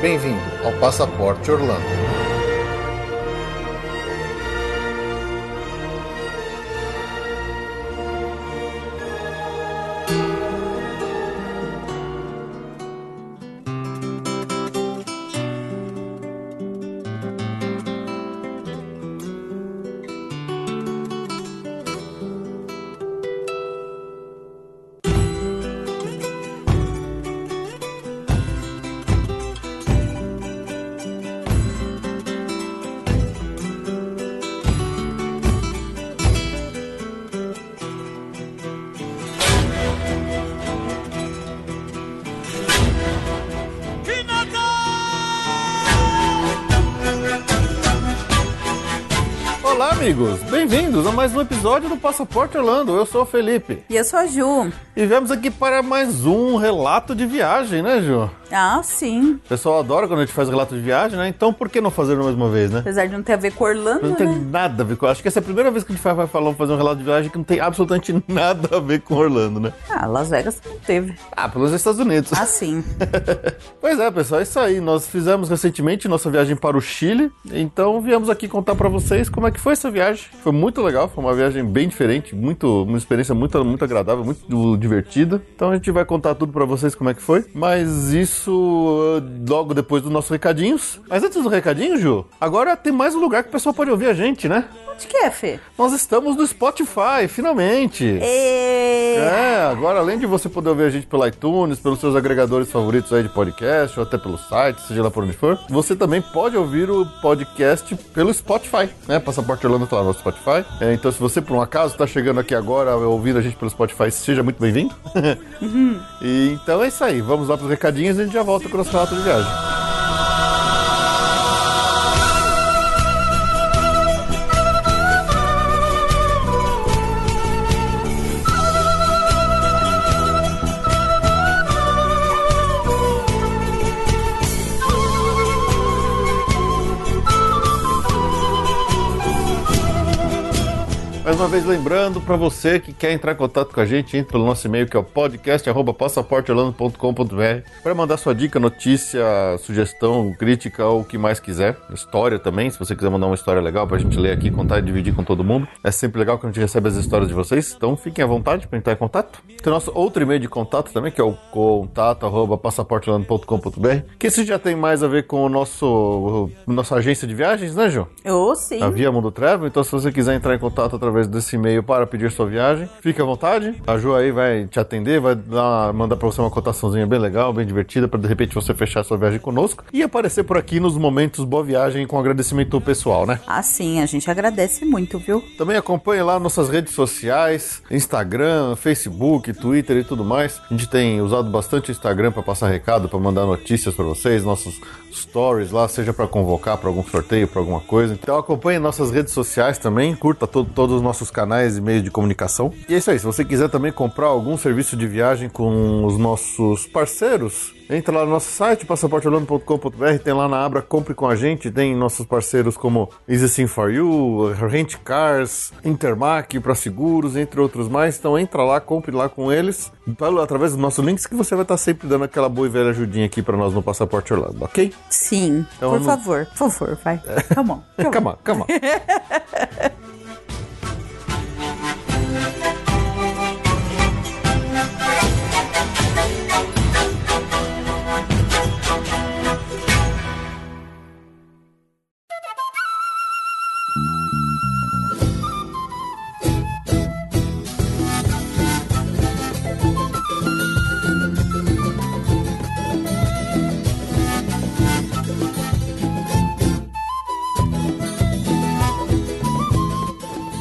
Bem-vindo ao Passaporte Orlando. Olá, amigos! Bem-vindos a mais um episódio do Passaporte Orlando. Eu sou o Felipe. E eu sou a Ju. E viemos aqui para mais um relato de viagem, né, Ju? Ah, sim. O pessoal adora quando a gente faz relato de viagem, né? Então por que não fazer mais uma vez, né? Apesar de não ter a ver com Orlando, Não tem né? nada a ver com. Acho que essa é a primeira vez que a gente vai vai falar, fazer um relato de viagem que não tem absolutamente nada a ver com Orlando, né? Ah, Las Vegas não teve. Ah, pelo menos nos Estados Unidos. Ah, sim. Pois é, pessoal, é isso aí. Nós fizemos recentemente nossa viagem para o Chile, então viemos aqui contar para vocês como é que foi essa viagem. Foi muito legal, foi uma viagem bem diferente, muito, uma experiência muito, muito agradável, muito divertida. Então a gente vai contar tudo para vocês como é que foi, mas isso eh, logo depois dos nossos recadinhos. Mas antes do recadinho, Ju, agora tem mais um lugar que o pessoal pode ouvir a gente, né? Onde que é, Fê? Nós estamos no Spotify, finalmente! E... É, agora além de você poder ouvir a gente pelo iTunes, pelos seus agregadores favoritos aí de podcast, ou até pelo site, seja lá por onde for, você também pode ouvir o podcast pelo Spotify, né? Passaporte Orlando tá lá no Spotify. É, então se você por um acaso tá chegando aqui agora ouvindo a gente pelo Spotify, seja muito bem-vindo. E, então é isso aí, vamos lá pros recadinhos e a gente já volta com o nosso relato de viagem. Mais uma vez lembrando para você que quer entrar em contato com a gente, entre pelo nosso e-mail que é o podcast@passaporteorlando.com.br para mandar sua dica, notícia, sugestão, crítica ou o que mais quiser. História também, se você quiser mandar uma história legal pra gente ler aqui, contar e dividir com todo mundo. É sempre legal quando a gente recebe as histórias de vocês, então fiquem à vontade para entrar em contato. Tem nosso outro e-mail de contato também, que é o contato@passaporteorlando.com.br, que esse já tem mais a ver com o nosso nossa agência de viagens, né, João? Ou sim. a Via Mundo Travel. Então, se você quiser entrar em contato através desse e-mail para pedir sua viagem, fique à vontade. A Ju aí vai te atender, vai dar- mandar para você uma cotaçãozinha bem legal, bem divertida, para de repente você fechar sua viagem conosco e aparecer por aqui nos momentos Boa Viagem com agradecimento pessoal, né? Ah, sim. A gente agradece muito, viu? Também acompanhe lá nossas redes sociais, Instagram, Facebook, Twitter e tudo mais. A gente tem usado bastante o Instagram para passar recado, para mandar notícias para vocês, nossos stories lá, seja para convocar para algum sorteio, para alguma coisa. Então acompanhe nossas redes sociais também, curta to- todos os nossos canais e meios de comunicação. E é isso aí, se você quiser também comprar algum serviço de viagem com os nossos parceiros, Entra lá no nosso site, passaporteorlando.com.br, tem lá na abra Compre com a gente, tem nossos parceiros como Easy Sim For You, Rent Cars, Intermac, para seguros, entre outros mais. Então entra lá, compre lá com eles, pelo, através dos nossos links, que você vai estar sempre dando aquela boa e velha ajudinha aqui para nós no Passaporte Orlando, ok? Sim. Então por vamos- favor. Por favor, vai. É. Tá Come on. Come on. Calma, calma.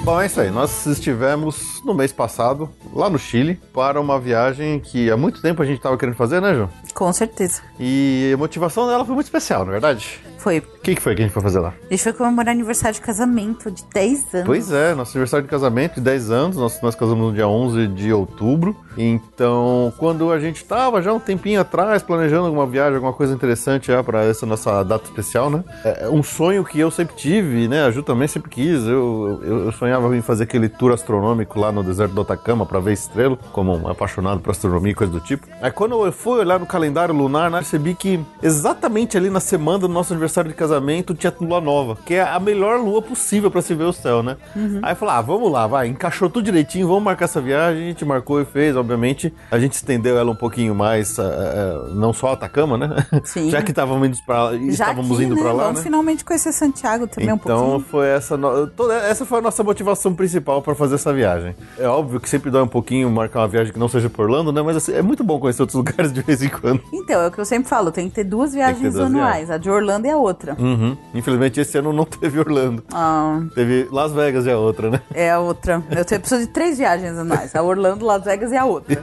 Bom, é isso aí. Nós estivemos no mês passado, lá no Chile, para uma viagem que há muito tempo a gente estava querendo fazer, né, João? Com certeza. E a motivação dela foi muito especial, na verdade. Foi. O que, que foi que a gente foi fazer lá? A gente foi comemorar aniversário de casamento de 10 anos. Pois é, nosso aniversário de casamento de 10 anos, nós, nós casamos no dia 11 de outubro. Então, quando a gente tava já um tempinho atrás planejando alguma viagem, alguma coisa interessante já para essa nossa data especial, né? É um sonho que eu sempre tive, né? A Ju também sempre quis. Eu, eu, eu sonhava em fazer aquele tour astronômico lá no no deserto do Atacama pra ver estrela, como um apaixonado por astronomia e coisa do tipo. Aí quando eu fui olhar no calendário lunar, né, percebi que exatamente ali na semana do nosso aniversário de casamento tinha lua nova, que é a melhor lua possível pra se ver o céu, né? Uhum. Aí eu falei, ah, vamos lá, vai, encaixou tudo direitinho, vamos marcar essa viagem. A gente marcou e fez, obviamente. A gente estendeu ela um pouquinho mais, ah, ah, não só Atacama, né? Sim. Já que estávamos indo pra, é, estávamos aqui, indo né, pra lá, vamos né? finalmente conhecer Santiago também um então pouquinho. foi essa no- toda essa foi a nossa motivação principal para fazer essa viagem. É óbvio que sempre dói um pouquinho marcar uma viagem que não seja por Orlando, né? Mas assim, é muito bom conhecer outros lugares de vez em quando. Então, é o que eu sempre falo, tem que ter duas viagens duas anuais, viagens. a de Orlando e a outra. Uhum. Infelizmente esse ano não teve Orlando. Ah, Teve Las Vegas e a outra, né? é a outra. Eu tenho- preciso de três viagens anuais, a Orlando, Las Vegas e a outra.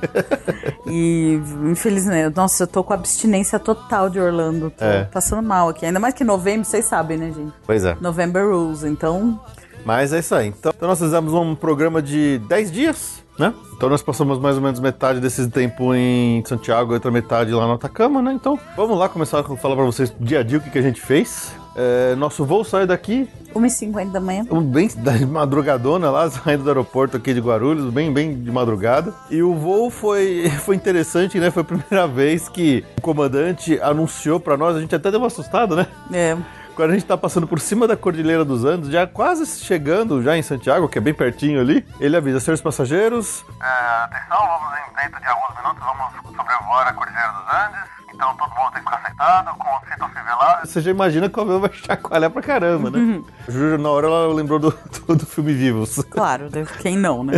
E, infelizmente, nossa, eu tô com abstinência total de Orlando, tô É. passando mal aqui. Ainda mais que novembro, vocês sabem, né, gente? Pois é. November Rules, então Mas é isso aí. Então, então nós fizemos um programa de 10 dias, né? Então nós passamos mais ou menos metade desse tempo em Santiago e outra metade lá no Atacama, né? Então vamos lá começar a falar para vocês dia a dia o que, que a gente fez. É, nosso voo saiu daqui 1h50 da manhã. Um bem da madrugadona lá, saindo do aeroporto aqui de Guarulhos, bem, bem de madrugada. E o voo foi, foi interessante, né? Foi a primeira vez que o comandante anunciou pra nós, a gente até deu uma assustada, né? É, Quando a gente tá passando por cima da Cordilheira dos Andes, já quase chegando já em Santiago, que é bem pertinho ali, ele avisa, senhores passageiros, É, atenção, vamos em dentro de alguns minutos, vamos sobrevoar a Cordilheira dos Andes. Então todo mundo tem que ficar sentado, com o cinto fivelado. você já imagina que o avião vai chacoalhar pra caramba, né? Juro, na hora ela lembrou do, do, do filme Vivos. claro, né? quem não, né?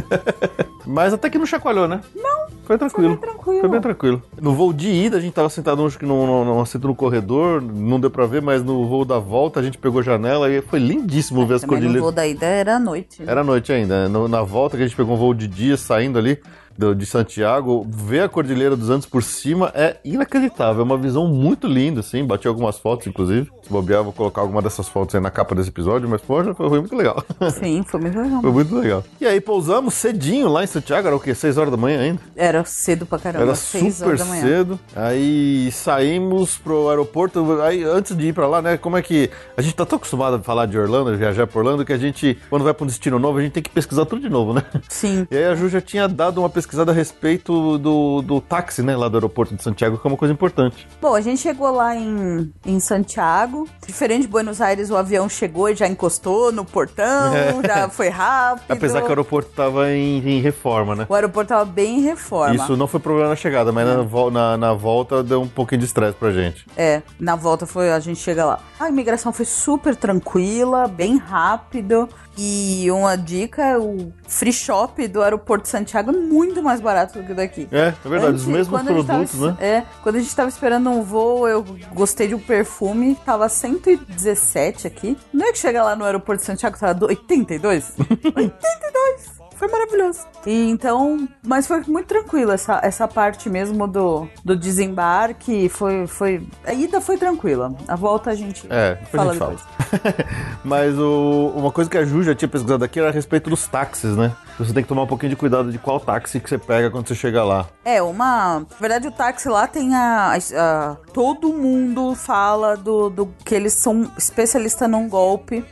Mas até que não chacoalhou, né? Não. Foi tranquilo. foi bem tranquilo. Foi bem tranquilo. No voo de ida, a gente tava sentado acho que num, num, num assento no corredor, não deu pra ver, mas no voo da volta a gente pegou a janela e foi lindíssimo ver as Ah, Também não cordilheiras. vou da ida, era à noite. Era noite ainda, né? No- na volta que a gente pegou um voo de dia saindo ali do- de Santiago, ver a Cordilheira dos Andes por cima é inacreditável, é uma visão muito linda, assim, bati algumas fotos, inclusive, se bobear, vou colocar alguma dessas fotos aí na capa desse episódio, mas, poxa, foi foi muito legal. Sim, foi muito legal. Foi muito legal. E aí pousamos cedinho lá em Santiago, era o quê? 6 horas da manhã ainda? Era cedo pra caramba, Era seis super horas da manhã. cedo. Aí saímos pro aeroporto. Aí, antes de ir pra lá, né? Como é que. A gente tá tão acostumado a falar de Orlando, viajar por Orlando, que a gente, quando vai pra um destino novo, a gente tem que pesquisar tudo de novo, né? Sim. E aí a Ju já tinha dado uma pesquisada a respeito do, do táxi, né? Lá do aeroporto de Santiago, que é uma coisa importante. Bom, a gente chegou lá em, em Santiago. Diferente de Buenos Aires, o avião chegou e já encostou no portão, já foi rápido. É. Apesar que o aeroporto tava em, em reforma, né? o aeroporto tava bem em reforma. Hum. Isso não foi problema na chegada, mas na, vol- na, na volta deu um pouquinho de estresse pra gente. É, na volta foi, a gente chega lá. A imigração foi super tranquila, bem rápido. E uma dica, o free shop do aeroporto de Santiago é muito mais barato do que o daqui. É, é verdade, os Antes, mesmos quando a gente tava produtos, né? es- É, quando a gente tava esperando um voo, eu gostei de um perfume, tava 117 aqui. Não é que chega lá no aeroporto de Santiago, tava do- 82? 82! Foi maravilhoso. E então, mas foi muito tranquilo essa, essa parte mesmo do, do desembarque. Foi, foi. A ida foi tranquila. A volta a gente É, depois fala a gente depois. fala. Mas o- uma coisa que a Ju já tinha pesquisado aqui era a respeito dos táxis, né? Você tem que tomar um pouquinho de cuidado de qual táxi que você pega quando você chega lá. É, uma. Na verdade, o táxi lá tem a. a- a- todo mundo fala do, do que eles são especialistas num golpe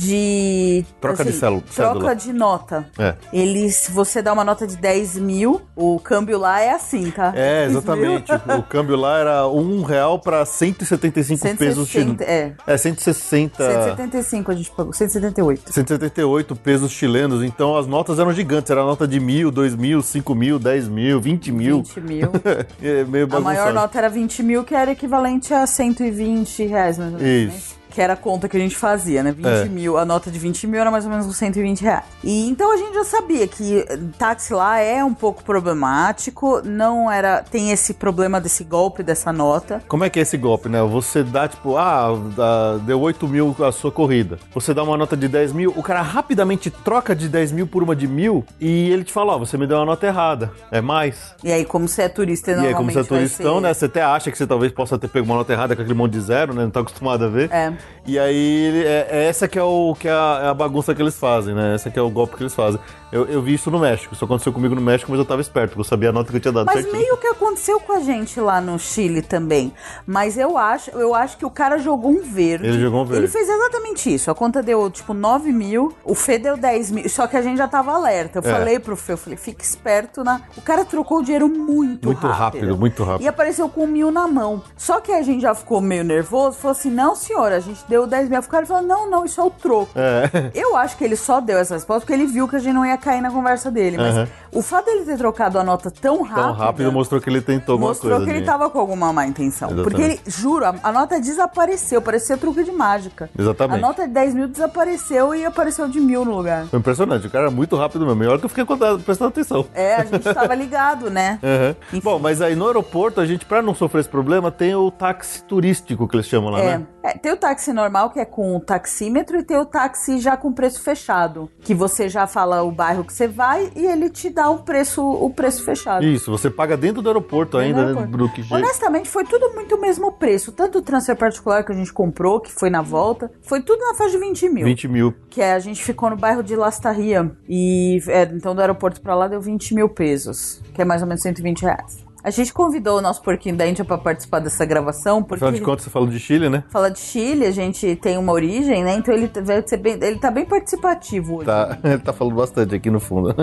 de. assim, Troca de célu- Troca cédula. de nota. É. Eles, se você dá uma nota de 10 mil, o câmbio lá é assim, tá? É, exatamente. o câmbio lá era um real pra 175 160, pesos chilenos. é. É, 160. 175 a gente pagou, 178. 178 pesos chilenos, então as notas eram gigantes, era nota de mil, dois mil, cinco mil, dez mil, vinte mil. 20 mil. É meio A bagunçado. maior nota era 20 mil, que era equivalente a 120 reais, mais ou menos. Isso. né? Que era a conta que a gente fazia, né? 20 É. mil, a nota de 20 mil era mais ou menos uns 120 reais. E então a gente já sabia que eh, táxi lá é um pouco problemático, não era. Tem esse problema desse golpe, dessa nota. Como é que é esse golpe, né? Você dá, tipo, ah, dá- deu 8 mil a sua corrida. Você dá uma nota de 10 mil, o cara rapidamente troca de 10 mil por uma de mil e ele te fala, ó, você me deu uma nota errada, é mais. E aí, como você é turista, E aí, normalmente como você é vai turistão, ser- né? Você até acha que você talvez possa ter pego uma nota errada com aquele monte de zero, né? Não tá acostumado a ver. É. E aí, ele- é, é essa que é, o, que é a, é a bagunça que eles fazem, né? Essa que é o golpe que eles fazem. Eu, eu vi isso no México. Isso aconteceu comigo no México, mas eu tava esperto, porque eu sabia a nota que eu tinha dado Mas certinho. meio que aconteceu com a gente lá no Chile também. Mas eu acho, eu acho que o cara jogou um verde. Ele jogou um verde. Ele fez exatamente isso. A conta deu, tipo, 9 mil. O Fê deu 10 mil. Só que a gente já tava alerta. Eu É. falei pro Fê, eu falei, fica esperto. na. O cara trocou o dinheiro muito, Muito rápido, muito rápido. E apareceu com um mil na mão. Só que a gente já ficou meio nervoso. Falou assim, não, senhora, a gente deu 10 mil. O cara falou, não, não, isso é o troco. É. Eu acho que ele só deu essa resposta porque ele viu que a gente não ia cair na conversa dele. Mas Aham. o fato dele ter trocado a nota tão rápido. Tão rápido mostrou que ele tentou alguma mostrou coisa. que ele né? tava com alguma má intenção. Exatamente. Porque ele, juro, a, a nota desapareceu, parecia truque de mágica. Exatamente. A nota de 10 mil desapareceu e apareceu de mil no lugar. Foi impressionante, o cara era muito rápido mesmo. Melhor que eu fiquei contando- prestando atenção. É, a gente tava ligado, né? Aham. Enfim. Bom, mas aí no aeroporto, a gente, pra não sofrer esse problema, tem o táxi turístico que eles chamam lá, É. né? É, tem o táxi normal, que é com o taxímetro, e tem o táxi já com preço fechado. Que você já fala o bairro que você vai e ele te dá o preço, o preço fechado. Isso, você paga dentro do aeroporto ainda, Não, né? pô. Do que jeito. Honestamente, foi tudo muito o mesmo preço. Tanto o transfer particular que a gente comprou, que foi na volta, foi tudo na faixa de 20 mil. 20 mil. Que é, a gente ficou no bairro de Lastarria. E é, então do aeroporto pra lá deu 20 mil pesos, que é mais ou menos 120 reais. A gente convidou o nosso porquinho da Índia pra participar dessa gravação, porque. Afinal de contas, você falou de Chile, né? Fala de Chile, a gente tem uma origem, né? Então ele t- vai ser bem, ele tá bem participativo hoje. Tá, ele tá falando bastante aqui no fundo.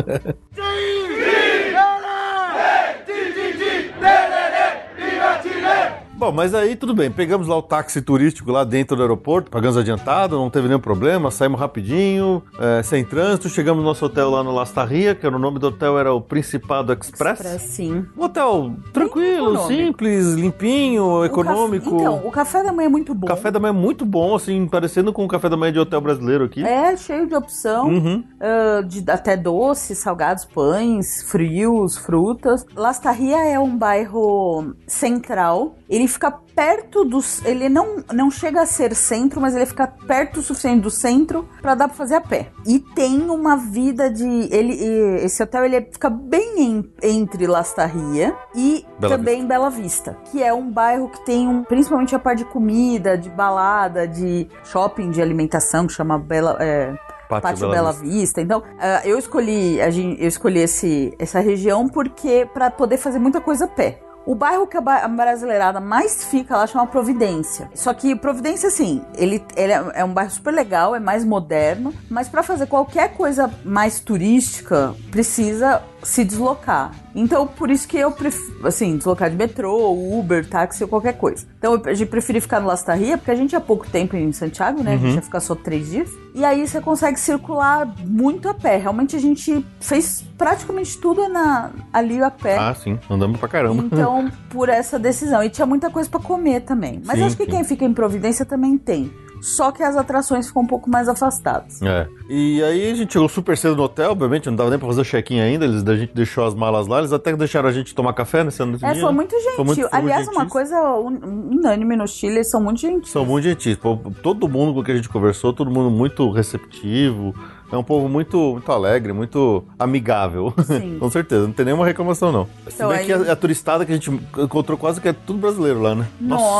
Bom, mas aí tudo bem, pegamos lá o táxi turístico lá dentro do aeroporto, pagamos adiantado, não teve nenhum problema, saímos rapidinho, eh, sem trânsito, chegamos no nosso hotel lá no Lastarria, que era o nome do hotel era o Principado Express. Sim. Um hotel tranquilo, nome. simples, limpinho, econômico. Então, o café da manhã é muito bom. O café da manhã é muito bom, assim, parecendo com o café da manhã de hotel brasileiro aqui. É, cheio de opção. Uhum. ah, de, até doces, salgados, pães, frios, frutas. Lastarria é um bairro central. Ele fica perto dos. Ele não, não chega a ser centro, mas ele fica perto o suficiente do centro pra dar pra fazer a pé. E tem uma vida de. Ele, e- esse hotel ele fica bem em- entre Lastarria e Bela também Bela Vista, que é um bairro que tem um, principalmente a parte de comida, de balada, de shopping, de alimentação, que chama Bela. é, Pátio Bela Vista. Então, ah, eu escolhi, a gen- eu escolhi esse, essa região porque para poder fazer muita coisa a pé. O bairro que a ba- a brasileirada mais fica lá chama Providência. Só que Providência, assim, ele, ele é é um bairro super legal, é mais moderno, mas para fazer qualquer coisa mais turística, precisa se deslocar. Então, por isso que eu prefiro, assim, deslocar de metrô, Uber, táxi ou qualquer coisa. Então, eu pre- preferi ficar no Lastarria, porque a gente há pouco tempo em Santiago, né? A Uhum. gente ia ficar só três dias. E aí você consegue circular muito a pé. Realmente a gente fez praticamente tudo na, ali a pé. Ah, sim, andamos pra caramba. É. Então, por essa decisão. E tinha muita coisa pra comer também. Mas Sim, acho que sim. quem fica em Providência também tem. Só que as atrações ficam um pouco mais afastadas. É. E aí a gente chegou super cedo no hotel, obviamente, não dava nem pra fazer o check-in ainda, eles, a gente deixou as malas lá, eles até deixaram a gente tomar café né, nesse ano É, foi muito gentil. Aliás, uma coisa un- unânime no Chile, eles são muito gentis. São muito gentis. Pô, Todo mundo com que a gente conversou, todo mundo muito receptivo. É um povo muito, muito alegre, muito amigável. Sim. com certeza, não tem nenhuma reclamação, não. Se Então, bem aí- que a, a turistada que a gente encontrou quase que é tudo brasileiro lá, né?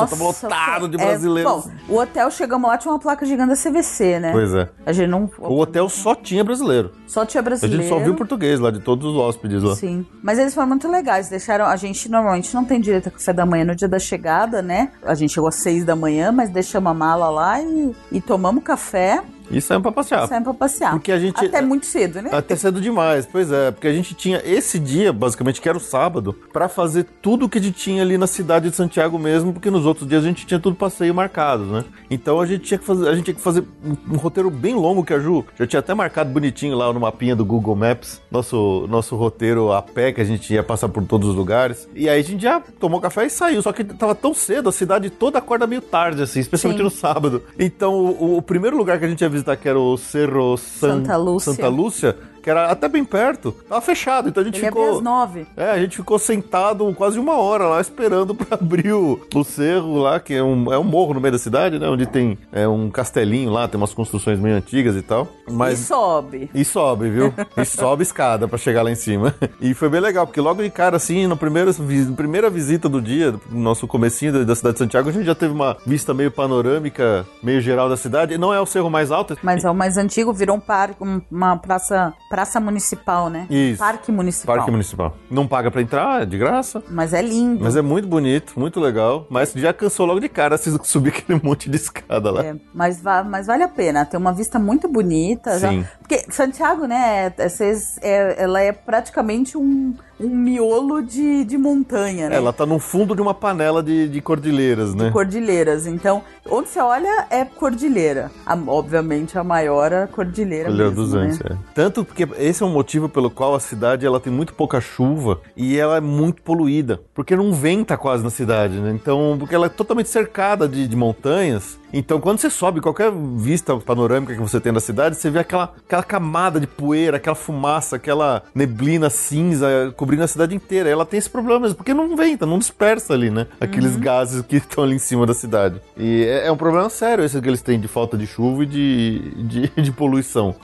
tava lotado de é, brasileiros. bom, o hotel, chegamos lá, tinha uma placa gigante da CVC, né? pois é. A gente não... O hotel só tinha brasileiro. Só tinha A brasileiro. gente só viu português lá, de todos os hóspedes lá. Sim. Mas eles foram muito legais. Deixaram. A gente normalmente não tem direito a café da manhã no dia da chegada, né? A gente chegou às seis da manhã, mas deixamos a mala lá e, e tomamos café E saímos pra passear. e saímos pra passear. Ah, Porque a gente- Até muito cedo, né? Tá Até cedo demais, pois é, porque a gente tinha esse dia, basicamente, que era o sábado, pra fazer tudo o que a gente tinha ali na cidade de Santiago mesmo, porque nos outros dias a gente tinha tudo passeio marcado, né? Então a gente tinha que fazer, a gente tinha que fazer um, um roteiro bem longo que a Ju já tinha até marcado bonitinho lá no mapinha do Google Maps, nosso nosso roteiro a pé que a gente ia passar por todos os lugares. E aí a gente já tomou café e saiu, só que tava tão cedo, a cidade toda acorda meio tarde assim, especialmente Sim. no sábado. Então o, o primeiro lugar que a gente ia visitar que era o Cerro San- Santa Lúcia. Santa Lúcia, que era até bem perto, tava fechado, então a gente Ele abriu ficou. às nove. É, a gente ficou sentado quase uma hora lá esperando pra abrir o, o cerro lá, que é um, é um morro no meio da cidade, né? Onde tem é, um castelinho lá, tem umas construções meio antigas e tal. E Mas. sobe. E sobe, viu? E sobe escada pra chegar lá em cima. E foi bem legal, porque logo de cara, assim, na primeira, vi- primeira visita do dia, no nosso comecinho da, da cidade de Santiago, a gente já teve uma vista meio panorâmica, meio geral da cidade. Não é o cerro mais alto, Mas é o mais antigo, virou um parque, um- uma praça praça municipal, né? Isso. Parque municipal. Parque Municipal. Não paga pra entrar, é de graça. Mas é lindo. Mas é muito bonito, muito legal. Mas já cansou logo de cara se subir aquele monte de escada lá. É, mas, va- mas vale a pena, tem uma vista muito bonita. já- Sim. Porque Santiago, né, é- vocês- é- ela é praticamente um, um miolo de, de montanha, né? Ela tá no fundo de uma panela de, de cordilheiras, né? Cordilheiras. Então, onde você olha é cordilheira. A- obviamente a maior é a cordilheira. Cordilheira mesmo, dos né? Andes, é. Tanto porque esse é um motivo pelo qual a cidade ela tem muito pouca chuva e ela é muito poluída, porque não venta quase na cidade, né? Então, porque ela é totalmente cercada de, de montanhas. Então, quando você sobe, qualquer vista panorâmica que você tem da cidade, você vê aquela, aquela camada de poeira, aquela fumaça, aquela neblina cinza cobrindo a cidade inteira. Ela tem esse problema mesmo, porque não venta, não dispersa ali, né? Aqueles gases que estão ali em cima da cidade. E é, é um problema sério esse que eles têm de falta de chuva e de, de, de poluição.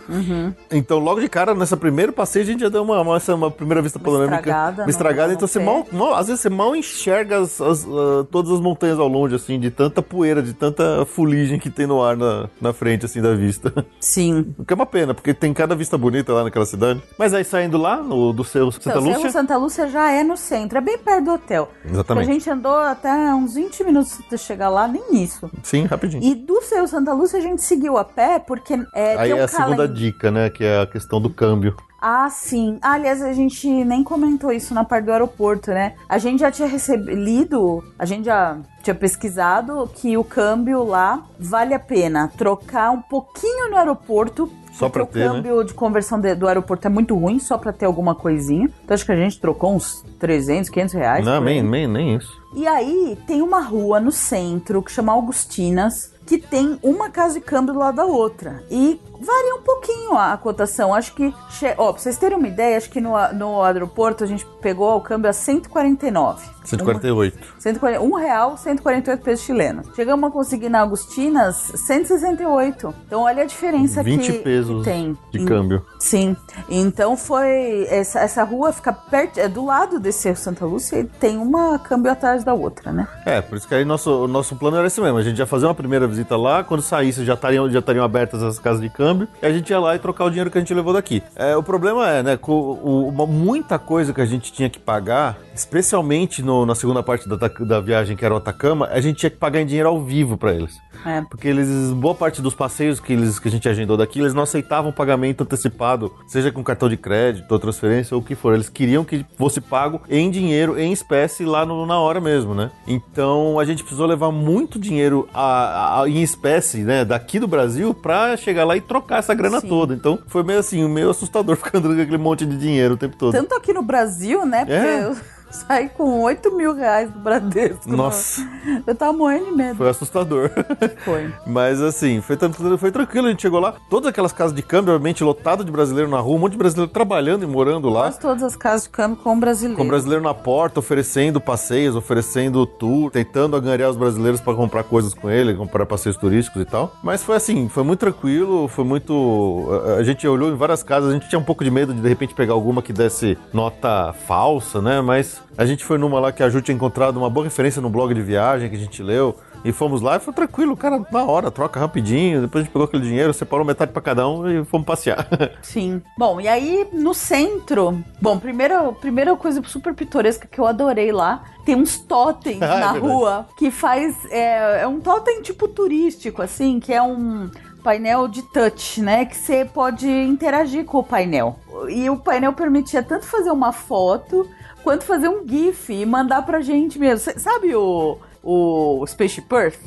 Então, logo de cara, nessa primeiro passeio, a gente já deu uma, uma, essa- uma primeira vista Uma panorâmica. estragada, uma não- estragada. não Então, você mal, mal- às vezes você mal enxerga as- as, ah, todas as montanhas ao longe, assim, de tanta poeira, de tanta fuligem que tem no ar na, na frente, assim, da vista. Sim. O que é uma pena, porque tem cada vista bonita lá naquela cidade. Mas aí, saindo lá no, do seu Santa Então, o Cerro Lúcia... Santa Lúcia já é no centro, é bem perto do hotel. Exatamente. A gente andou até uns 20 minutos até chegar lá, nem isso. Sim, rapidinho. E do Cerro Santa Lúcia a gente seguiu a pé, porque é, Aí tem um é a segunda calen- dica, né? Que é a questão do câmbio. Ah, sim. Ah, aliás, a gente nem comentou isso na parte do aeroporto, né? A gente já tinha recebido, a gente já tinha pesquisado que o câmbio lá vale a pena trocar um pouquinho no aeroporto. Só porque pra ter, né? o câmbio de conversão de- do aeroporto é muito ruim, só pra ter alguma coisinha. Então acho que a gente trocou uns 300, 500 reais. não, por aí. nem, nem, nem isso. E aí tem uma rua no centro que chama Augustinas, que tem uma casa de câmbio do lado da outra. E varia um pouquinho a a cotação. Acho que. Che... Ó, pra vocês terem uma ideia, acho que no, a- no aeroporto a gente pegou o câmbio a 149. 148. 140, 1 real, 148 pesos chilenos. Chegamos a conseguir na Augustinas 168. Então olha a diferença 20 que, pesos que tem. de Em- câmbio. Sim. Então foi. Essa, essa rua fica perto. É do lado desse Cerro Santa Lúcia e tem uma câmbio atrás da outra, né? É, por isso que aí nosso, o nosso plano era esse mesmo. A gente ia fazer uma primeira visita lá, quando saísse já estariam, já estariam abertas as casas de câmbio, e a gente ia lá e trocar o dinheiro que a gente levou daqui. É, o problema é, né, com o- uma- muita coisa que a gente tinha que pagar, especialmente no- na segunda parte da, Ata- da viagem, que era o Atacama, a gente tinha que pagar em dinheiro ao vivo pra eles. É. Porque eles, boa parte dos passeios que, eles, que a gente agendou daqui, eles não aceitavam um pagamento antecipado, seja com cartão de crédito ou transferência ou o que for. Eles queriam que fosse pago em dinheiro, em espécie, lá no- na hora mesmo, né? Então a gente precisou levar muito dinheiro a- a- em espécie, né, daqui do Brasil, pra chegar lá e trocar essa grana Sim. toda. Então foi meio assim, meio assustador ficar andando com aquele monte de dinheiro o tempo todo. Tanto aqui no Brasil, né? Porque É. eu saí com 8 mil reais do Bradesco. Nossa. Eu tava morrendo de medo. Foi assustador. Foi. Mas assim, foi, tran- foi tranquilo, a gente chegou lá, todas aquelas casas de câmbio, obviamente, lotado de brasileiro na rua, um monte de brasileiro trabalhando e morando lá. Quase todas as casas de câmbio com um brasileiro. Com um brasileiro na porta, oferecendo passeios, oferecendo tour, tentando agarrar os brasileiros pra comprar coisas com ele, comprar passeios turísticos e tal. Mas foi assim, foi muito tranquilo, foi muito. a- A gente olhou em várias casas, a gente tinha um pouco de medo de de repente pegar alguma que desse nota falsa, né? Mas a gente foi numa lá que a Ju tinha encontrado uma boa referência no blog de viagem que a gente leu. E fomos lá e foi tranquilo, cara, na hora, troca rapidinho. Depois a gente pegou aquele dinheiro, separou metade pra cada um e fomos passear. Sim. Bom, e aí no centro. Bom, primeira, primeira coisa super pitoresca que eu adorei lá. Tem uns totens Ah, é na verdade. rua que faz. É, é um totem tipo turístico, assim, que é um painel de touch, né? Que você pode interagir com o painel. E o painel permitia tanto fazer uma foto quanto fazer um GIF e mandar pra gente mesmo. Cê- sabe o. O Space Perth?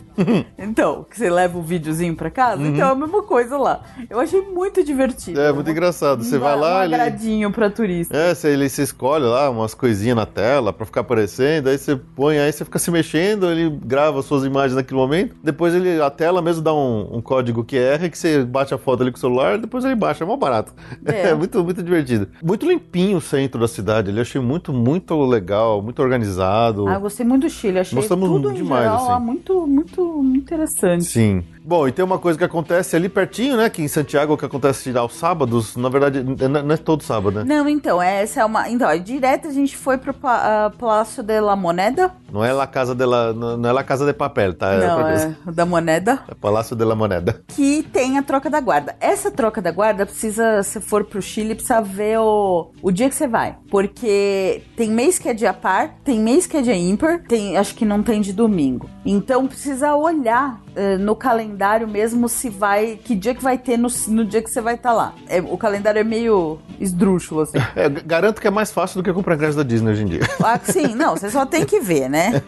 então, que você leva o videozinho pra casa? Então é a mesma coisa lá. Eu achei muito divertido. Uhum. É, muito Uma- engraçado. Você uma- vai lá, Um ele- agradinho pra turista. É, você, ele, você escolhe lá umas coisinhas na tela pra ficar aparecendo, aí você põe, aí você fica se mexendo, ele grava suas imagens naquele momento, depois ele, a tela mesmo dá um, um código QR que você bate a foto ali com o celular, depois ele baixa, é mó barato. É, É. muito, muito divertido. Muito limpinho o centro da cidade, ele achei muito, muito legal, muito organizado. Ah, eu gostei muito do Chile. Achei Gostamos tudo em demais, geral lá assim. muito, muito, muito interessante. Sim. Bom, e tem uma coisa que acontece ali pertinho, né? Que em Santiago que acontece aos sábados. Na verdade, n- n- não é todo sábado, né? Não, então, essa é uma. Então, é direto a gente foi pro pa- ah, Palácio de la Moneda. Não é La Casa de la, não não é la casa de Papel, tá? É outra não, coisa. é da Moneda. É Palácio de la Moneda. que tem a troca da guarda. Essa troca da guarda precisa, se for pro Chile, precisa ver o, o dia que você vai. Porque tem mês que é dia par, tem mês que é dia ímpar, tem, acho que não tem de domingo. Então precisa olhar eh, no calendário mesmo se vai. Que dia que vai ter no, no dia que você vai estar lá. É, o calendário é meio esdrúxulo, assim. É, g- garanto que é mais fácil do que comprar ingresso da Disney hoje em dia. Ah, sim, não, você só tem que ver, né?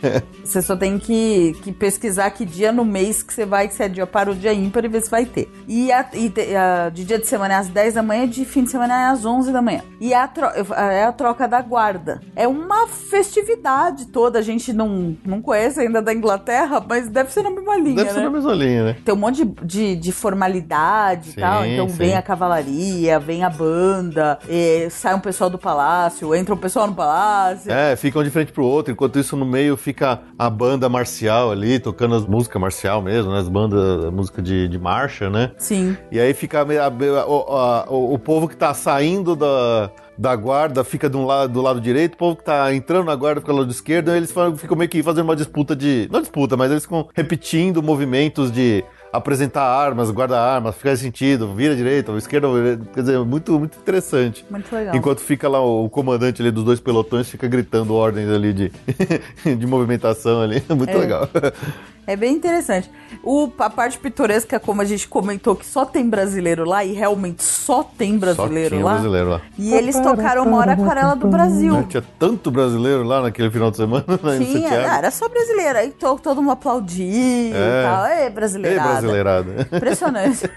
Você só tem que, que pesquisar que dia no mês que você vai, que se é dia para o dia ímpar e ver se vai ter. E, a, e te- a- de dia de semana é às 10 da manhã, de fim de semana é às 11 da manhã. E a tro- é a troca da guarda. É uma festividade toda, a gente não, não conhece ainda da Inglaterra, mas deve ser na mesma linha, Deve ser né? na mesma linha, né? Tem um monte de, de, de formalidade Sim, e tal. Então sim. vem a cavalaria, vem a banda, eh, sai um pessoal do palácio, entra um pessoal no palácio. É, ficam de frente pro outro, enquanto isso no meio fica a banda marcial ali, tocando as músicas marcial mesmo, né? As bandas, a música de, de marcha, né? Sim. E aí fica meio- a- a- o, a- o- o povo que tá saindo da, da guarda fica de um lado, do lado direito, o povo que tá entrando na guarda fica do lado esquerdo, e eles fa- ficam meio que fazendo uma disputa de. Não disputa, mas eles ficam repetindo movimentos de apresentar armas, guardar armas, ficar nesse sentido, vira à direita, esquerda, quer dizer, muito, muito interessante. Muito legal. Enquanto fica lá o, o comandante ali dos dois pelotões, fica gritando ordens ali de, de movimentação ali. Muito legal. É bem interessante. O, a parte pitoresca, como a gente comentou, que só tem brasileiro lá, e realmente só tem brasileiro Só tinha lá. brasileiro lá. E eles tocaram uma hora aquarela do Né? Brasil. Tinha tanto brasileiro lá naquele final de semana né, em Tinha, Santiago. não, era só brasileiro. Aí to- todo mundo aplaudiu É. e tal. É Ei, brasileirada. brasileirada. Impressionante.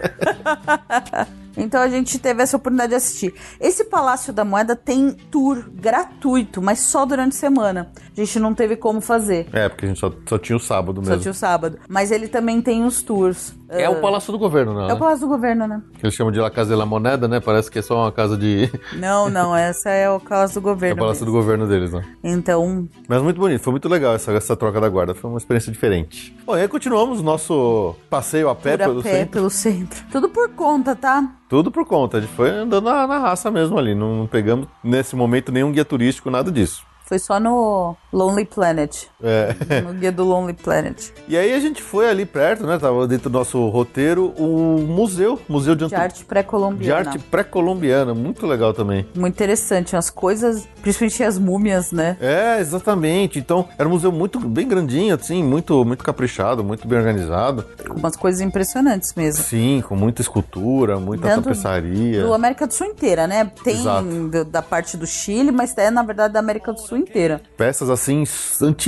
Então a gente teve essa oportunidade de assistir. Esse Palácio da Moeda tem tour gratuito, mas só durante a semana. A gente não teve como fazer. É, porque a gente só, só tinha o sábado Só mesmo. tinha o sábado. Mas ele também tem os tours. É o Palácio do Governo, não, É o né? Palácio do Governo, né? Que eles chamam de La Casa de la Moneda, né? Parece que é só uma casa de... Não, não, essa é o caso do É governo. o Palácio do mesmo. Governo deles, né? Então, Mas muito bonito, foi muito legal essa, essa troca da guarda, foi uma experiência diferente. Bom, e aí continuamos o nosso passeio a pé por pelo a pé centro. pelo centro. Tudo por conta, tá? Tudo por conta, a gente foi andando na, na raça mesmo ali, não, não pegamos nesse momento nenhum guia turístico, nada disso. Foi só no Lonely Planet. É. No guia do Lonely Planet. E aí a gente foi ali perto, né? Tava dentro do nosso roteiro, o museu, museu de, De Antu- arte de pré-colombiana. arte pré-colombiana, muito legal também. Muito interessante. As coisas, principalmente as múmias, né? É, exatamente. Então, era um museu muito bem grandinho, assim, muito, muito caprichado, muito bem organizado. Com umas coisas impressionantes mesmo. Sim, com muita escultura, muita Tanto tapeçaria. Do América do Sul inteira, né? Tem É. Exato. do- da parte do Chile, mas é, na verdade, da América do Sul inteira. Peças assim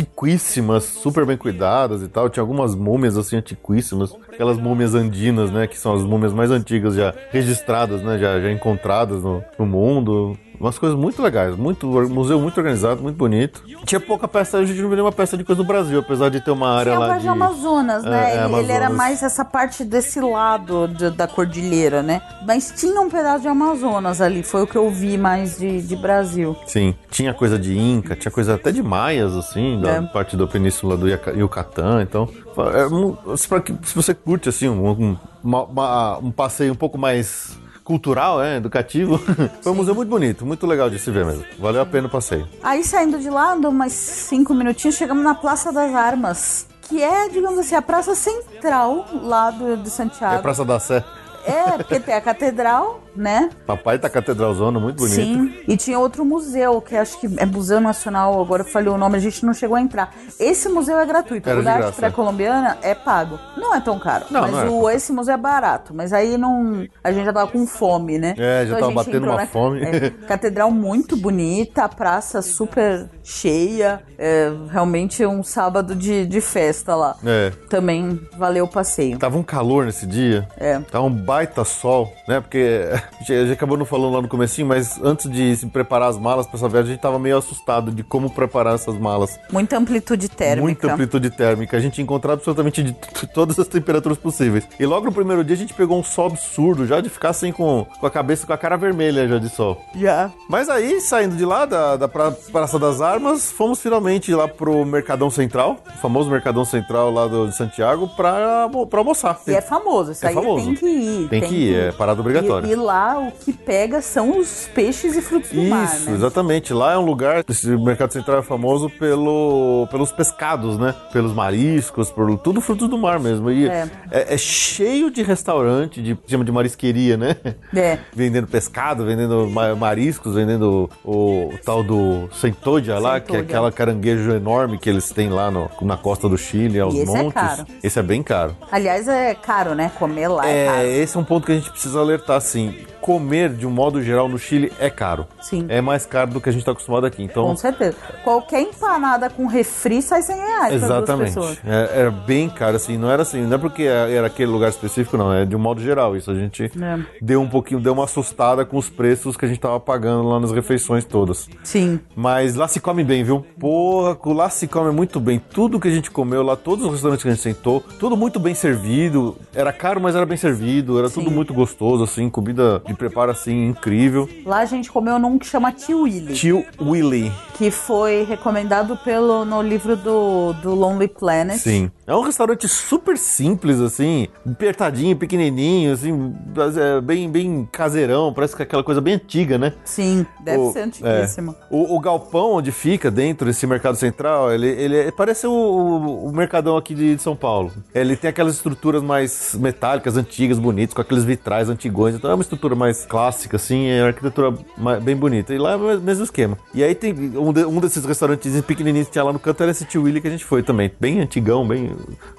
antiquíssimas, super bem cuidadas e tal. Tinha algumas múmias assim antiquíssimas, aquelas múmias andinas, né, que são as múmias mais antigas já registradas, né, já, já encontradas no, no mundo. Umas coisas muito legais, muito museu muito organizado, muito bonito. Tinha pouca peça, a gente não viu nenhuma peça de coisa do Brasil, apesar de ter uma Tinha área é o lá Jardim de Amazonas, né? É, é, ele, ele era Amazonas. mais essa parte desse lado de- da cordilheira, né? Mas tinha um pedaço de Amazonas ali, foi o que eu vi mais de, de Brasil. Sim, tinha coisa de Inca, tinha coisa até de Maias, assim, da É. parte da península do Iaca- Yucatã, então. é um- se pra que- se você curte, assim, um, um- uma- uma- um passeio um pouco mais cultural, né, educativo, foi um museu muito bonito, muito legal de se ver mesmo. Valeu a pena o passeio. Aí saindo de lá, andou mais cinco minutinhos, chegamos na Praça das Armas. Que é, digamos assim, a praça central lá do, de É Santiago. a Praça da Sé, é, porque tem a catedral, né? papai da Catedralzona, muito bonito. Sim, e tinha outro museu, que acho que é Museu Nacional, agora falhou o nome, a gente não chegou a entrar. Esse museu é gratuito, Era o de da arte graça. pré-colombiana é pago. Não é tão caro, Não, mas não é. o, esse museu é barato, mas aí não, a gente já tava com fome, né? É, já a tava gente batendo entrou uma fome. é, catedral muito bonita, a praça super cheia, é, realmente um sábado de, de festa lá. É. Também valeu o passeio. Tava um calor nesse dia. É. Tava um baita sol, né? Porque A gente acabou não falando lá no comecinho, mas antes de se preparar as malas pra essa viagem, a gente tava meio assustado de como preparar essas malas. Muita amplitude térmica. Muita amplitude térmica. A gente ia encontrar absolutamente de t- todas as temperaturas possíveis. E logo no primeiro dia a gente pegou um sol absurdo, já de ficar assim com, com a cabeça, com a cara vermelha já de sol. Já. Mas aí, saindo de lá, da, da pra- Praça das Armas, fomos finalmente lá pro Mercadão Central, o famoso Mercadão Central lá do, de Santiago, pra, almo- pra almoçar. E é famoso, isso É aí famoso. tem que ir. Tem que ir, é parada obrigatória. E, e lá o que pega são os peixes e frutos do mar, Isso, né? exatamente. Lá é um lugar, esse mercado central é famoso pelo, pelos pescados, né? Pelos mariscos, por tudo frutos do mar mesmo. E É. é, é cheio de restaurante, de chama de marisqueria, né? É. Vendendo pescado, vendendo ma- mariscos, vendendo o, o tal do centodia lá, que é Centodia. aquela caranguejo enorme que eles têm lá no- na costa do Chile, aos E esse é montes. caro. Esse é bem caro. Aliás, é caro, né? Comer lá é, É, caro. esse é um ponto que a gente precisa alertar, assim. Comer, de um modo geral, no Chile é caro. Sim. É mais caro do que a gente está acostumado aqui. Então, Com certeza. Qualquer empanada com refri sai 100 reais para duas exatamente. pessoas. É, era bem caro, assim. Não era assim, não é porque era aquele lugar específico, não. É de um modo geral isso. A gente É. deu um pouquinho, deu uma assustada com os preços que a gente tava pagando lá nas refeições todas. Sim. Mas lá se come bem, viu? Porra, lá se come muito bem. Tudo que a gente comeu lá, todos os restaurantes que a gente sentou, tudo muito bem servido. Era caro, mas era bem servido. Era tudo Sim. muito gostoso, assim. Comida de preparo, assim, incrível. Lá a gente comeu num que chama Tiwili, Tio Willy. que foi recomendado pelo no livro do, do Lonely Planet. Sim. É um restaurante super simples, assim, apertadinho, pequenininho, assim, mas é bem, bem caseirão, parece que é aquela coisa bem antiga, né? Sim, deve O- ser antiguíssimo. é. O, o galpão onde fica dentro desse mercado central, ele, ele é- parece o, o- o mercadão aqui de, de São Paulo. Ele tem aquelas estruturas mais metálicas, antigas, bonitas, com aqueles vitrais antigões. Então é uma estrutura mais clássica, assim, é uma arquitetura ma- bem bonita. E lá é o mesmo esquema. E aí tem um, de- um desses restaurantes pequenininhos que tinha lá no canto, era esse Tio Willy que a gente foi também. Bem antigão, bem,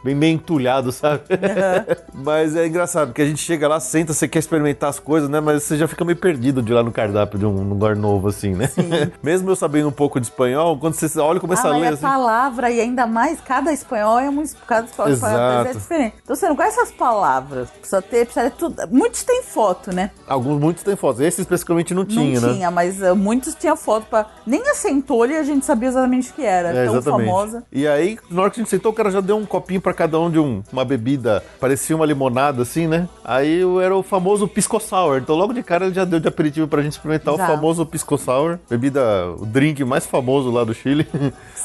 bem, bem entulhado, sabe? Mas é engraçado, porque a gente chega lá, senta, você quer experimentar as coisas, né? Mas você já fica meio perdido de ir lá no cardápio de um lugar novo, assim, né? Mesmo eu sabendo um pouco de espanhol, quando você olha e começa Ah, a mas ler, é assim... palavra e ainda mais cada espanhol é um es- cada espanhol, espanhol Exato. é diferente. Então você não conhece as palavras. Precisa ter, precisa ter tudo. Muitos têm foto, né? Alguns, muitos têm fotos. Esse especificamente não tinha, não né? tinha, mas eh, muitos tinham foto para nem a centolha a gente sabia exatamente o que era, É, tão exatamente. famosa. E aí, na hora que a gente sentou, o cara já deu um copinho pra cada um de um- uma bebida, parecia uma limonada, assim, né? Aí eu- era o famoso Pisco Sour. Então, logo de cara, ele já deu de aperitivo pra gente experimentar Já. o famoso Pisco Sour, bebida, o drink mais famoso lá do Chile.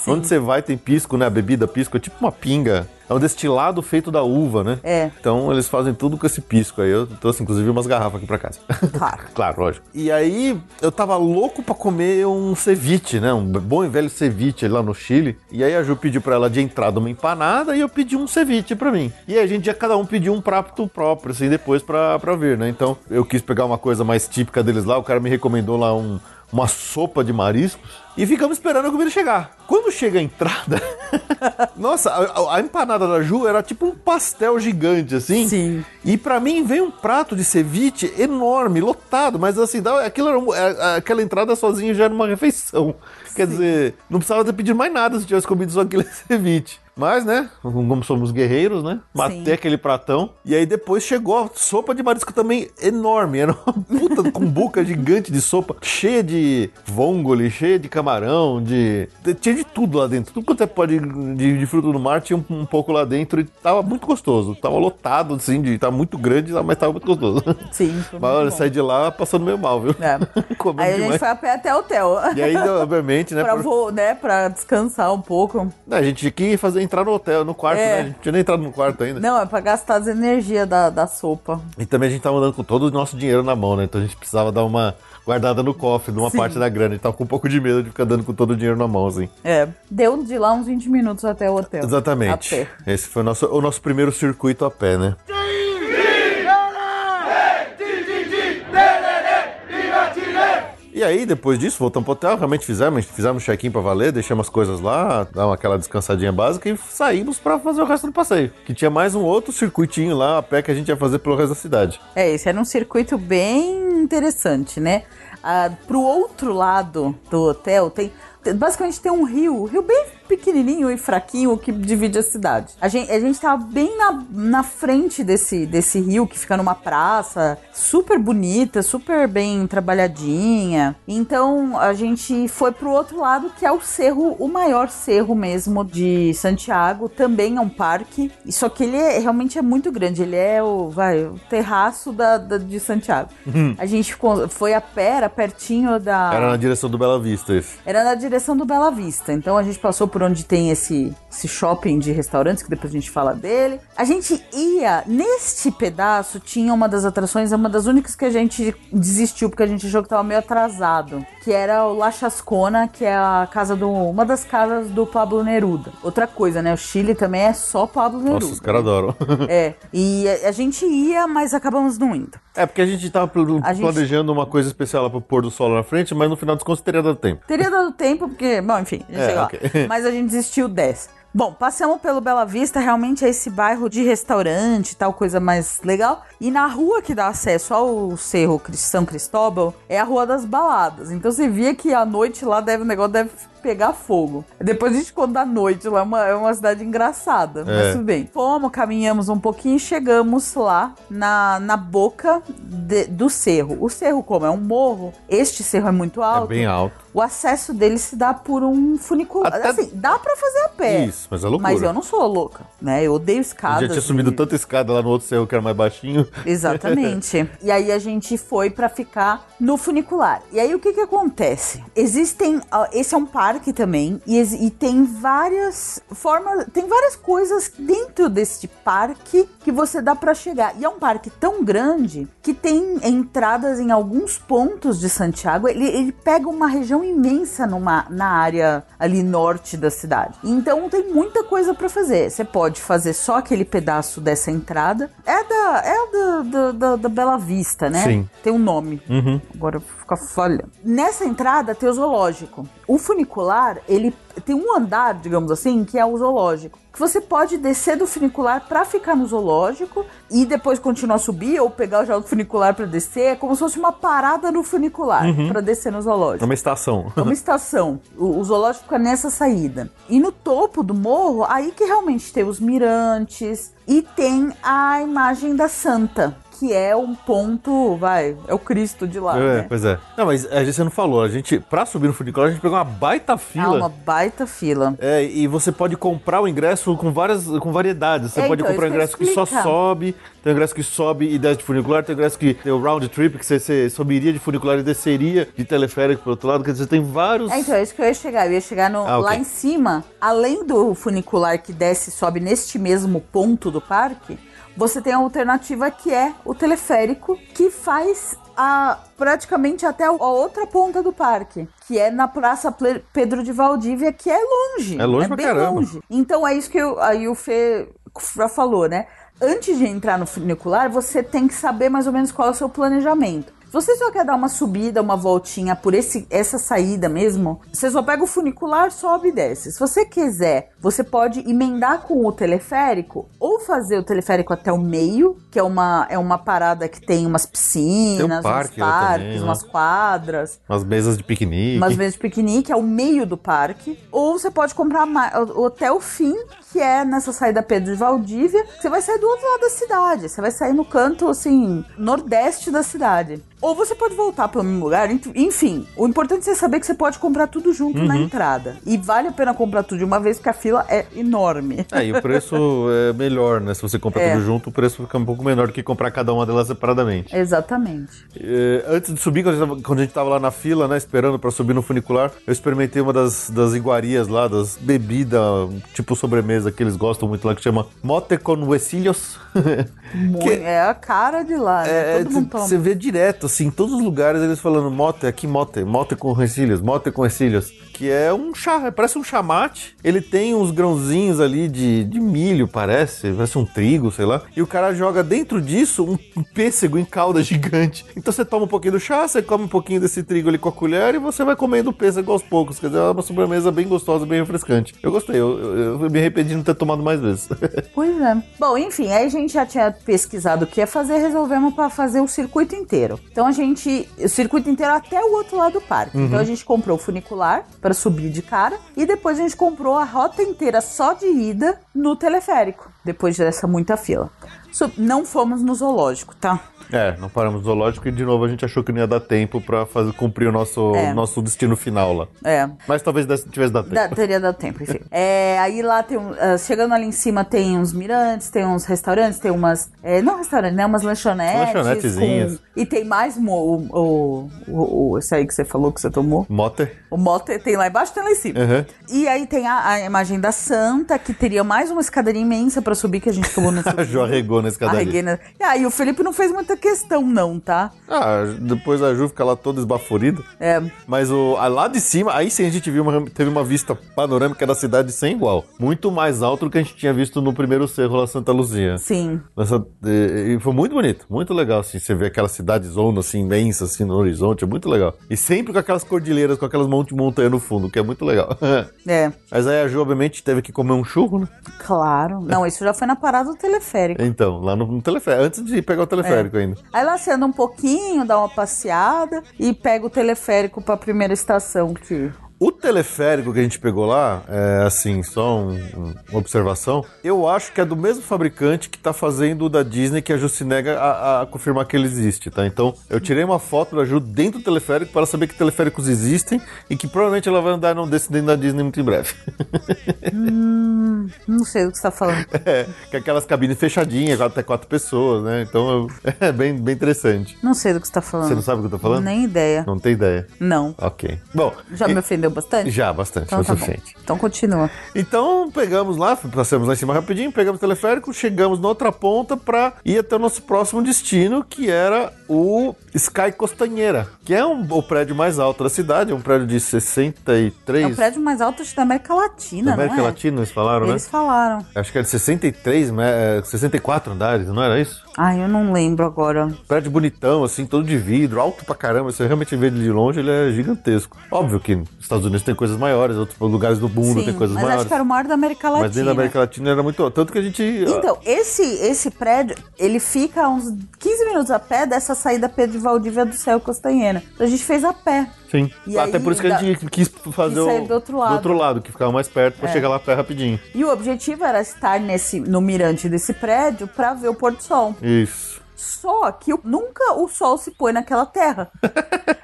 Onde você vai tem pisco, né? A bebida pisco é tipo uma pinga. É um destilado feito da uva, né? É. Então eles fazem tudo com esse pisco aí. Eu trouxe, inclusive, umas garrafas aqui pra casa. Claro. Claro, lógico. E aí, eu tava louco pra comer um ceviche, né? Um bom e velho ceviche lá no Chile. E aí a Ju pediu pra ela de entrada uma empanada e eu pedi um ceviche pra mim. E aí a gente já cada um pediu um prato próprio, assim, depois pra, pra ver, né? Então, eu quis pegar uma coisa mais típica deles lá. O cara me recomendou lá um- uma sopa de mariscos. E ficamos esperando a comida chegar. Quando chega a entrada... Nossa, a, a empanada da Ju era tipo um pastel gigante, assim. Sim. E pra mim veio um prato de ceviche enorme, lotado, mas assim, dá- aquilo era um- a- a- aquela entrada sozinha já era uma refeição. Quer dizer, não precisava ter pedido mais nada se tivesse comido só aquele ceviche. Mas, né, como somos guerreiros, né? Matei Sim. aquele pratão. E aí depois chegou a sopa de marisco também enorme. Era uma puta cumbuca gigante de sopa, cheia de vongole, cheia de camarão, de. de- Tinha de tudo lá dentro. Tudo quanto é pode de, de fruto do mar tinha um, um pouco lá dentro e tava muito gostoso. Tava lotado, assim, de, tava muito grande, mas tava muito gostoso. Sim. foi Mas muito olha, bom. saí de lá passando meio mal, viu? É. Comendo Aí a gente demais. foi a pé até o hotel. E aí, obviamente, né? pra, pra- vo- né, pra descansar um pouco. A gente tinha que fazer, entrar no hotel, no quarto, É. né? A gente não tinha nem entrado no quarto ainda. Não, é pra gastar as energias da, da sopa. E também a gente tava andando com todo o nosso dinheiro na mão, né? Então a gente precisava dar uma guardada no cofre, numa Sim. parte da grana. A gente tava com um pouco de medo de ficar andando com todo o dinheiro na mão, assim. É. Deu de lá uns 20 minutos até o hotel. Exatamente. A pé. Esse foi o nosso, o nosso primeiro circuito a pé, né? E aí, depois disso, voltamos pro hotel, realmente fizemos, fizemos check-in pra valer, deixamos as coisas lá, damos aquela descansadinha básica e saímos pra fazer o resto do passeio. Que tinha mais um outro circuitinho lá a pé que a gente ia fazer pelo resto da cidade. É, esse era um circuito bem interessante, né? Ah, pro outro lado do hotel tem. tem- Basicamente tem um rio, um rio bem pequenininho e fraquinho que divide a cidade. A gente, a gente tava bem na, na frente desse, desse rio que fica numa praça, super bonita, super bem trabalhadinha. Então a gente foi pro outro lado que é o cerro, o maior cerro mesmo de Santiago, também é um parque, só que ele é- realmente é muito grande, ele é o, vai, o terraço da, da- de Santiago. A gente ficou- foi a pé, era pertinho da... Uhum. Era na direção do Bela Vista esse. Era na direção do Bela Vista. Então a gente passou por onde tem esse, esse shopping de restaurantes, que depois a gente fala dele. A gente ia, neste pedaço, tinha uma das atrações, é uma das únicas que a gente desistiu, porque a gente achou que tava meio atrasado. Que era o La Chascona, que é a casa do. uma das casas do Pablo Neruda. Outra coisa, né? O Chile também é só Pablo Neruda. Nossa, os caras adoram. É. E a- a gente ia, mas acabamos não indo. É porque a gente tava pl- A gente- planejando uma coisa especial lá pro pôr do sol lá na frente, mas no final dos contos teria dado tempo. Teria dado tempo, porque, bom, enfim, a gente É, chega lá. ok. Mas a gente desistiu dessa. Bom, passamos pelo Bela Vista, realmente é esse bairro de restaurante e tal, coisa mais legal. E na rua que dá acesso ao Cerro Cris- São Cristóbal é a Rua das Baladas. Então você via que à noite lá deve, o negócio deve pegar fogo. Depois a gente conta à noite, lá é uma, é uma cidade engraçada, mas É. tudo bem. Fomos, caminhamos um pouquinho e chegamos lá na, na boca de- do cerro. O cerro, como é um morro, este cerro é muito alto. É bem alto. O acesso dele se dá por um funicular. Até- Assim, dá pra fazer a pé. Isso, mas é loucura. Mas eu não sou louca, né? Eu odeio Eu escadas. já tinha subido e- tanta escada lá no outro cerro que era mais baixinho. Exatamente. e aí a gente foi pra ficar no funicular. E aí o que que acontece? Existem, ah, esse é um parque também e, exi- e tem várias formas, tem várias coisas dentro deste parque que você dá pra chegar. E é um parque tão grande que tem entradas em alguns pontos de Santiago. Ele, ele pega uma região imensa numa na área ali norte da cidade. Então tem muita coisa pra fazer. Você pode fazer só aquele pedaço dessa entrada. É da é da, da, da- da Bela Vista, né? Sim. Tem um nome. Uhum. Agora eu vou ficar falhando. Nessa entrada tem o zoológico. O funicular, ele tem um andar, digamos assim, que é o zoológico. Que você pode descer do funicular pra ficar no zoológico e depois continuar a subir ou pegar já o funicular pra descer. É como se fosse uma parada no funicular pra descer no É zoológico. uma estação. É uma estação. O, o zoológico fica nessa saída. E no topo do morro, aí que realmente tem os mirantes e tem a imagem da Santa, que é um ponto, vai, é o Cristo de lá. é, né? pois é. Não, mas a gente você não falou. A gente, pra subir no funicular, a gente pegou uma baita Há Tá Ah, uma fila. baita fila. É, e você pode comprar o ingresso com várias com variedades. Você É, pode então, comprar o isso que eu ingresso que só explicar. sobe, tem o ingresso que sobe e desce de funicular, tem o ingresso que tem o round trip, que você, você subiria de funicular e desceria de teleférico pro outro lado. Quer dizer, tem vários. É, então, é isso que eu ia chegar. Eu ia chegar no- Ah, ok. lá em cima, além do funicular que desce e sobe neste mesmo ponto do parque, você tem a alternativa que é o teleférico, que faz a, praticamente até a outra ponta do parque, que é na Praça Ple- Pedro de Valdívia, que é longe. É longe pra bem caramba. longe. Então é isso que eu- aí o Fê já falou, né? Antes de entrar no funicular, você tem que saber mais ou menos qual é o seu planejamento. Se você só quer dar uma subida, uma voltinha por esse, essa saída mesmo, você só pega o funicular, sobe e desce. Se você quiser, você pode emendar com o teleférico ou fazer o teleférico até o meio, que é uma, é uma parada que tem umas piscinas, um parque uns lá também, parques, né? umas quadras. Umas mesas de piquenique. Umas vezes de piquenique, é o meio do parque. Ou você pode comprar ma- o- até o fim, que é nessa saída Pedro de Valdívia. que Você vai sair do outro lado da cidade. Você vai sair no canto, assim, nordeste da cidade. Ou você pode voltar pelo mesmo lugar. Ent- Enfim, o importante é você saber que você pode comprar tudo junto Uhum. na entrada. E vale a pena comprar tudo de uma vez, porque a fila é enorme. É, e o preço é melhor, né? Se você compra É. tudo junto, o preço fica um pouco menor do que comprar cada uma delas separadamente. Exatamente. É, antes de subir, quando a, gente tava, quando a gente tava lá na fila, né, esperando pra subir no funicular, eu experimentei uma das, das iguarias lá, das bebidas, tipo sobremesa que eles gostam muito lá, que chama Mote con Huesillos. Muito- É a cara de lá. né? Todo mundo toma. é, Você vê direto, assim, em todos os lugares eles falando mote, aqui mote, mote com recílios, mote com recílios, que é um chá, parece um chamate. Ele tem uns grãozinhos ali de, de milho, parece, parece um trigo, sei lá. E o cara joga dentro disso um, um pêssego em calda gigante. Então você toma um pouquinho do chá, você come um pouquinho desse trigo ali com a colher e você vai comendo o pêssego aos poucos. Quer dizer, é uma sobremesa bem gostosa, bem refrescante. Eu gostei, eu, eu- eu me arrependi de não ter tomado mais vezes. Pois é. Bom, enfim, aí a gente já tinha pesquisado o que ia fazer, resolvemos para fazer o circuito inteiro. Então a gente, o circuito inteiro até o outro lado do parque. Então a gente comprou o funicular para pra subir de cara. E depois a gente comprou a rota inteira só de ida no teleférico, depois dessa muita fila. Su- Não fomos no zoológico, tá? É, não paramos no zoológico e de novo a gente achou que não ia dar tempo pra fazer, cumprir o nosso, É. nosso destino final lá. É, Mas talvez desse- tivesse dado tempo. Da- teria dado tempo, enfim. É, aí lá tem um, ah, Chegando ali em cima tem uns mirantes, tem uns restaurantes, tem umas. é, não restaurantes, né? Umas lanchonetes. Lanchonetezinhas. com- e tem mais mo- o, o, o, o- Esse aí que você falou que você tomou. Motter? O moto tem lá embaixo tem lá em cima. Aham. E aí tem a, a imagem da Santa, que teria mais uma escadaria imensa pra subir que a gente tomou no A Ju arregou nesse Arreguei caderno. na... E aí o Felipe não fez muita questão, não, tá? Ah, depois a Ju fica lá toda esbaforida. É. Mas o, a lá de cima, aí sim a gente viu uma, teve uma vista panorâmica da cidade sem igual. Muito mais alto do que a gente tinha visto no primeiro cerro lá Santa Luzia. Sim. Nessa- e, e foi muito bonito, muito legal, assim, você vê aquela cidade zona, assim, imensa, assim, no horizonte, é muito legal. E sempre com aquelas cordilheiras, com aquelas monte montanhas no fundo, que é muito legal. É. Mas aí a Ju, obviamente, teve que comer um churro, né? Claro. Não, isso já foi na parada do teleférico. Então, lá no, no teleférico, antes de pegar o teleférico ainda. Aí lá você anda um pouquinho, dá uma passeada e pega o teleférico pra primeira estação que. O teleférico que a gente pegou lá, é assim, só um- um- uma observação, eu acho que é do mesmo fabricante que tá fazendo o da Disney, que a Ju se nega a, a confirmar que ele existe, tá? Então, eu tirei uma foto da Ju dentro do teleférico para saber que teleféricos existem e que provavelmente ela vai andar num desses dentro da Disney muito em breve. Não sei do que você tá falando. é, que é aquelas cabines fechadinhas, com até quatro pessoas, né? Então, eu- é bem, bem interessante. Não sei do que você tá falando. Você não sabe o que eu tô falando? Nem ideia. Não tem ideia. Não. Ok. Bom, Já e- me ofendeu bastante? já bastante, Então o tá bom. suficiente. Então continua. Então pegamos lá, passamos lá em cima rapidinho, pegamos o teleférico, chegamos na outra ponta pra ir até o nosso próximo destino, que era o Sky Costanheira, que é um- o prédio mais alto da cidade, é um prédio de 63. É o prédio mais alto acho, da América da Latina, América não é? Latina, eles falaram, Eles né? falaram. Acho que era de 63, né, é, 64 andares, não era isso? Ai, eu não lembro agora. Prédio bonitão, assim, todo de vidro, alto pra caramba. Você realmente vê ele de longe, ele é gigantesco. Óbvio que nos Estados Unidos tem coisas maiores, outros lugares do mundo Sim, tem coisas mas maiores. acho que era um o maior da América Latina. Mas dentro da América Latina era muito. Tanto que a gente. Então, esse, esse prédio, ele fica a uns 15 minutos a pé dessa saída Pedro Valdívia do Céu Costanheira. Então, A gente fez a pé. ah, Sim. E Até aí por isso que a dá- gente quis fazer quis sair o. do outro lado. É. que ficava mais perto pra chegar lá a pé rapidinho. E o objetivo era estar nesse, no mirante desse prédio pra ver o pôr do sol. Isso. Só que o- nunca o sol se põe naquela terra.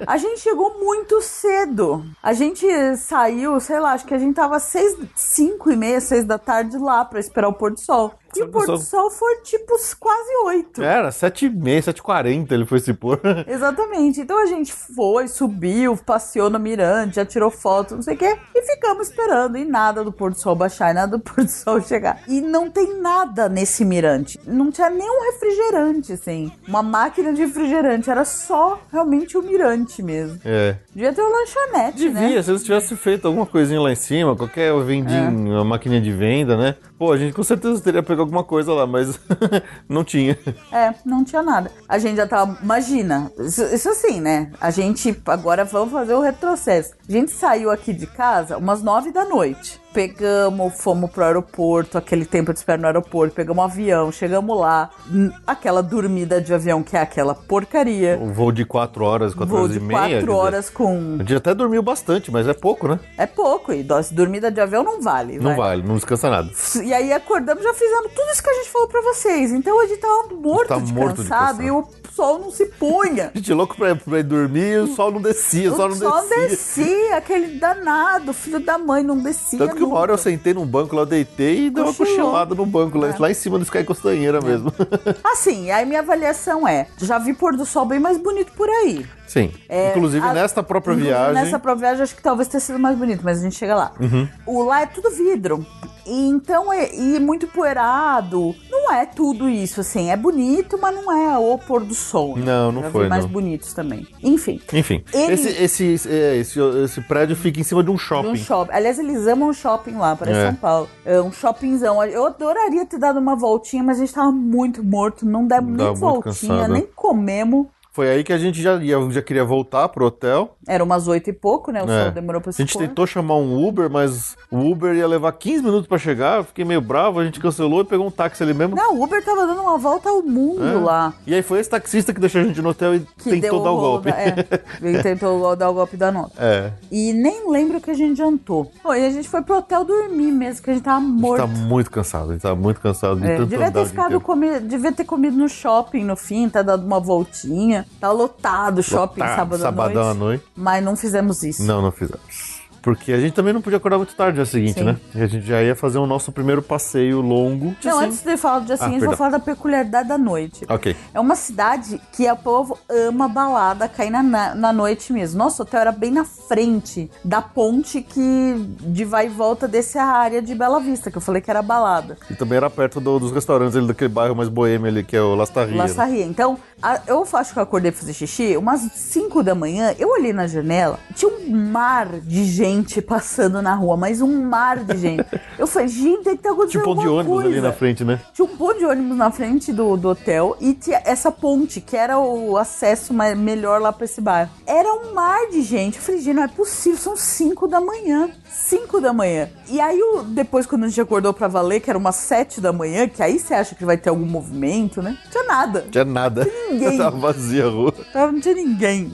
A gente chegou muito cedo. A gente saiu, sei lá, acho que a gente tava seis, cinco e meia, seis da tarde lá pra esperar o pôr do sol. E o pôr do sol foi tipo quase oito. Era 7h30, 7h40 ele foi se pôr. Exatamente. Então a gente foi, subiu, passeou no Mirante, já tirou foto, não sei o quê, e ficamos esperando. E nada do pôr do sol baixar, e nada do pôr do sol chegar. E não tem nada nesse Mirante. Não tinha nenhum refrigerante, assim. Uma máquina de refrigerante. Era só realmente o Mirante mesmo. É. Devia ter um lanchonete, Devia, né? se eles tivessem feito alguma coisinha lá em cima, qualquer vendinho, É. uma maquininha de venda, né? Pô, a gente com certeza teria pego alguma coisa lá, mas não tinha. É, não tinha nada. A gente já tava. Imagina, isso, isso assim, né? A gente. Agora vamos fazer o retrocesso. A gente saiu aqui de casa umas nove da noite. Pegamos, fomos pro aeroporto, aquele tempo de espera no aeroporto, pegamos um avião, chegamos lá. Hum, Aquela dormida de avião que é aquela porcaria. O voo de 4 horas, 4 Voo horas de e meia. quer quatro dizer, horas com. A gente até dormiu bastante, mas é pouco, né? É pouco, e dose- dormida de avião não vale. Não vai. vale, não descansa nada. E aí acordamos já fizemos tudo isso que a gente falou pra vocês. Então a gente tava morto, Tá de, morto de cansado, e o sol não se punha. A gente é louco pra, pra ir dormir e o sol não descia, o sol não descia. descia, aquele danado, filho da mãe não descia. Tanto que uma nunca. hora eu sentei num banco lá, eu deitei e dei uma Cochilou. É. cochilada no banco, lá, lá em cima do Sky Costanheira mesmo. Assim, aí minha avaliação é: já vi pôr do sol bem mais bonito por aí. Sim. É, inclusive a- nesta própria inclusive viagem. Uhum. Nessa própria viagem, acho que talvez tenha sido mais bonito, mas a gente chega lá. O lá é tudo vidro. E então, é, e muito poeirado. Não é tudo isso, assim. É bonito, mas não é o pôr do sol. né? Não, não Já vi foi, mais não. bonitos também. Enfim. Enfim, Ele- esse, esse, esse, é, esse, esse prédio fica em cima de um De shopping. um shopping. Aliás, eles amam shopping lá, parece É. São Paulo. É um shoppingzão. Eu adoraria ter dado uma voltinha, mas a gente tava muito morto, não demos Dá nem muito voltinha, cansado. nem comemos. Foi aí que a gente já, ia, já queria voltar pro hotel. Era umas oito e pouco, né? O É. sol demorou pra A se gente pôr. tentou chamar um Uber, mas o Uber ia levar 15 minutos pra chegar. Eu Fiquei meio bravo, a gente cancelou e pegou um táxi ali mesmo. Não, o Uber tava dando uma volta ao mundo É. lá. E aí foi esse taxista que deixou a gente no hotel e Que deu tentou dar o rolo golpe. da- é, ele tentou go- dar o golpe da nota. É. E nem lembro o que a gente jantou. Bom, e a gente foi pro hotel dormir mesmo, que a gente tava morto. A gente tá muito cansado, a gente tá muito cansado de É, tanto devia andar o ter dia ficado inteiro. comer, devia ter comido no shopping no fim, tá dado uma voltinha. Tá lotado o shopping Lotado, sábado à noite. Tá, sabadão à noite. Mas não fizemos isso. Não, não fizemos. Porque a gente também não podia acordar muito tarde no dia seguinte, Sim. né? E A gente já ia fazer o nosso primeiro passeio longo. Não, Assim. antes de falar do dia seguinte, eu vou perdão. falar da peculiaridade da noite. Ok. É uma cidade que o povo ama balada, cair na, na, na noite mesmo. Nosso hotel era bem na frente da ponte que de vai e volta desse área de Bela Vista, que eu falei que era balada. E também era perto do- dos restaurantes ali daquele bairro mais boêmio ali, que é o Lastarria. Lá Sarria. Então, a- eu acho que eu acordei pra fazer xixi umas 5 da manhã. Eu olhei na janela, tinha um mar de gente passando na rua, mas um mar de gente. Eu falei, gente, tem que tá acontecendo Tinha um ponto de alguma ônibus ali coisa. na frente, né? Tinha um ponto de ônibus na frente do, do hotel e tinha essa ponte, que era o acesso ma- melhor lá pra esse bairro. Era um mar de gente. Eu falei, gente, não é possível, são 5 da manhã. 5 da manhã. E aí, o- depois, quando a gente acordou pra valer, que era umas 7 da manhã, que aí você acha que vai ter algum movimento, né? Não tinha nada. Não tinha nada. Ninguém. Tava vazia a rua. Tava- Não tinha ninguém.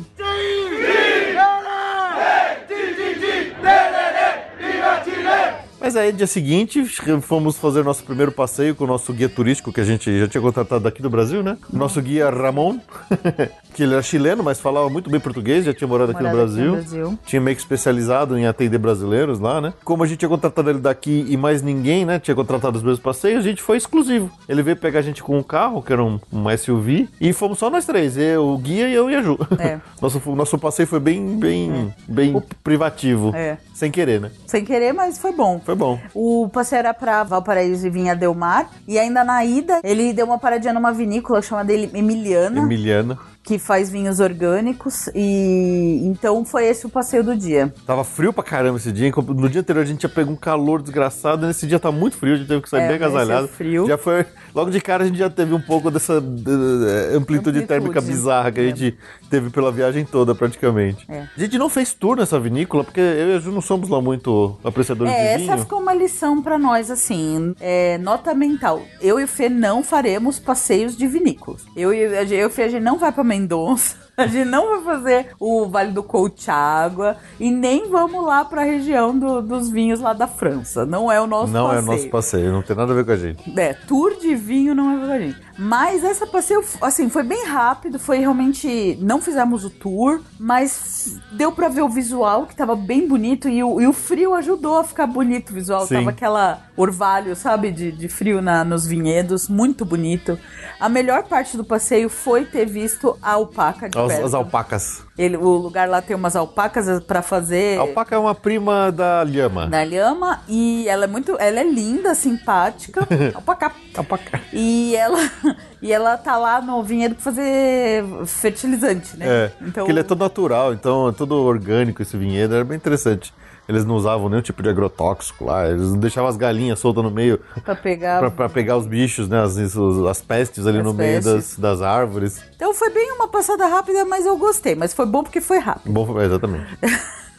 Mas aí, dia seguinte, fomos fazer nosso primeiro passeio com o nosso guia turístico, que a gente já tinha contratado daqui do Brasil, né? Uhum. O Nosso guia Ramon, que ele era chileno, mas falava muito bem português, já tinha morado aqui, no, Morado aqui Brasil. no Brasil. Tinha meio que especializado em atender brasileiros lá, né? Como a gente tinha contratado ele daqui e mais ninguém, né? Tinha contratado os mesmos passeios, a gente foi exclusivo. Ele veio pegar a gente com um carro, que era um, um SUV, e fomos só nós três, eu, o guia e eu e a Ju. É. Nosso, nosso passeio foi bem, bem, bem privativo. É. Sem querer, né? Sem querer, mas foi bom. Foi bom. O passeio era pra Valparaíso e vinha Delmar. E ainda na ida, ele deu uma paradinha numa vinícola chamada Eli- Emiliana. Emiliana. que faz vinhos orgânicos e então foi esse o passeio do dia. Tava frio pra caramba esse dia. enquanto No dia anterior a gente ia pegar um calor desgraçado. Nesse dia tá muito frio, a gente teve que sair É, bem amanheceu agasalhado. frio. Já foi. Logo de cara a gente já teve um pouco dessa eh, amplitude, Amplitude. né? térmica bizarra que a gente teve pela viagem toda, praticamente. É. A gente não fez tour nessa vinícola, porque eu e a Ju não somos lá muito apreciadores É, de vinho. essa ficou uma lição pra nós, assim, é, nota mental. Eu e o Fê não faremos passeios de vinícolas. Eu e, a gente- eu e o Fê, a gente não vai pra Mendonça, a gente não vai fazer o Vale do Colchagua e nem vamos lá pra região do- dos vinhos lá da França. Não é o nosso não passeio. é o nosso passeio, não tem nada a ver com a gente. É, tour de vinho não é pra gente. Mas essa passeio, assim, foi bem rápido, foi realmente. Não fizemos o tour, mas deu pra ver o visual, que tava bem bonito, e o, e o frio ajudou a ficar bonito o visual. Sim. Tava aquela orvalho, sabe, de, de frio na, nos vinhedos, muito bonito. A melhor parte do passeio foi ter visto a alpaca de As, perto. as alpacas. Ele, o lugar lá tem umas alpacas pra fazer. A alpaca é uma prima da lhama. Da Lhama, e ela é muito. Ela é linda, simpática. Alpaca. Alpaca. E ela, e ela tá lá no vinhedo pra fazer fertilizante, né? É, porque ele é todo natural, então é todo orgânico esse vinhedo, era bem interessante. Eles não usavam nenhum tipo de agrotóxico lá, eles não deixavam as galinhas soltas no meio pra pegar. pra, pra pegar os bichos, né, as, as, as pestes ali As no meio das, pestes. das árvores. Então foi bem uma passada rápida, mas eu gostei. Mas foi bom porque foi rápido. Bom, é, exatamente.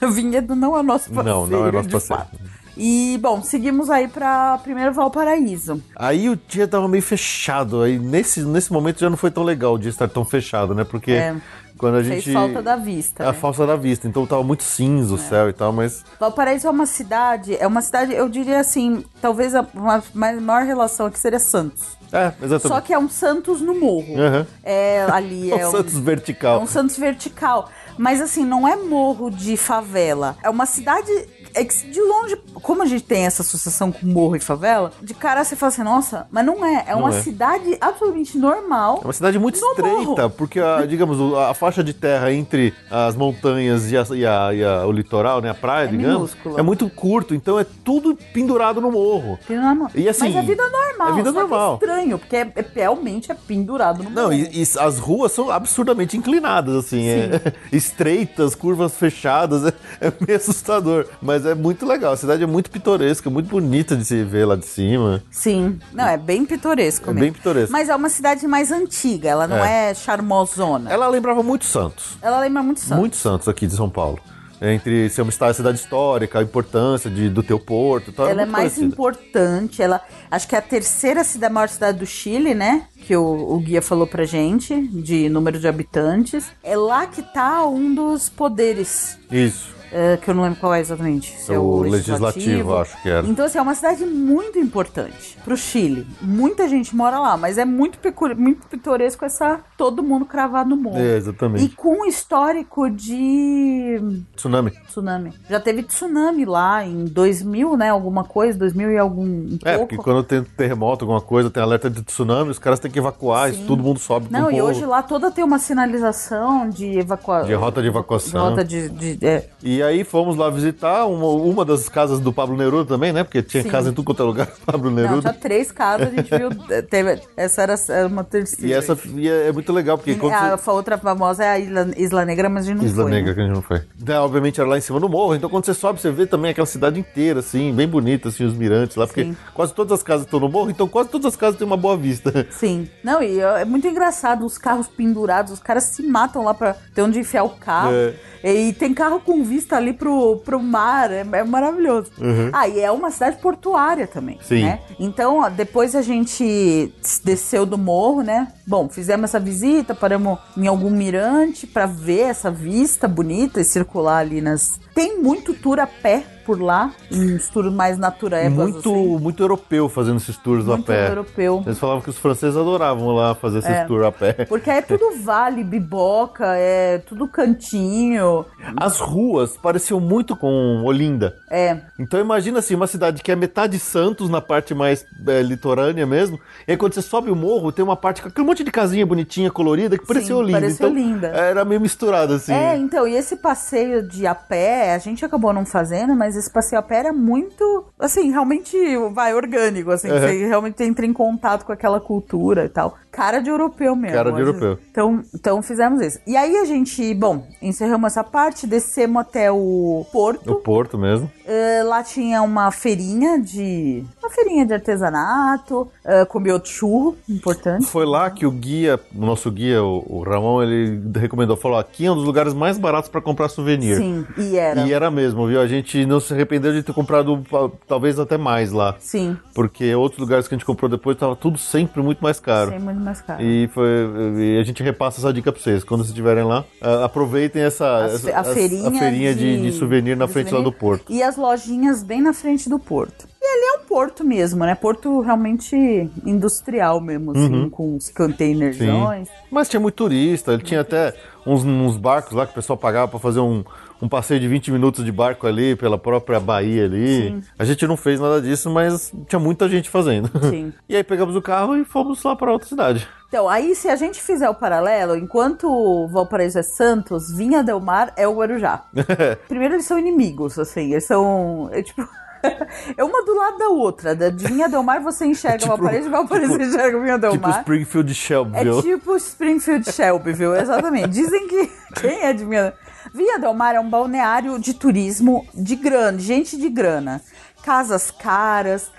O vinhedo não é o nosso passeio. Não, não é nosso de passeio. fato. E, bom, seguimos aí pra primeiro Valparaíso. Aí o dia tava meio fechado, aí nesse, nesse momento já não foi tão legal o dia estar tão fechado, né, porque É. quando a Fez gente... É falta da vista. A né? falsa da vista, então tava muito cinza o céu e tal, mas Valparaíso é uma cidade, é uma cidade, eu diria assim, talvez a uma- ma- maior relação aqui seria Santos. é, exatamente. Só que é um Santos no morro. Aham. É, ali É é um um Santos vertical. É um Santos vertical. Mas assim, não é morro de favela. É uma cidade. É que de longe, como a gente tem essa associação com morro e favela, de cara você fala assim, nossa, mas não é. É Não uma é. cidade absolutamente normal. É uma cidade muito No estreita, morro. porque, a, digamos, o- a faixa de terra entre as montanhas e, a- e a- e a- o litoral, né, a praia, digamos, minúscula. é muito curto, então é tudo pendurado no morro. Tem normal. E, assim, mas é vida normal. é vida só que normal. estranho, porque é, é- realmente é pendurado no Não, morro. e, e as ruas são absurdamente inclinadas, assim, é- estreitas, curvas fechadas, é, é meio assustador. Mas mas é muito legal. A cidade é muito pitoresca, muito bonita de se ver lá de cima. Sim. Não, é bem pitoresco É mesmo. bem pitoresco. Mas é uma cidade mais antiga, ela não é, charmosona. Ela... Ela lembrava muito Santos. lembra muito Santos. Muito Santos aqui de São Paulo. Entre ser uma cidade cidade histórica, a importância de, do teu porto e tal. Ela é muito mais parecida. importante. Ela acho que é a terceira cidade, maior cidade do Chile, né? Que o, o guia falou pra gente de número de habitantes. É lá que tá um dos poderes. Isso. é, que eu não lembro qual é exatamente. Se É o legislativo, acho que era. Então, assim, é uma cidade muito importante pro Chile. Muita gente mora lá, mas é muito, pecu- muito pitoresco essa todo mundo cravado no morro. É, exatamente. E com um histórico de Tsunami. tsunami. Já teve tsunami lá em 2000, né? Alguma coisa, 2000 e algum e É, porque pouco. quando tem terremoto, alguma coisa, tem alerta de tsunami, os caras têm que evacuar, Sim. isso, todo mundo sobe com Não, o e povo. hoje lá toda tem uma sinalização de evacuação. De rota de evacuação. Rota de. de- é. E aí fomos lá visitar uma, uma das casas do Pablo Neruda também, né? Porque tinha Sim. casa em tudo quanto é lugar do Pablo Não, tá tinha Neruda. três casas, a gente viu. é, teve- essa era era uma terceira. e essa e é, é muito legal, porque quando a você... fa- outra famosa é a Isla, Isla Negra, mas a gente não Isla foi. Negra, né? que a gente não foi. Né, obviamente era lá em cima do morro, então quando você sobe, você vê também aquela cidade inteira, assim, bem bonita, assim, os mirantes lá, porque Sim. quase todas as casas estão no morro, então quase todas as casas têm uma boa vista. Sim. Não, e ó, é muito engraçado os carros pendurados, os caras se matam lá pra ter onde enfiar o carro. É. E tem carro com vista ali pro, pro mar, é, é maravilhoso. Ah, e é uma cidade portuária também, Uhum. Sim. né? Então, ó, depois a gente desceu do morro, né? Bom, fizemos essa visita, paramos em algum mirante pra ver essa vista bonita e circular ali nas... Tem muito tour a pé por lá, uns tours mais naturebas, muito, assim. muito europeu fazendo esses tours a Muito pé. europeu. Eles falavam que os franceses adoravam lá fazer esses É. tours a pé. Porque é tudo vale, biboca, é tudo cantinho. As ruas pareciam muito com Olinda. É, Então imagina assim, uma cidade que é metade Santos na parte mais é, litorânea mesmo. E aí quando você sobe o morro, tem uma parte com aquele monte de casinha bonitinha, colorida, que parecia Olinda. parecia então, Olinda. Era meio misturado, assim. É, então, e esse passeio de a pé, a gente acabou não fazendo, mas esse passeio a pé era muito, assim, realmente, vai, orgânico, assim, Uhum. você realmente entra em contato com aquela cultura e tal. Cara de europeu mesmo. Cara de às europeu. vezes. Então, então fizemos isso. E aí a gente, bom, encerramos essa parte, descemos até o porto. O Porto mesmo. Eh, lá tinha uma feirinha de... uma feirinha de artesanato, eh, comi outro churro, importante. Foi lá que o guia, o nosso guia, o, o Ramon, ele recomendou, falou, aqui é um dos lugares mais baratos pra comprar souvenir. Sim, e é era. E era mesmo, viu? A gente não se arrependeu de ter comprado pa- talvez até mais lá. Sim, Porque outros lugares que a gente comprou depois tava tudo sempre muito mais caro. sem muito mais caro. E, foi- e a gente repassa essa dica pra vocês. Quando vocês estiverem lá, a- aproveitem essa, As- essa- a as- feirinha, a feirinha de, de souvenir na de frente lá souvenir. do porto. E as lojinhas bem na frente do porto. E ali é um porto mesmo, né? Porto realmente industrial mesmo, assim, Uhum. com os containerzões. Mas tinha muito turista, ele tinha até uns, uns barcos lá que o pessoal pagava pra fazer um, um passeio de 20 minutos de barco ali, pela própria Bahia ali. A gente não fez nada disso, mas tinha muita gente fazendo. Sim. E aí pegamos o carro e fomos lá pra outra cidade. Então, aí se a gente fizer o paralelo, enquanto o Valparaíso é Santos, Vinha Del Mar é o Guarujá. Primeiro, eles são inimigos, assim, eles são. É tipo. É uma do lado da outra. Da de Vinha Del Mar você enxerga tipo- o Valparaíso, o Valparaíso tipo- enxerga o Vinha Del tipo Mar. Springfield e É Shelbyville. tipo Springfield Shelbyville, exatamente. Dizem que quem é de Minas? Via Del Mar é um balneário de turismo de grana, gente de grana. Casas caras,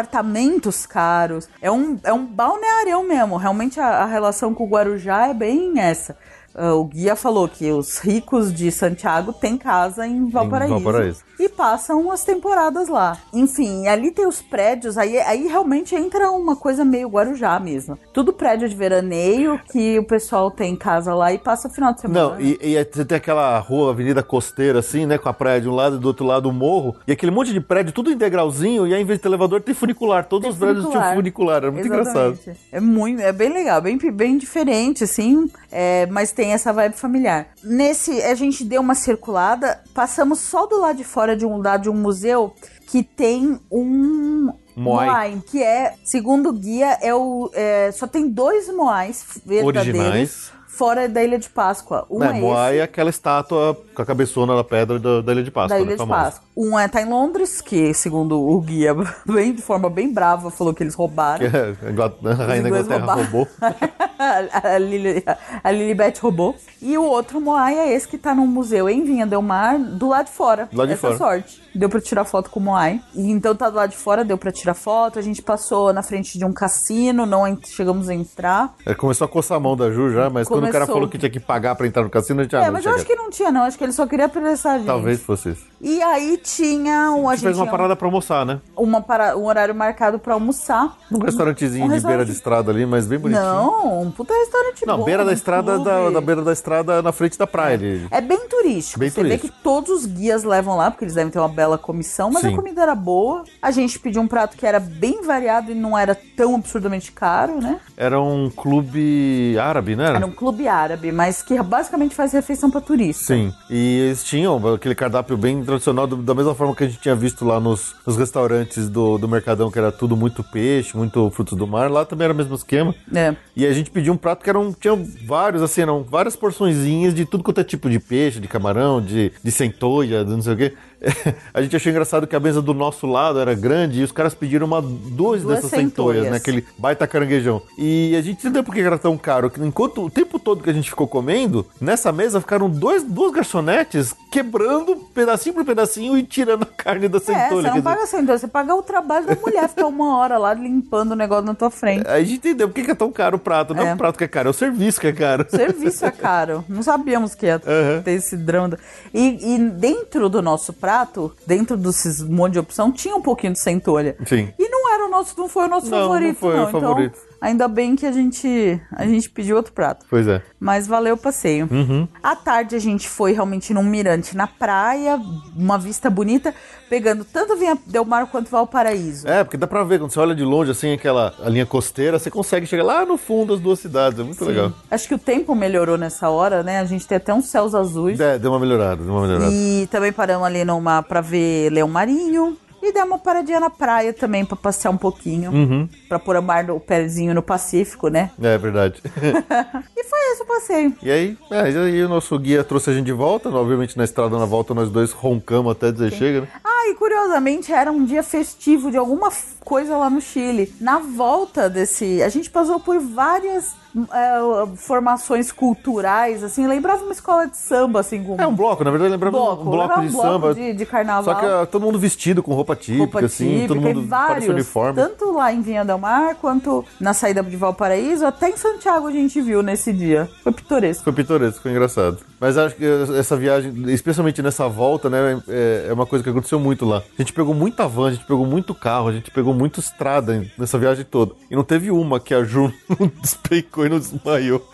apartamentos caros. É um, é um balnearião mesmo. Realmente a, a relação com o Guarujá é bem essa. Ah, o guia falou que os ricos de Santiago têm casa em Valparaíso. Valparaíso. E passam as temporadas lá. Enfim, ali tem os prédios, aí, aí realmente entra uma coisa meio Guarujá mesmo. Tudo prédio de veraneio que o pessoal tem em casa lá e passa o final de semana. né? Não, e, e aí você tem aquela rua, avenida costeira, assim, né? Com a praia de um lado e do outro lado o morro. E aquele monte de prédio, tudo em degrauzinho. E aí, em vez de ter elevador, tem funicular. Todos os prédios tinham funicular. Era muito engraçado. Exatamente. É muito, é bem legal, bem, bem diferente, assim, é, mas tem essa vibe familiar. Nesse, a gente deu uma circulada, passamos só do lado de fora de um lado de um museu que tem um Moai. que é, segundo o guia, é o, é, só tem dois moais verdadeiros Originais. fora da Ilha de Páscoa. Um né, é, Moai é aquela estátua com a cabeçona na pedra da, da Ilha de Páscoa. da Ilha né, de famosa. Páscoa. Um é tá em Londres, que segundo o guia, bem, de forma bem brava, falou que eles roubaram. É, a Ingla- a Os rainha da ingleses Inglaterra roubaram. roubou. a, a Lili, a Lilibet roubou. E o outro Moai é esse que tá num museu em Vinha Del Mar, do lado de fora. Do lado de Essa fora. sorte. Deu pra tirar foto com o Moai. E então tá do lado de fora, deu pra tirar foto. A gente passou na frente de um cassino, não en- chegamos a entrar. É, Começou a coçar a mão da Ju já, mas quando o cara Começou. falou que tinha que pagar pra entrar no cassino, a gente ah, é, não mas tinha eu acho que não tinha, não. Acho que ele só queria apressar a gente. Talvez fosse isso. E aí tinha um, A a gente gente fez uma tinha parada pra almoçar, né? uma para- um horário marcado pra almoçar. Um restaurantezinho Um de beira de restaurante- estrada ali, mas bem bonitinho. Não, um puta restaurante Não, bom, beira da um estrada, da, clube. da beira da estrada na frente da praia. ali. É bem turístico. Bem Você turístico. vê que todos os guias levam lá, porque eles devem ter uma bela comissão, mas Sim. a comida era boa. A gente pediu um prato que era bem variado e não era tão absurdamente caro, né? Era um clube árabe, né? Era um clube árabe, mas que basicamente faz refeição pra turista. Sim. E eles tinham aquele cardápio bem tradicional, do- da mesma forma que a gente tinha visto lá nos, nos restaurantes do, do Mercadão, que era tudo muito peixe, muito frutos do mar. Lá também era o mesmo esquema. É. E a gente pediu um prato que eram, tinham vários, assim, eram várias porçõezinhas de tudo quanto é tipo de peixe, de camarão, de, de centoia, de não sei o quê. A gente achou engraçado que a mesa do nosso lado era grande e os caras pediram uma, duas, Duas dessas centoias, centoias. né? Aquele baita caranguejão. E a gente não entendeu por que era tão caro. que Enquanto o tempo todo que a gente ficou comendo, nessa mesa ficaram dois, duas garçonetes quebrando pedacinho por pedacinho e tirando a carne da É, você centoia. quer não dizer, paga centolha, você paga o trabalho da mulher ficar uma hora lá limpando o negócio na tua frente. A gente entendeu por que que é tão caro o prato. Não é É. o prato que é caro, é o serviço que é caro. Serviço é caro. Não sabíamos que ia Aham. ter esse drama. E, e dentro do nosso prato, dentro desses monte de opção, tinha um pouquinho de centolha. Sim. E não era o nosso, não foi o nosso Não, não favorito, foi o não. favorito. Então, ainda bem que a gente, a gente pediu outro prato. Pois é. Mas valeu o passeio. Uhum. À tarde a gente foi realmente num mirante na praia, uma vista bonita, pegando tanto Vinha Del Mar quanto Valparaíso. É, porque dá pra ver, quando você olha de longe, assim, aquela a linha costeira, você consegue chegar lá no fundo das duas cidades. É muito legal. Acho que o tempo melhorou nessa hora, né? A gente tem até uns céus azuis. É, deu uma melhorada, deu uma melhorada. E também paramos ali numa pra ver Leão Marinho. E deu uma paradinha na praia também pra passear um pouquinho. Uhum. Pra pôr a mar no- o pezinho no Pacífico, né? É verdade. E foi esse o passeio. e aí, é, e aí o nosso guia trouxe a gente de volta. né, Obviamente, na estrada, na volta, nós dois roncamos até dizer chega, né? Ah, e curiosamente era um dia festivo de alguma f- coisa lá no Chile. Na volta desse. A gente passou por várias eh, formações culturais, assim. Lembrava uma escola de samba, assim, com É um bloco, na verdade, lembrava bloco. um bloco lembrava de um bloco samba. de, de carnaval. Só que ah, todo mundo vestido com roupa típica, roupa assim, típica, todo mundo e parece vários, uniforme. tanto lá em Vinha Del Mar, quanto na saída de Valparaíso, até em Santiago a gente viu nesse dia. Foi pitoresco. Foi pitoresco, foi engraçado. Mas acho que essa viagem, especialmente nessa volta, né, é, é uma coisa que aconteceu muito lá. A gente pegou muita van, a gente pegou muito carro, a gente pegou muito estrada nessa viagem toda. E não teve uma que a Ju não despeicou e não desmaiou.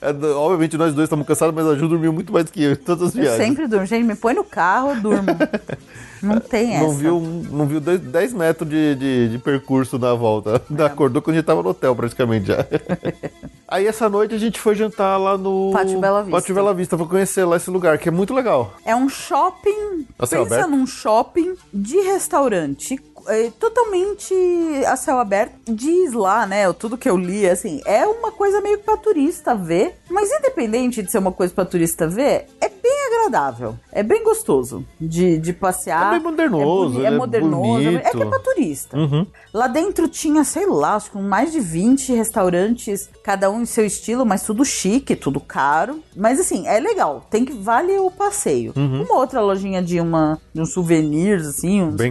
É, obviamente nós dois estamos cansados, mas a Ju dormiu muito mais do que eu em todas as Eu viagens. sempre durmo. Gente, me põe no carro, eu durmo. Não tem essa. Não viu, um- não viu dois- 10 metros de, de, de percurso na É. volta. Acordou quando a gente tava no hotel, praticamente já. Aí essa noite a gente foi jantar lá no. Pátio Bela Vista. Pátio Bela Vista, foi conhecer lá esse lugar, que é muito legal. É um shopping. A céu pensa aberto? num shopping de restaurante. é, totalmente a céu aberto. Diz lá, né? Tudo que eu li, assim, é uma coisa meio que pra turista ver. Mas independente de ser uma coisa pra turista ver, é bem agradável. É bem gostoso de, de passear. É bem modernoso, boni- ele é É que é bonito. pra turista. Lá dentro tinha, sei lá, acho que um mais de 20 restaurantes, cada um em seu estilo, mas tudo chique, tudo caro. Mas assim, é legal, tem que vale o passeio. Uma outra lojinha de uma de uns souvenirs assim, uns bem,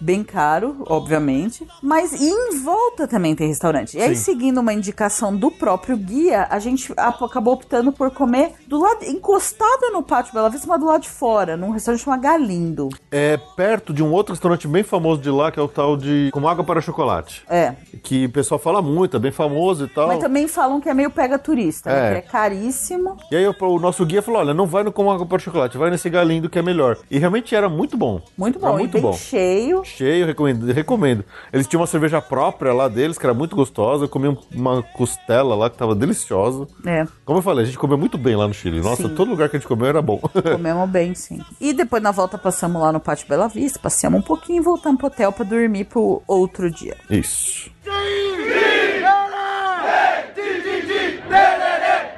Bem caro. caro, obviamente, mas e em volta também tem restaurante. E aí Sim. seguindo uma indicação do próprio guia, a gente ap- acabou optando por comer do lado encostado no pátio Bela Vista, mas do lado de fora, num restaurante chamado Galindo. É perto de um outro restaurante bem famoso de lá, que é o tal de Como Água para Chocolate. É, Que o pessoal fala muito, é bem famoso e tal. Mas também falam que é meio pega turista, né? É. Que é caríssimo. E aí o, o nosso guia falou: olha, não vai no Como Água para Chocolate, vai nesse galindo que é melhor. E realmente era muito bom. Muito Era bom. É muito e bem bom. cheio. Cheio, recomendo, recomendo. Eles tinham uma cerveja própria lá deles, que era muito gostosa. Eu comi um- uma costela lá que tava deliciosa. É, Como eu falei, a gente comeu muito bem lá no Chile. Nossa, Sim. todo lugar que a gente comeu era bom. comemos bem, sim. E depois na volta passamos lá no Pátio Bela Vista, passeamos um pouquinho e voltamos pro hotel pra dormir pro outro dia. Isso. Viva! Viva!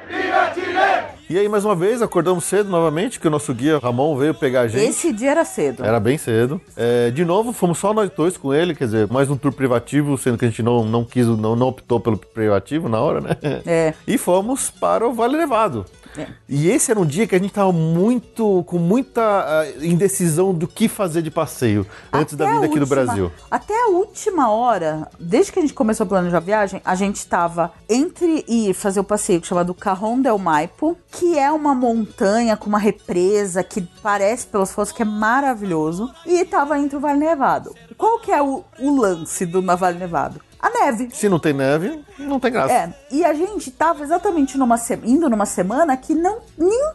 Viva! Viva! E aí, mais uma vez, acordamos cedo novamente, que o nosso guia Ramon veio pegar a gente. Esse dia era cedo. Era bem cedo. É, de novo, fomos só nós dois com ele, quer dizer, mais um tour privativo, sendo que a gente não, não quis, não, não optou pelo privativo na hora, né? É. E fomos para o Vale Nevado. É. E esse era um dia que a gente tava muito, com muita ah, indecisão do que fazer de passeio antes da Até vinda a aqui do última- Brasil. Até a última hora, desde que a gente começou a planejar a viagem, a gente tava entre ir fazer o passeio chamado Carron del Maipo, que é uma montanha com uma represa que parece pelas fotos que é maravilhoso, e tava entre o Vale Nevado. Qual que é o, o lance do na Vale Nevado? A neve. Se não tem neve, não tem graça. É, e a gente tava exatamente numa se- indo numa semana que não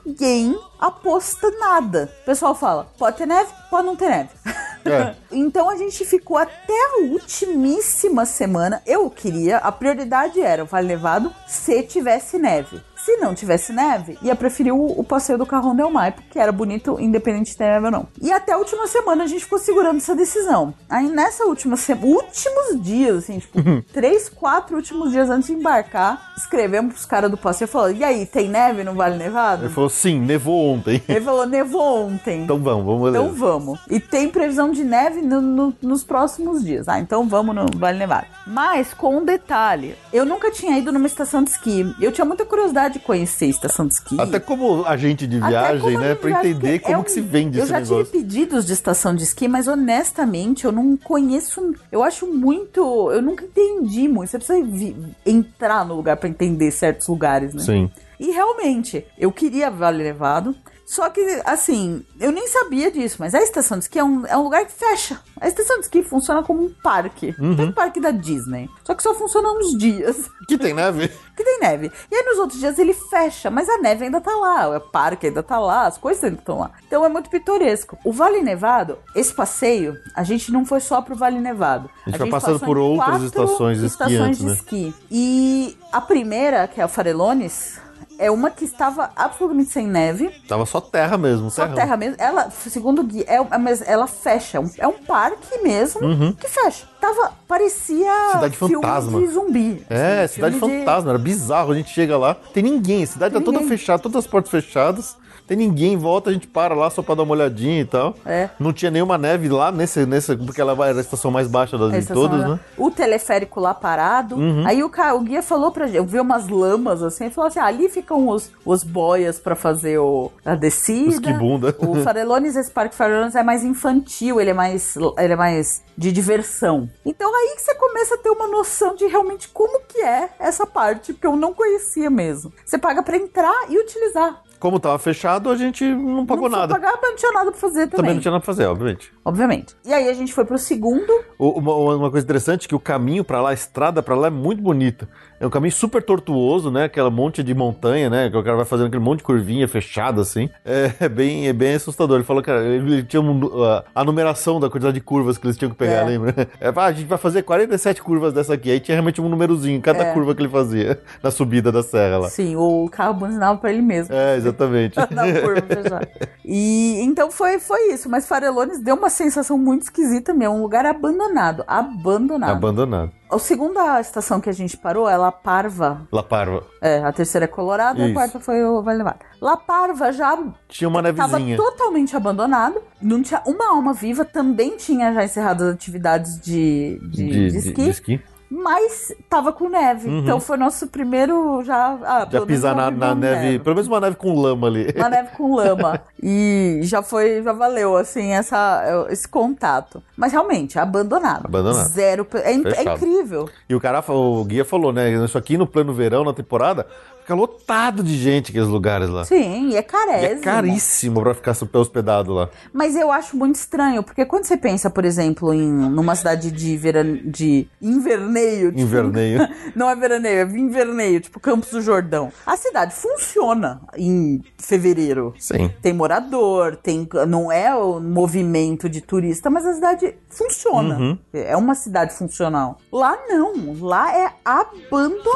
ninguém aposta nada. O pessoal fala, pode ter neve, pode não ter neve. É. então a gente ficou até a ultimíssima semana. Eu queria, a prioridade era o Vale Nevado se tivesse neve. Se não tivesse neve, ia preferir o, o passeio do Carrão Del Maipo, que era bonito, independente de ter neve ou não. E até a última semana a gente ficou segurando essa decisão. Aí nessa última semana, últimos dias, assim, tipo, Uhum. três, quatro últimos dias antes de embarcar, escrevemos pros caras do passeio e falou: e aí, tem neve no Vale Ele Nevado? falou, sim, nevou ontem. Ele falou: nevou ontem. Então vamos, vamos beleza. Então vamos. E tem previsão de neve no- no- nos próximos dias. Ah, então vamos no Vale Nevado. Mas com um detalhe: eu nunca tinha ido numa estação de esqui. Eu tinha muita curiosidade de conhecer a estação de esqui. Até como agente de Até viagem, como né? eu Pra já- entender porque é como um- que se vende Eu esse já negócio. tive pedidos de estação de esqui, mas honestamente eu não conheço. Eu acho muito. Eu nunca entendi muito. Você precisa vi- entrar no lugar pra entender certos lugares, né? Sim. E realmente, eu queria Vale Levado. Só que, assim, eu nem sabia disso, mas a estação de esqui é um, é um lugar que fecha. A estação de esqui funciona como um parque. Tem um parque da Disney. Só que só funciona uns dias Que tem neve. que tem neve. E aí nos outros dias ele fecha, mas a neve ainda tá lá, o parque ainda tá lá, as coisas ainda estão lá. Então é muito pitoresco. O Vale Nevado, esse passeio, a gente não foi só pro Vale Nevado. A gente foi passando por em outras quatro estações estações esquiantes, de né? esqui. E a primeira, que é a Farelones, é uma que estava absolutamente sem neve. Tava só terra mesmo. Só terrão. terra mesmo. Ela, segundo o Gui, é, é- mas ela fecha. É um- É um parque mesmo que fecha. Tava, parecia Uhum. Cidade filme fantasma. de zumbi. É, assim, cidade filme de- fantasma, era bizarro. A gente chega lá, tem ninguém, a cidade tá toda ninguém. fechada, todas as portas fechadas, tem ninguém em volta, a gente para lá só pra dar uma olhadinha e tal. É. Não tinha nenhuma neve lá nesse, nesse porque ela vai- era a estação mais baixa das A de estação todas, era- né? Uhum. O teleférico lá parado. Aí o, ca- o guia falou pra gente, eu vi umas lamas assim, e falou assim: ah, ali ficam os, os boias pra fazer o, a descida. Os quibunda. O Farelones, esse parque Farelones é mais infantil, ele é mais, ele é mais de diversão. Então aí que você começa a ter uma noção de realmente como que é essa parte, porque eu não conhecia mesmo. Você paga pra entrar e utilizar. Como tava fechado, a gente não pagou não nada. Pagar, mas não tinha nada pra fazer também. Também não tinha nada pra fazer, obviamente. Obviamente. E aí a gente foi pro segundo. O- Uma, uma coisa interessante é que o caminho pra lá, a estrada pra lá é muito bonita. É um caminho super tortuoso, né? Aquela monte de montanha, né? Que o cara vai fazendo aquele monte de curvinha fechada, assim. É, é bem, é bem assustador. Ele falou, cara, ele, ele tinha um, a, a numeração da quantidade de curvas que eles tinham que pegar, É. lembra? É, "Ah, a gente vai fazer 47 curvas dessa aqui. Aí tinha realmente um númerozinho em É. cada curva que ele fazia na subida da serra lá. Sim, o carro buzinava pra ele mesmo. É, exatamente. na curva fechada. E então foi, foi isso, mas Farelones deu uma sensação muito esquisita mesmo, um lugar abandonado, abandonado. Abandonado. a segunda estação que a gente parou é La Parva, La Parva. é, a terceira é Colorado, Isso. a quarta foi o Vale Nevado. La Parva já Tinha uma estava nevezinha. totalmente abandonado, não tinha uma alma viva, também tinha já encerrado as atividades de, de, de esqui, de esqui. Uhum. mas tava com neve, então foi nosso primeiro já... Ah, Já pelo menos pisar na, nós na vimos neve, pelo menos uma neve com lama ali. uma neve com lama. E já foi, já valeu, assim, essa, esse contato. Mas realmente, abandonado. Abandonado. Zero. pe- É, in- é Fechado. incrível. E o cara, fa- o guia falou, né? Isso aqui no pleno verão, na temporada, fica lotado de gente aqueles lugares lá. Sim, e é E carésimo. é caríssimo pra ficar super hospedado lá. Mas eu acho muito estranho, porque quando você pensa, por exemplo, em numa cidade de, veran... de inverneio. tipo, Inverneio. Não é veraneio, é inverneio, tipo Campos do Jordão. A cidade funciona em fevereiro. Sim. Tem morador, tem não é o movimento de turista, mas a cidade funciona. Uhum. É uma cidade funcional. Lá não, lá é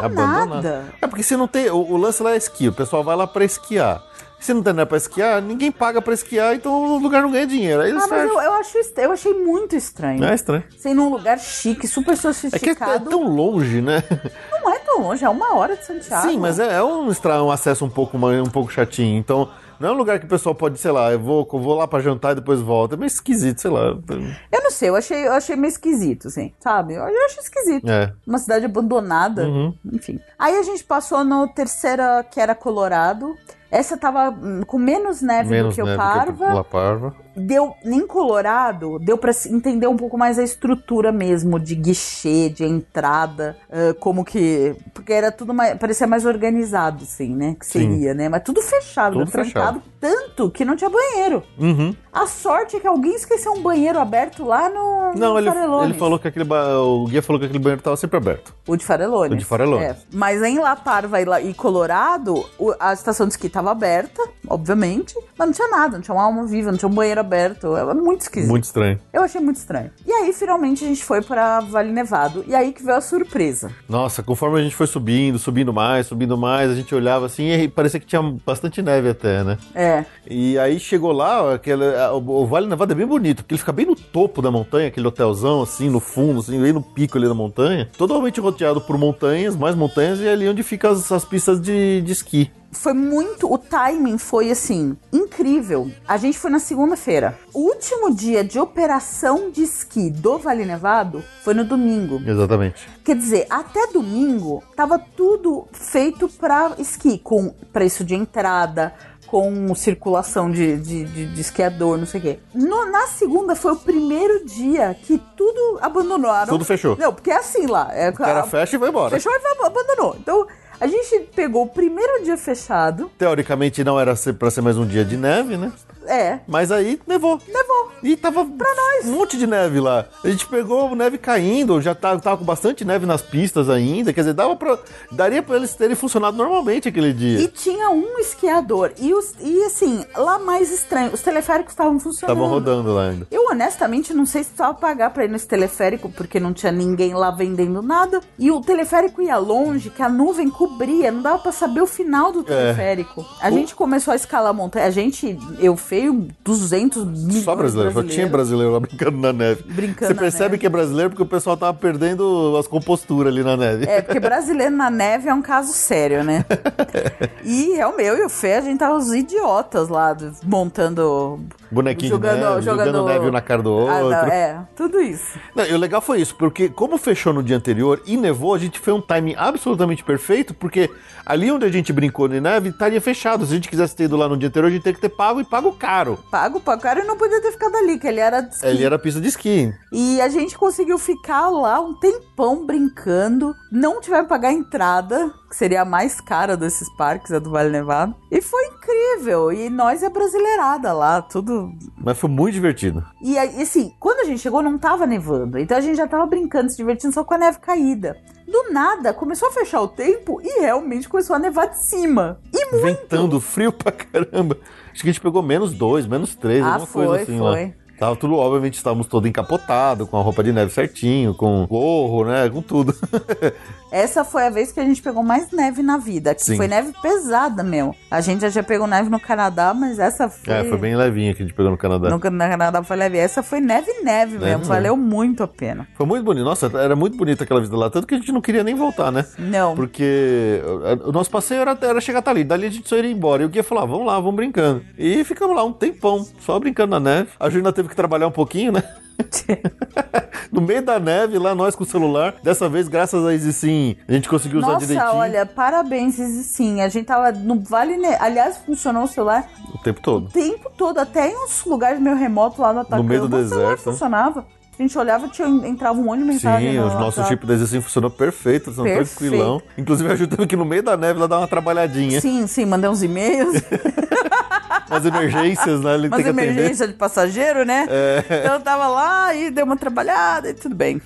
abandonada. É porque você não tem. O, o lance lá é esqui, o pessoal vai lá pra esquiar. Se não tem nada pra esquiar, ninguém paga pra esquiar, então o lugar não ganha dinheiro. Aí eles Ah, mas fecham. eu, eu, acho, est- eu achei muito estranho. É estranho. Você ir num lugar chique, super É que é sofisticado. tão longe, né? Não é tão tão longe, é uma hora de Santiago. Sim, mas é, é um, estra- um acesso um pouco, mais- um pouco chatinho. Então, não é um lugar que o pessoal pode, sei lá, eu vou, eu vou lá pra jantar e depois volta. É meio esquisito, sei lá. Eu não sei, eu achei, eu achei meio esquisito, assim, sabe? Eu, eu acho esquisito. É. Uma cidade abandonada, Uhum. enfim. Aí a gente passou no terceira, que era Colorado. Essa tava hum, com menos neve do que o neve Parva. La Parva. deu em Colorado deu pra se entender um pouco mais a estrutura mesmo de guichê de entrada eh, como que porque era tudo mais parecia mais organizado assim né que Sim. seria né mas tudo fechado Tudo trancado tanto que não tinha banheiro Uhum. a sorte é que alguém esqueceu um banheiro aberto lá no Não, no ele, Farelones. ele falou que aquele ba- o guia falou que aquele banheiro tava sempre aberto. O de Farelones. É, O de Farelones. Mas em La Parva e, La- e Colorado, o- a estação de esqui estava aberta, obviamente, mas não tinha nada, não tinha uma alma viva, não tinha um banheiro aberto. Era muito esquisito. Muito estranho. Eu achei muito estranho. E aí, finalmente, a gente foi pra Vale Nevado. E aí que veio a surpresa. Nossa, conforme a gente foi subindo, subindo mais, subindo mais, a gente olhava assim e parecia que tinha bastante neve até, né? É. E aí chegou lá, ó, aquele, a- o o Vale Nevado é bem bonito, porque ele fica bem no topo da montanha, aquele hotelzão, assim, no fundo, assim, bem no pico ali da montanha. Totalmente rodeado por montanhas, mais montanhas, e é ali onde ficam as, as pistas de, de esqui. Foi muito. O timing foi assim, incrível. A gente foi na segunda-feira. O último dia de operação de esqui do Vale Nevado foi no domingo. Exatamente. Quer dizer, até domingo tava tudo feito pra esqui, com preço de entrada, com circulação de, de, de- de esquiador, não sei o quê. No- na segunda foi o primeiro dia que tudo abandonaram. Tudo fechou. Não, porque é assim lá. É, O cara fecha e vai embora. fechou e vai- abandonou. Então, a gente pegou o primeiro dia fechado. Teoricamente não era ser- pra ser mais um dia de neve, né? É. Mas aí nevou. Levou. E tava um monte de neve lá. A gente pegou neve caindo, já tava, tava com bastante neve nas pistas ainda. Quer dizer, dava pra, daria pra eles terem funcionado normalmente aquele dia. E tinha um esquiador. E, os, e assim, lá mais estranho, os teleféricos estavam funcionando. Estavam rodando lá ainda. Eu honestamente não sei se precisava pagar pra ir nesse teleférico, porque não tinha ninguém lá vendendo nada. E o teleférico ia longe, que a nuvem cobria, não dava pra saber o final do teleférico. A É. O- gente começou a escalar a montanha. A gente, eu feio, 200 mil. Só brasileiro, só tinha brasileiro lá brincando na neve. Brincando Você na percebe neve. que é brasileiro porque o pessoal tava perdendo as composturas ali na neve. É, porque brasileiro na neve é um caso sério, né? e é o meu e o Fê, a gente tava os idiotas lá do- montando. Bonequinho de neve, jogando neve um na cara do Ah, outro. não, é, tudo isso. Não, e o legal foi isso, porque como fechou no dia anterior e nevou, a gente foi um timing absolutamente perfeito, porque ali onde a gente brincou de neve, estaria fechado. Se a gente quisesse ter ido lá no dia anterior, a gente teria que ter pago e pago caro. Pago pra cara e não podia ter ficado ali, que ele era de esqui. Ali era pista de esqui. E a gente conseguiu ficar lá um tempão brincando. Não tivemos que pagar a entrada, que seria a mais cara desses parques, a do Vale Nevado. E foi incrível. E nós é brasileirada lá, tudo. Mas foi muito divertido. E aí, assim, quando a gente chegou, não tava nevando. Então a gente já tava brincando, se divertindo só com a neve caída. Do nada, começou a fechar o tempo e realmente começou a nevar de cima. E muito. Ventando, frio pra caramba. Acho que a gente pegou menos dois, menos três, Ah, alguma foi, coisa assim lá. foi. Tava tudo, obviamente, estávamos todo encapotado, com a roupa de neve certinho, com gorro, né? Com tudo. Essa foi a vez que a gente pegou mais neve na vida. Que Sim. foi neve pesada, meu. A gente já tinha pego neve no Canadá, mas essa foi. É, foi bem levinho que a gente pegou no Canadá. No Canadá foi leve. Essa foi neve, neve mesmo. mesmo. Valeu muito a pena. Foi muito bonito. Nossa, era muito bonita aquela visita lá, tanto que a gente não queria nem voltar, né? Não. Porque eh, o nosso passeio era, era chegar até ali, dali a gente só iria embora. E o guia falou: ah, vamos lá, vamos brincando. E ficamos lá um tempão, só brincando na neve. A Juliana teve que trabalhar um pouquinho, né? No meio da neve, lá nós com o celular. Dessa vez, graças a Easy Sim, a gente conseguiu usar Nossa, direitinho olha, parabéns, Zizi, sim. A gente tava no Vale Ne- Aliás, funcionou o celular o tempo o todo. tempo todo, até em uns lugares meio remoto lá no Atacama. meio do o celular deserto. funcionava. A gente olhava, tinha, entrava um monte de mensagem. Sim, no os nossos WhatsApp. chip da Easy Sim funcionou perfeito, funcionou Perfeito. tranquilão. Inclusive, ajudando que no meio da neve lá dá uma trabalhadinha. Sim, sim, mandei uns e-mails. As emergências, né? Ele Mas tem que atender. É. emergência de passageiro, né? Então eu tava lá e deu uma trabalhada e tudo bem.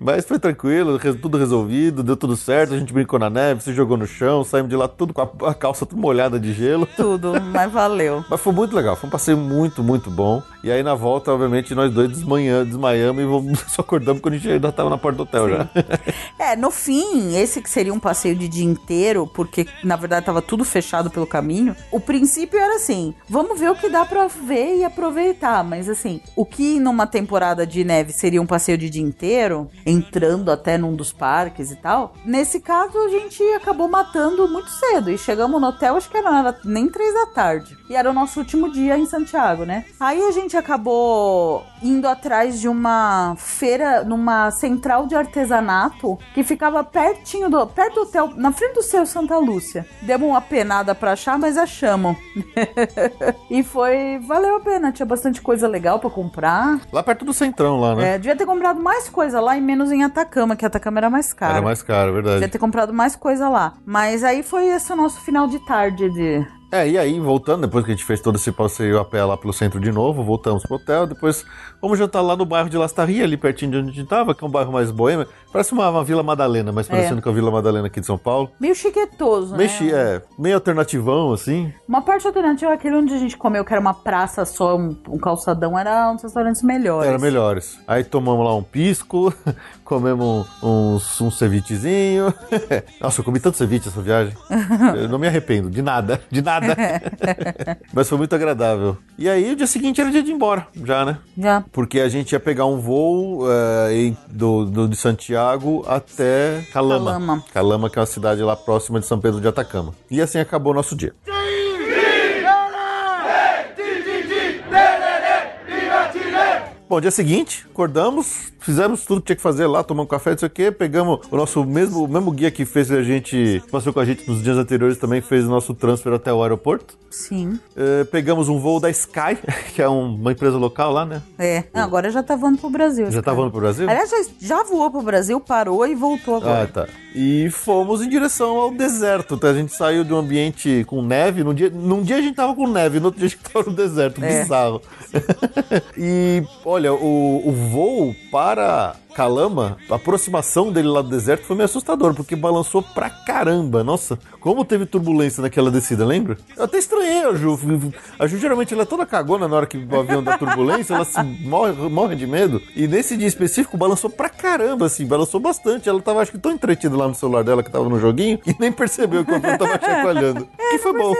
Mas foi tranquilo, res- tudo resolvido, deu tudo certo. A gente brincou na neve, se jogou no chão, saímos de lá tudo com a, a calça tudo molhada de gelo. Tudo, mas valeu. Mas foi muito legal, foi um passeio muito, muito bom. E aí na volta, obviamente, nós dois desmanhã, desmaiamos e vamos- só acordamos quando a gente ainda tava na porta do hotel já. É, no fim, esse que seria um passeio de dia inteiro, porque na verdade tava tudo fechado pelo caminho. O princípio era assim: vamos ver o que dá pra ver e aproveitar. Mas assim, o que numa temporada de neve seria um passeio de dia inteiro, entrando até num dos parques e tal. Nesse caso, a gente acabou matando muito cedo e chegamos no hotel, acho que era, era nem três da tarde. E era o nosso último dia em Santiago, né? Aí a gente acabou indo atrás de uma feira, numa central de artesanato que ficava pertinho do, perto do hotel, na frente do seu Santa Lúcia. Demos uma penada pra achar, mas achamos. e foi, valeu a pena, tinha bastante coisa legal pra comprar. Lá perto do centrão, lá, né? É, devia ter comprado mais coisa lá e menos em Atacama, que Atacama era mais caro. Era mais caro, é Devia verdade. ter comprado mais coisa lá. Mas aí foi esse o nosso final de tarde de. É, e aí, voltando, depois que a gente fez todo esse passeio a pé lá pelo centro de novo, voltamos pro hotel, depois vamos jantar lá no bairro de Lastarria, ali pertinho de onde a gente tava, que é um bairro mais boêmio. Parece uma, uma Vila Madalena, mas parecendo com a Vila Madalena aqui de São Paulo. Meio chiquetoso, Meio, né? chi- é, meio alternativão, assim. Uma parte alternativa, aquele onde a gente comeu, que era uma praça só, um, um calçadão, era um dos restaurantes melhores. Era melhores. Aí tomamos lá um pisco, comemos um, uns- um cevichezinho. Nossa, eu comi tanto ceviche essa viagem. Eu não me arrependo, de nada, de nada. Mas foi muito agradável. E aí, o dia seguinte era dia de ir embora, já, né? Já. Porque a gente ia pegar um voo eh, em- do, do- de Santiago até Calama. Calama. Calama, que é uma cidade lá próxima de São Pedro de Atacama. E assim acabou o nosso dia. Bom, dia seguinte, acordamos, fizemos tudo que tinha que fazer lá, tomamos café, não sei o quê, pegamos o nosso mesmo, o mesmo guia que fez a gente, passou com a gente nos dias anteriores também, fez o nosso transfer até o aeroporto. Sim. Eh, pegamos um voo da Sky, que é um- uma empresa local lá, né? É. Não, agora já tá voando pro Brasil. Já esse tá cara. voando pro Brasil? Aliás, já, já voou pro Brasil, parou e voltou Ah, agora. tá. E fomos em direção ao deserto. Tá? A gente saiu de um ambiente com neve. Num dia, num dia a gente tava com neve, no outro dia a gente tava no deserto. É. Bizarro. e, olha, o, o voo para Calama, a aproximação dele lá do deserto foi meio assustador, porque balançou pra caramba. Nossa, como teve turbulência naquela descida, lembra? Eu até estranhei a Ju. A Ju geralmente ela é toda cagona na hora que o avião dá turbulência, ela se morre, morre de medo. E nesse dia específico balançou pra caramba, assim, balançou bastante. Ela tava, acho que, tão entretida lá no celular dela que tava no joguinho e nem percebeu que o avião tava chacoalhando. que foi tá bom.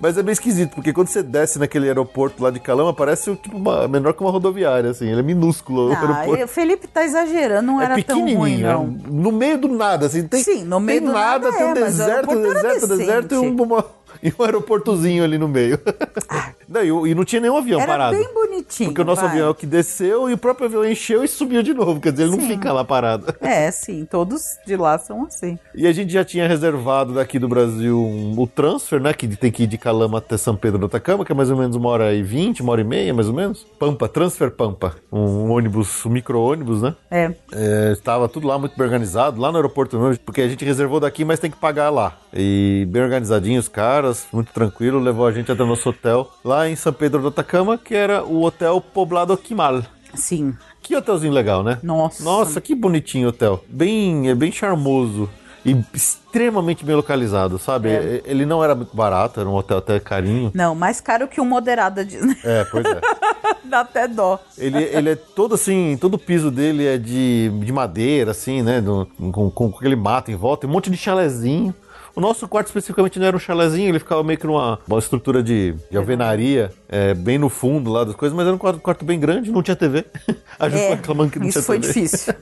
Mas é bem esquisito, porque quando você desce naquele aeroporto lá de Calama, parece tipo uma, menor que uma rodoviária, assim. Ele é minúsculo o Ah, aeroporto. e o Felipe tá exagerando, não É era tão ruim, pequenininho, é não. um- no meio do nada, assim, tem, Sim, no meio tem do nada, nada tem um é, mas o deserto, aeroporto era deserto, deserto e um, decente. Ah. uma- e um aeroportozinho ali no meio. Não, e o- e não tinha nenhum avião Era parado. bem bonitinho. Porque o nosso vai. avião é o que desceu e o próprio avião encheu e subiu de novo, quer dizer, ele não fica lá parado. É, sim, todos de lá são assim. E a gente já tinha reservado daqui do Brasil um- o transfer, né? Que tem que ir de Calama até São Pedro do Atacama, que é mais ou menos uma hora e vinte, uma hora e meia, mais ou menos. Pampa, transfer Pampa. Um, um ônibus, um micro-ônibus, né? É. É, Estava tudo lá muito bem organizado, lá no aeroporto mesmo, porque a gente reservou daqui, mas tem que pagar lá. E bem organizadinho os caras, muito tranquilo, levou a gente até o nosso hotel, lá em São Pedro do Atacama, que era o Hotel Poblado Quimal. Sim. Que hotelzinho legal, né? Nossa. Nossa, que bonitinho o hotel. Bem, é bem charmoso e extremamente bem localizado, sabe? É. E- Ele não era muito barato, era um hotel até carinho. Não, mais caro que um moderado Disney. É, pois é. Dá até dó. Ele, ele é todo assim, todo o piso dele é de, de madeira, assim, né? Do- com, com aquele mato em volta, e um monte de chalezinho. O nosso quarto especificamente não era um chalezinho, ele ficava meio que numa uma estrutura de, de alvenaria, é, bem no fundo lá das coisas, mas era um quarto, quarto bem grande, não tinha TV. A gente É, reclamando que não isso tinha foi TV. difícil.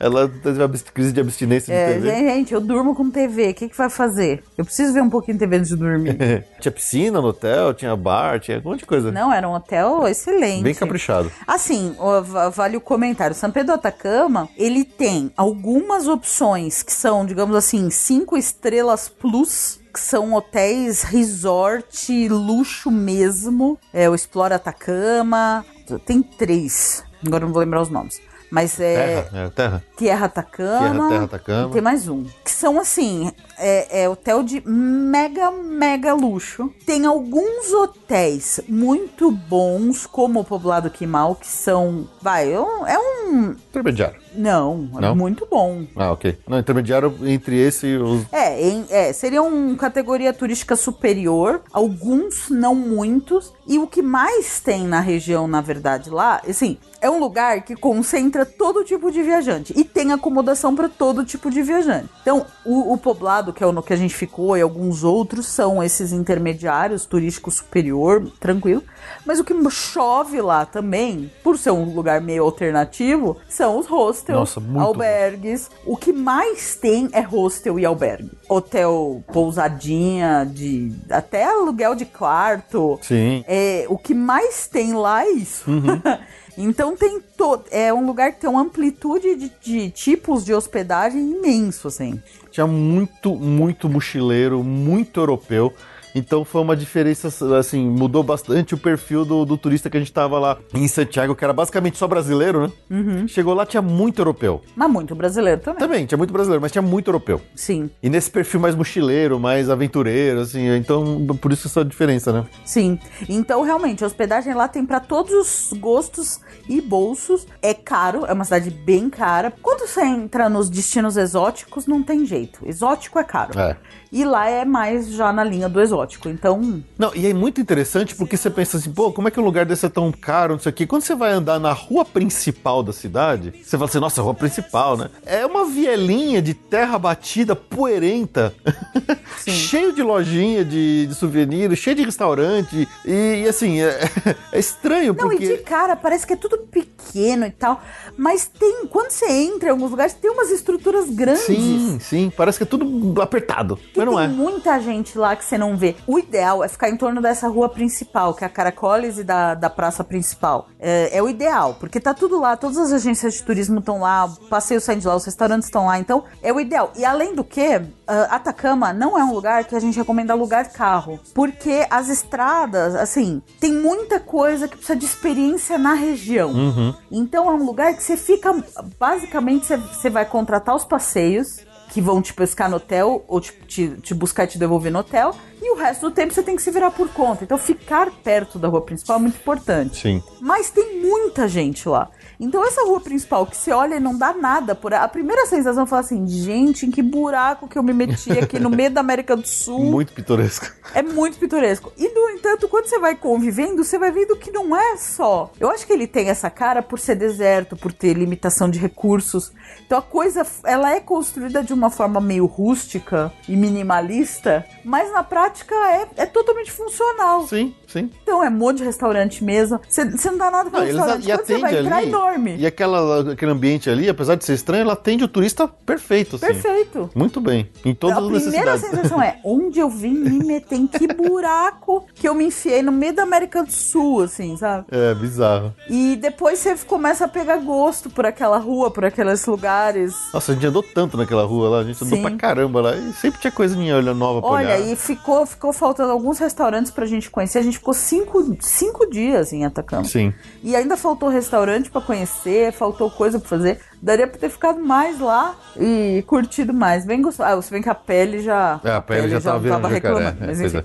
Ela teve uma abs- crise de abstinência de É, TV. gente, eu durmo com TV, o que, que vai fazer? Eu preciso ver um pouquinho de TV antes de dormir. É. Tinha piscina no hotel, tinha bar, tinha um monte de coisa. Não, era um hotel excelente. Bem caprichado. Assim, ó, va- vale o comentário. São Pedro do Atacama, ele tem algumas opções que são, digamos assim, cinco estrelas plus, que são hotéis resort, luxo mesmo. É o Explora Atacama. Tem três. Agora eu não vou lembrar os nomes. Mas é. Terra, é, terra. Tierra Atacama. Tierra- Terra Atacama. E tem mais um. Que são assim, é, é hotel de mega, mega luxo. Tem alguns hotéis muito bons, como o Poblado Quimal, que são. Vai, é um. é um- Intermediário. não, é Não? muito bom. Ah, ok. Não, intermediário entre esse e os. É, em- é, seria um categoria turística superior, alguns, não muitos. E o que mais tem na região, na verdade, lá, assim, é um lugar que concentra todo tipo de viajante. E e tem acomodação para todo tipo de viajante. Então, o, o poblado, que é o no que a gente ficou, e alguns outros são esses intermediários, turístico superior, tranquilo. Mas o que chove lá também, por ser um lugar meio alternativo, são os hostels, Nossa, muito bom. albergues. O que mais tem é hostel e albergue. Hotel, pousadinha, de até aluguel de quarto. Sim. É, o que mais tem lá é isso. então tem todo. É um lugar que tem uma amplitude de, de tipos de hospedagem imenso, assim. Tinha muito, muito mochileiro, muito europeu. Então foi uma diferença, assim, mudou bastante o perfil do, do turista que a gente tava lá em Santiago, que era basicamente só brasileiro, né? Uhum. Chegou lá, tinha muito europeu. Mas muito brasileiro também. Também, tinha muito brasileiro, mas tinha muito europeu. Sim, E nesse perfil mais mochileiro, mais aventureiro, assim, então por isso essa diferença, né? sim. Então, realmente, a hospedagem lá tem pra todos os gostos e bolsos. É caro, é uma cidade bem cara. Quando você entra nos destinos exóticos, não tem jeito. Exótico é caro. É. E lá é mais já na linha do exótico. Então, Não, e é muito interessante porque você pensa assim, pô, como é que um lugar desse é tão caro, não sei o quê. Quando você vai andar na rua principal da cidade, você fala assim, nossa, rua principal, né? É uma vielinha de terra batida, poeirenta, Sim. cheio de lojinha de, de souvenir, cheio de restaurante. E, e assim, é, é estranho Não, porque... e de cara, parece que é tudo pequeno e tal. Mas tem, quando você entra em alguns lugares, tem umas estruturas grandes. Sim, sim, parece que é tudo apertado, Que mas não tem é. muita gente lá que você não vê. O ideal é ficar em torno dessa rua principal, que é a Caracoles e da, da praça principal. É, é o ideal, porque tá tudo lá, todas as agências de turismo estão lá, o passeio saem de lá, os restaurantes estão lá, então é o ideal. E além do que, ah, Atacama não é um lugar que a gente recomenda alugar carro, porque as estradas, assim, tem muita coisa que precisa de experiência na região. Uhum. Então é um lugar que você fica. Basicamente, você, você vai contratar os passeios. Que vão te pescar no hotel ou te, te- te buscar e te devolver no hotel. E o resto do tempo você tem que se virar por conta. Então ficar perto da rua principal é muito importante. Sim. Mas tem muita gente lá. Então essa rua principal que você olha e não dá nada por ela, a primeira sensação é falar assim, gente, em que buraco que eu me meti aqui no meio da América do Sul. Muito pitoresco. É muito pitoresco. E, no entanto, quando você vai convivendo, você vai vendo que não é só. Eu acho que ele tem essa cara por ser deserto, por ter limitação de recursos. Então a coisa, ela é construída de uma forma meio rústica e minimalista, mas na prática é, é totalmente funcional. Sim, sim. Então é um monte de restaurante mesmo. Você você não dá nada pra Não, eles a- restaurante. e Então, Quando você atende vai entrar, é ali. enorme. E aquela, aquele ambiente ali, apesar de ser estranho, ela atende o turista perfeito, assim. Perfeito. Muito bem. Em todas a as primeira necessidades. sensação é onde eu vim me meter, em que buraco que eu me enfiei no meio da América do Sul, assim, sabe? É, bizarro. E depois você começa a pegar gosto por aquela rua, por aqueles lugares. Nossa, a gente andou tanto naquela rua lá, a gente andou Sim. pra caramba lá. E sempre tinha coisinha olha, nova pra Olha, olhar. e ficou, ficou faltando alguns restaurantes pra gente conhecer. A gente ficou cinco, cinco dias em Atacama. Sim. E ainda faltou restaurante pra conhecer, faltou coisa pra fazer. Daria pra ter ficado mais lá e curtido mais. Bem gostoso. Ah, se bem que a pele já. É, a pele já tava virando tava jacaré, reclamando. é, mas pois enfim.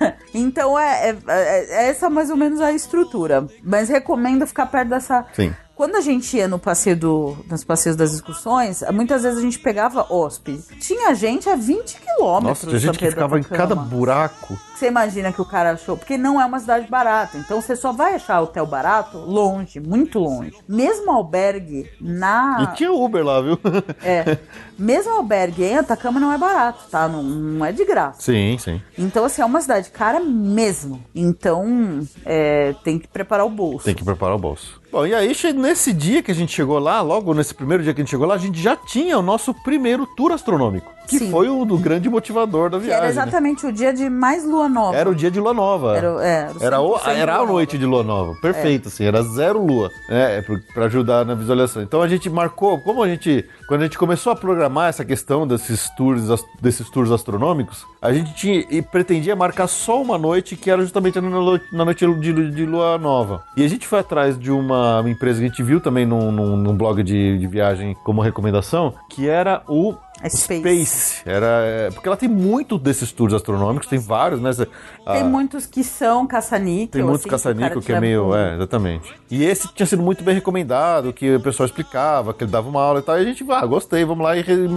então é, é- é- é essa mais ou menos a estrutura. Mas recomendo ficar perto dessa. Sim. Quando a gente ia no passeio do, nos passeios das excursões, muitas vezes a gente pegava hóspede. Tinha gente a 20 quilômetros Nossa, tinha de São gente que Pedro ficava em Atacama. cada buraco. Você imagina que o cara achou, porque não é uma cidade barata, então você só vai achar hotel barato longe, muito longe. Mesmo albergue na. E tinha Uber lá, viu? Ah. É, mesmo albergue em Atacama não é barato, tá? Não, não é de graça. Sim, sim. Então, assim, é uma cidade cara mesmo. Então, é, tem que preparar o bolso. Tem que preparar o bolso. Bom, e aí, che- nesse dia que a gente chegou lá, logo nesse primeiro dia que a gente chegou lá, a gente já tinha o nosso primeiro tour astronômico. Que Sim. foi o do grande motivador da Que era viagem. né? exatamente o dia de mais lua nova. Era o dia de lua nova. Era o- é, era o Era o- 100% era a lua noite de lua nova. É. Perfeito, assim. Era zero lua, né? é, pro- Pra ajudar na visualização. Então a gente marcou, como a gente, quando a gente começou a programar essa questão desses tours, as- desses tours astronômicos, a gente tinha, e pretendia marcar só uma noite, que era justamente na lo- na noite de, lu- de lua nova. E a gente foi atrás de uma empresa que a gente viu também num, num- num blog de, de viagem como recomendação, que era o É Space. Space. Era, é, porque ela tem muito desses tours astronômicos, tem vários, né? Tem Tem muitos que são caça-níquel. Tem muitos assim, caça-níquel o cara que é tira meio. pro- É, exatamente. E esse tinha sido muito bem recomendado, que o pessoal explicava, que ele dava uma aula e tal. E a gente, ah, gostei, vamos lá e re-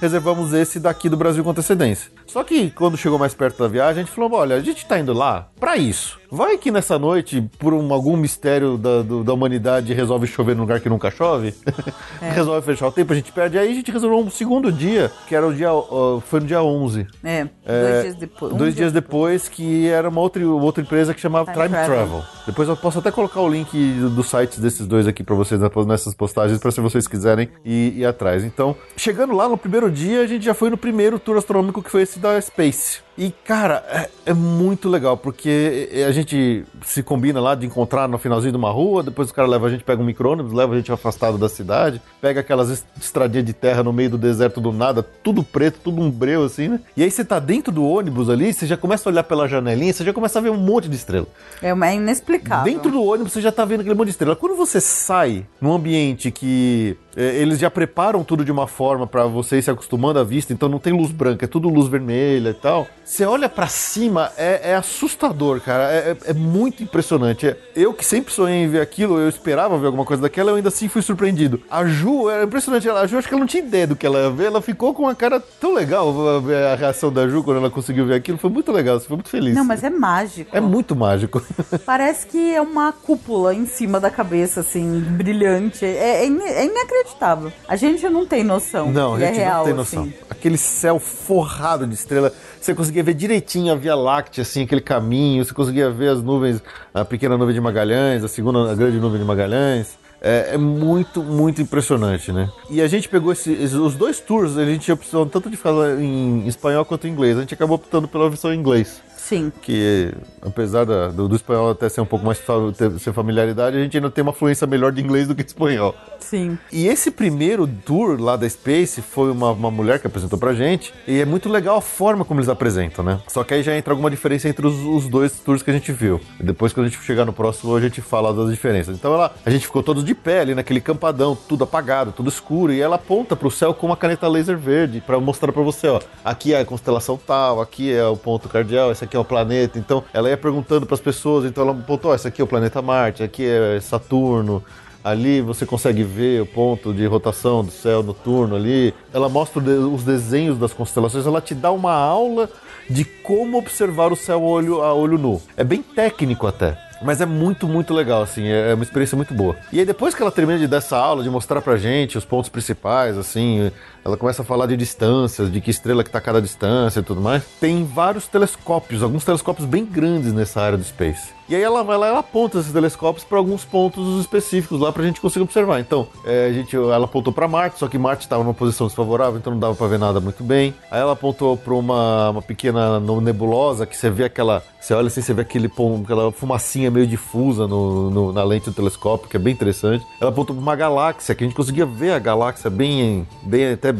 reservamos esse daqui do Brasil com antecedência. Só que quando chegou mais perto da viagem, a gente falou: olha, a gente tá indo lá pra isso. Vai que nessa noite, por um- algum mistério da, do- da humanidade, resolve chover num lugar que nunca chove. É. resolve fechar o tempo, a gente perde. Aí a gente resolveu um segundo dia, que era o dia. ó, foi no dia 11. É, É, dois dias depois. um dois dia- dias depois, que era uma outra, outra empresa que chamava Time, Time Travel. Travel. Depois eu posso até colocar o link do- dos sites desses dois aqui pra vocês na- nessas postagens, pra se vocês quiserem ir, ir atrás. Então, chegando lá no primeiro dia, a gente já foi no primeiro tour astronômico que foi esse da Space. E, cara, é, é muito legal, porque é, a gente se combina lá de encontrar no finalzinho de uma rua, depois o cara leva a gente, pega um micro-ônibus, leva a gente afastado da cidade, pega aquelas es- estradinhas de terra no meio do deserto do nada, tudo preto, tudo um breu assim, né? E aí você tá dentro do ônibus ali, você já começa a olhar pela janelinha, você já começa a ver um monte de estrela. É, mas é inexplicável. Dentro do ônibus você já tá vendo aquele monte de estrela. Quando você sai num ambiente que é, eles já preparam tudo de uma forma pra você ir se acostumando à vista, então não tem luz branca, é tudo luz vermelha e tal. Você olha pra cima, é, é assustador, cara. É, é- é muito impressionante. É, Eu que sempre sonhei em ver aquilo, eu esperava ver alguma coisa daquela, eu ainda assim fui surpreendido. A Ju, era impressionante. ela- A Ju, acho que ela não tinha ideia do que ela ia ver. Ela ficou com uma cara tão legal. a- ver A reação da Ju quando ela conseguiu ver aquilo foi muito legal. Você foi muito feliz. Não, mas é mágico. É muito mágico. Parece que é uma cúpula em cima da cabeça, assim, brilhante. É, é ine- é inacreditável. A gente não tem noção. Não, que a gente é real, não tem noção. Assim. Aquele céu forrado de estrela, você conseguia ver direitinho a Via Láctea, assim, aquele caminho, você conseguia ver as nuvens, a pequena nuvem de Magalhães, a segunda, a grande nuvem de Magalhães. É, é muito, muito impressionante, né? E a gente pegou esse- esses- os dois tours, a gente tinha opção tanto de falar em espanhol quanto em inglês. A gente acabou optando pela versão em inglês Sim. que apesar da- do, do espanhol até ser um pouco mais fa- ter- ser familiaridade, a gente ainda tem uma fluência melhor de inglês do que de espanhol. Sim. E esse primeiro tour lá da Space foi uma, uma mulher que apresentou pra gente, e é muito legal a forma como eles apresentam, né? Só que aí já entra alguma diferença entre os, os dois tours que a gente viu. Depois, quando a gente chegar no próximo, a gente fala das diferenças. Então ela, a gente ficou todos de pé ali naquele campadão, tudo apagado, tudo escuro, e ela aponta pro céu com uma caneta laser verde pra mostrar pra você, ó, aqui é a constelação tal, aqui é o ponto cardeal, esse aqui é o planeta. Então ela ia perguntando pras pessoas, então ela apontou, ó, esse aqui é o planeta Marte, aqui é Saturno. Ali você consegue ver o ponto de rotação do céu noturno ali. Ela mostra o de- os desenhos das constelações, ela te dá uma aula de como observar o céu a olho, a olho nu. É bem técnico até. Mas é muito, muito legal, assim, é é uma experiência muito boa. E aí, depois que ela termina de dar essa aula, de mostrar pra gente os pontos principais, assim, ela começa a falar de distâncias, de que estrela que tá a cada distância e tudo mais. Tem vários telescópios, alguns telescópios bem grandes nessa área do Space. E aí ela vai lá, ela aponta esses telescópios para alguns pontos específicos lá pra gente conseguir observar. Então, é, a gente, ela apontou para Marte, só que Marte estava numa posição desfavorável, então não dava para ver nada muito bem. Aí ela apontou para uma, uma pequena no- nebulosa que você vê aquela, você olha assim, você vê aquele pon- aquela fumacinha meio difusa no- no- na lente do telescópio, que é bem interessante. Ela apontou para uma galáxia que a gente conseguia ver a galáxia bem, bem até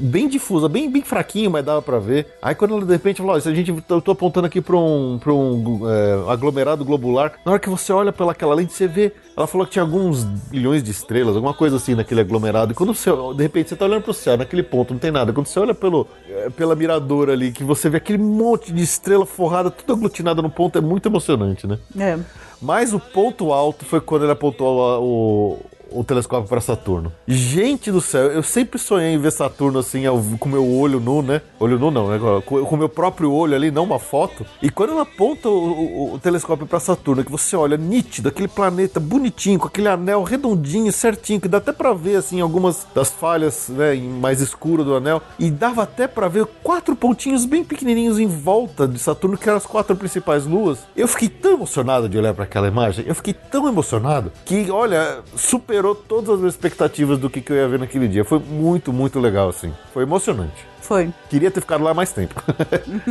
bem difusa, bem bem fraquinho, mas dava para ver. Aí quando ela de repente falou, ó, isso a gente eu tô apontando aqui para um para um é, aglomerado globular. Na hora que você olha pela aquela lente, você vê, ela falou que tinha alguns bilhões de estrelas, alguma coisa assim naquele aglomerado. E quando você, de repente, você tá olhando pro céu, naquele ponto, não tem nada. Quando você olha pelo, é, pela miradora ali, que você vê aquele monte de estrela forrada, tudo aglutinada no ponto, é muito emocionante, né? É. Mas o ponto alto foi quando ele apontou a- o, o telescópio para Saturno. Gente do céu, eu sempre sonhei em ver Saturno assim, ao- com meu olho nu, né? Olho nu não, né? Com com meu próprio olho ali, não uma foto. E quando ela aponta o, o- o telescópio para Saturno, que você olha nítido, aquele planeta bonitinho, com aquele anel redondinho, certinho, que dá até para ver, assim, algumas das falhas, né, em- mais escuro do anel. E dava até para ver quatro pontinhos bem pequenininhos em volta de Saturno, que eram as quatro principais luas. Eu fiquei tão emocionado de olhar para aquela imagem, eu fiquei tão emocionado que, olha, superou todas as minhas expectativas do que, que eu ia ver naquele dia. Foi muito, muito legal, assim. Foi emocionante. Foi. Queria ter ficado lá mais tempo.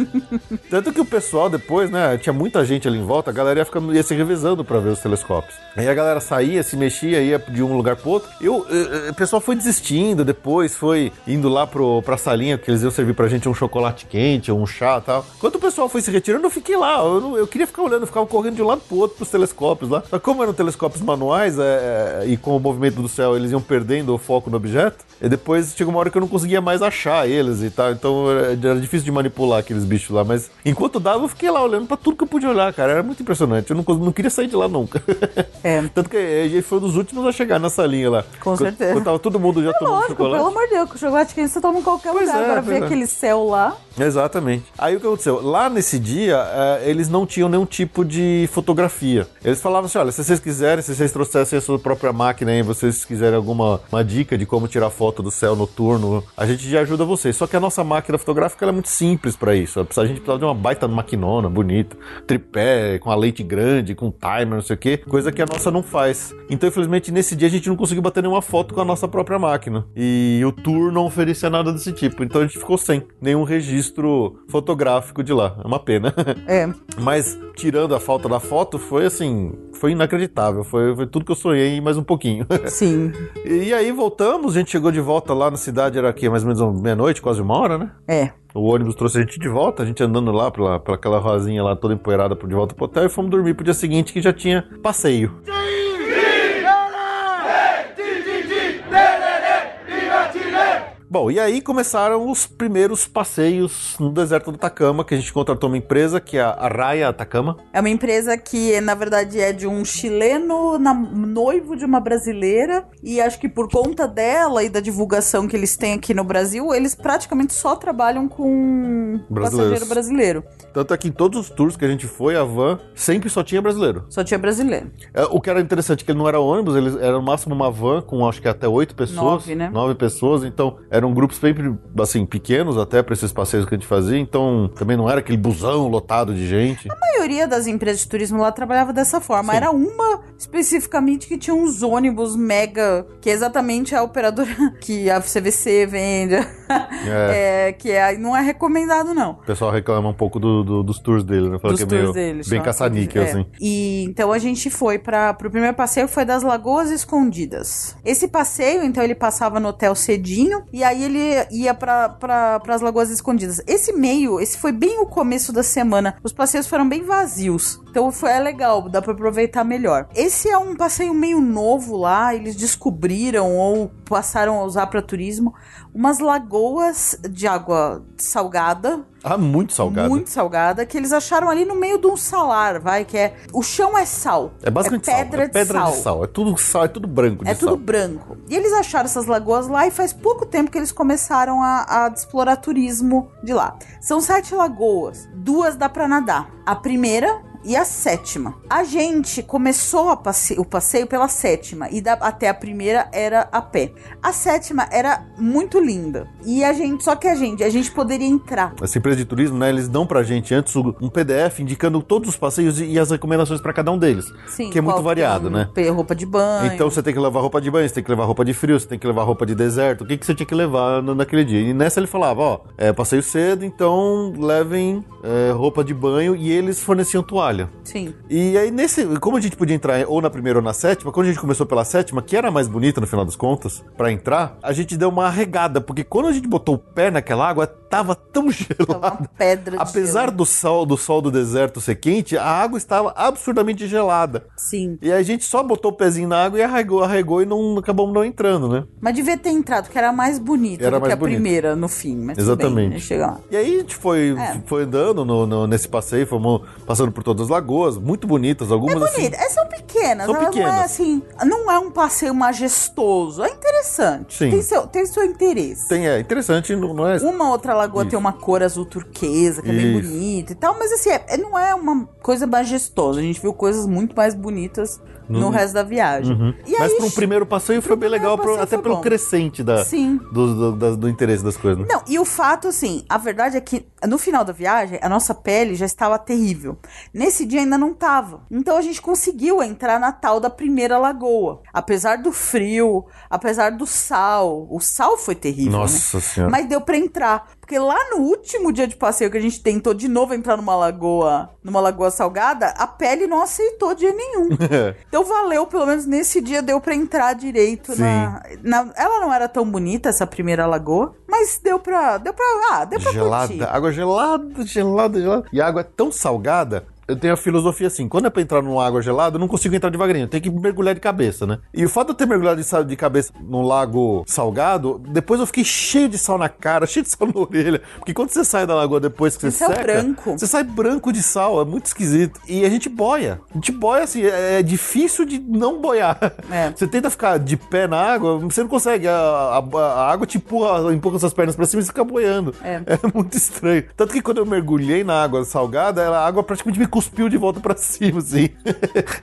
Tanto que o pessoal depois, né? Tinha muita gente ali em volta, a galera ia, ficando, ia se revezando pra ver os telescópios. Aí a galera saía, se mexia, ia de um lugar pro outro. Eu, eh, eh, o pessoal foi desistindo depois, foi indo lá pro, pra salinha, porque eles iam servir pra gente um chocolate quente, um chá e tal. Enquanto o pessoal foi se retirando, eu fiquei lá. Eu, não- eu queria ficar olhando, eu ficava correndo de um lado pro outro pros telescópios lá. Só que como eram telescópios é, manuais eh, eh, e com o movimento do céu eles iam perdendo o foco no objeto, e depois chegou uma hora que eu não conseguia mais mais achar eles e tal. Então era era difícil de manipular aqueles bichos lá. Mas enquanto dava, eu fiquei lá olhando pra tudo que eu podia olhar, cara. Era muito impressionante. Eu não, cons- não queria sair de lá nunca. É. Tanto que a gente foi um dos últimos a chegar nessa linha lá. Com Quando- certeza. Quando tava todo mundo já É tomando lógico, chocolate. pelo amor de Deus, com chocolate quente você toma em qualquer Pois lugar. é, Agora pois ver é. aquele céu lá. Exatamente. Aí o que aconteceu? Lá nesse dia, eh, eles não tinham nenhum tipo de fotografia. Eles falavam assim: olha, se vocês quiserem, se vocês trouxessem a sua própria máquina e vocês quiserem alguma uma dica de como tirar foto do céu noturno, a gente já ajuda vocês. Só que a nossa máquina fotográfica ela é muito simples pra isso. A gente precisava de uma baita maquinona bonita, tripé, com a lente grande, com timer, não sei o quê, coisa que a nossa não faz. Então, infelizmente, nesse dia a gente não conseguiu bater nenhuma foto com a nossa própria máquina. E o tour não oferecia nada desse tipo. Então a gente ficou sem nenhum registro fotográfico de lá. É uma pena. É. Mas tirando a falta da foto, foi assim, foi inacreditável. Foi, foi tudo que eu sonhei e mais um pouquinho. Sim. e aí voltamos, a gente chegou de volta lá na cidade, era aqui mais ou menos meia-noite, quase uma hora, né? É. O ônibus trouxe a gente de volta, a gente andando lá pela, pela aquela rosinha lá toda empoeirada de volta pro hotel e fomos dormir pro dia seguinte que já tinha passeio. Bom, e aí começaram os primeiros passeios no deserto do Atacama, que a gente contratou uma empresa que é a Raia Atacama. É uma empresa que, na verdade, é de um chileno na- noivo de uma brasileira. E acho que por conta dela e da divulgação que eles têm aqui no Brasil, eles praticamente só trabalham com Brasileiros. passageiro brasileiro. Tanto é que em todos os tours que a gente foi, a van sempre só tinha brasileiro. Só tinha brasileiro. É, O que era interessante é que ele não era ônibus, ele era no máximo uma van com acho que até oito pessoas. Nove, né? Nove pessoas, então eram grupos sempre, assim, pequenos até para esses passeios que a gente fazia, então também não era aquele busão lotado de gente. A maioria das empresas de turismo lá trabalhava dessa forma. Sim. Era uma especificamente que tinha uns ônibus mega, que é exatamente a operadora que a CVC vende. É, É, que é, não é recomendado, não. O pessoal reclama um pouco do- do- dos tours dele, né? Fala dos que é tours meio deles. bem só. caça-níquel, É. assim. E então a gente foi para pro primeiro passeio foi das Lagoas Escondidas. Esse passeio, então ele passava no hotel cedinho e aí ele ia para pra, as Lagoas Escondidas. Esse meio, esse foi bem o começo da semana. Os passeios foram bem vazios. Então foi é legal, dá para aproveitar melhor. Esse é um passeio meio novo lá, eles descobriram ou passaram a usar para turismo umas lagoas de água salgada Ah, muito salgado. é. muito salgada, que eles acharam ali no meio de um salar, vai, que é... O chão é sal. É basicamente é pedra sal. É de pedra sal. de sal. É tudo sal, é tudo branco de É tudo sal. branco. E eles acharam essas lagoas lá e faz pouco tempo que eles começaram a, a explorar turismo de lá. São sete lagoas. Duas dá pra nadar. A primeira e a sétima. A gente começou a passe- o passeio pela sétima e da- até a primeira era a pé. A sétima era muito linda. E a gente, só que a gente, a gente poderia entrar. Essa empresa de turismo, né? Eles dão pra gente antes um PDF indicando todos os passeios e e as recomendações pra cada um deles. Sim, um. que é muito qual- variado, né? Roupa de banho. Então você tem que levar roupa de banho, você tem que levar roupa de frio, você tem que levar roupa de deserto. O que, que você tinha que levar na- naquele dia? E nessa ele falava, ó, é passeio cedo, então levem é, roupa de banho e eles forneciam toalha. Sim. E aí, nesse. Como a gente podia entrar ou na primeira ou na sétima, quando a gente começou pela sétima, que era a mais bonita no final das contas, pra entrar, a gente deu uma arregada, porque quando a gente botou o pé naquela água, tava tão Tava uma gelada. pedra de Apesar gelo. do sol, do sol do deserto ser quente, a água estava absurdamente gelada. Sim. E a gente só botou o pezinho na água e arregou, arregou e não acabamos não entrando, né? Mas devia ter entrado, que era mais bonita Era do mais que a bonita. primeira no fim. Mas tudo bem, Exatamente. né? Chega lá. E aí a gente foi, É. foi andando no- no- nesse passeio, fomos passando por todas as lagoas, muito bonitas, algumas assim. Bonita. É, são pequenas, São elas não é pequenas. assim. Não é um passeio majestoso. É interessante. Sim. Tem seu, tem seu interesse. Tem, é interessante, não, não é. Uma outra lagoa Isso. tem uma cor azul turquesa, que é bem Isso. bonita e tal, mas assim, é- é- não é uma coisa majestosa. A gente viu coisas muito mais bonitas no, No- resto da viagem. Uhum. E Mas aí, para um primeiro passeio foi bem legal, primeiro pro- até passeio foi pelo bom. crescente da, Sim. do, do- das- do interesse das coisas. né? Não, e o fato, assim, a verdade é que no final da viagem, a nossa pele já estava terrível. Nesse dia ainda não tava. Então a gente conseguiu entrar na tal da primeira lagoa. Apesar do frio, apesar do sal. O sal foi terrível, né? Nossa senhora. Mas deu pra entrar. Porque lá no último dia de passeio que a gente tentou de novo entrar numa lagoa, numa lagoa salgada, a pele não aceitou de jeito nenhum. Então valeu, pelo menos nesse dia deu pra entrar direito Sim. na, na- Ela não era tão bonita, essa primeira lagoa, mas deu pra. Deu pra. Ah, deu pra gelada, curtir. água gelada, gelada, gelada. E a água é tão salgada eu tenho a filosofia assim, quando é pra entrar numa água gelada, eu não consigo entrar devagarinho, eu tenho que mergulhar de cabeça, né? E o fato de eu ter mergulhado de, sa- de cabeça num lago salgado, depois eu fiquei cheio de sal na cara, cheio de sal na orelha, porque quando você sai da lagoa depois que você E sal seca, é branco. você sai branco de sal, é muito esquisito. E a gente boia, a gente boia assim, é, é difícil de não boiar. É. Você tenta ficar de pé na água, você não consegue, a, a- a água te empurra, empurra suas pernas pra cima e você fica boiando. É. É muito estranho. Tanto que quando eu mergulhei na água salgada, ela- a água praticamente me cuspiu de volta pra cima, assim.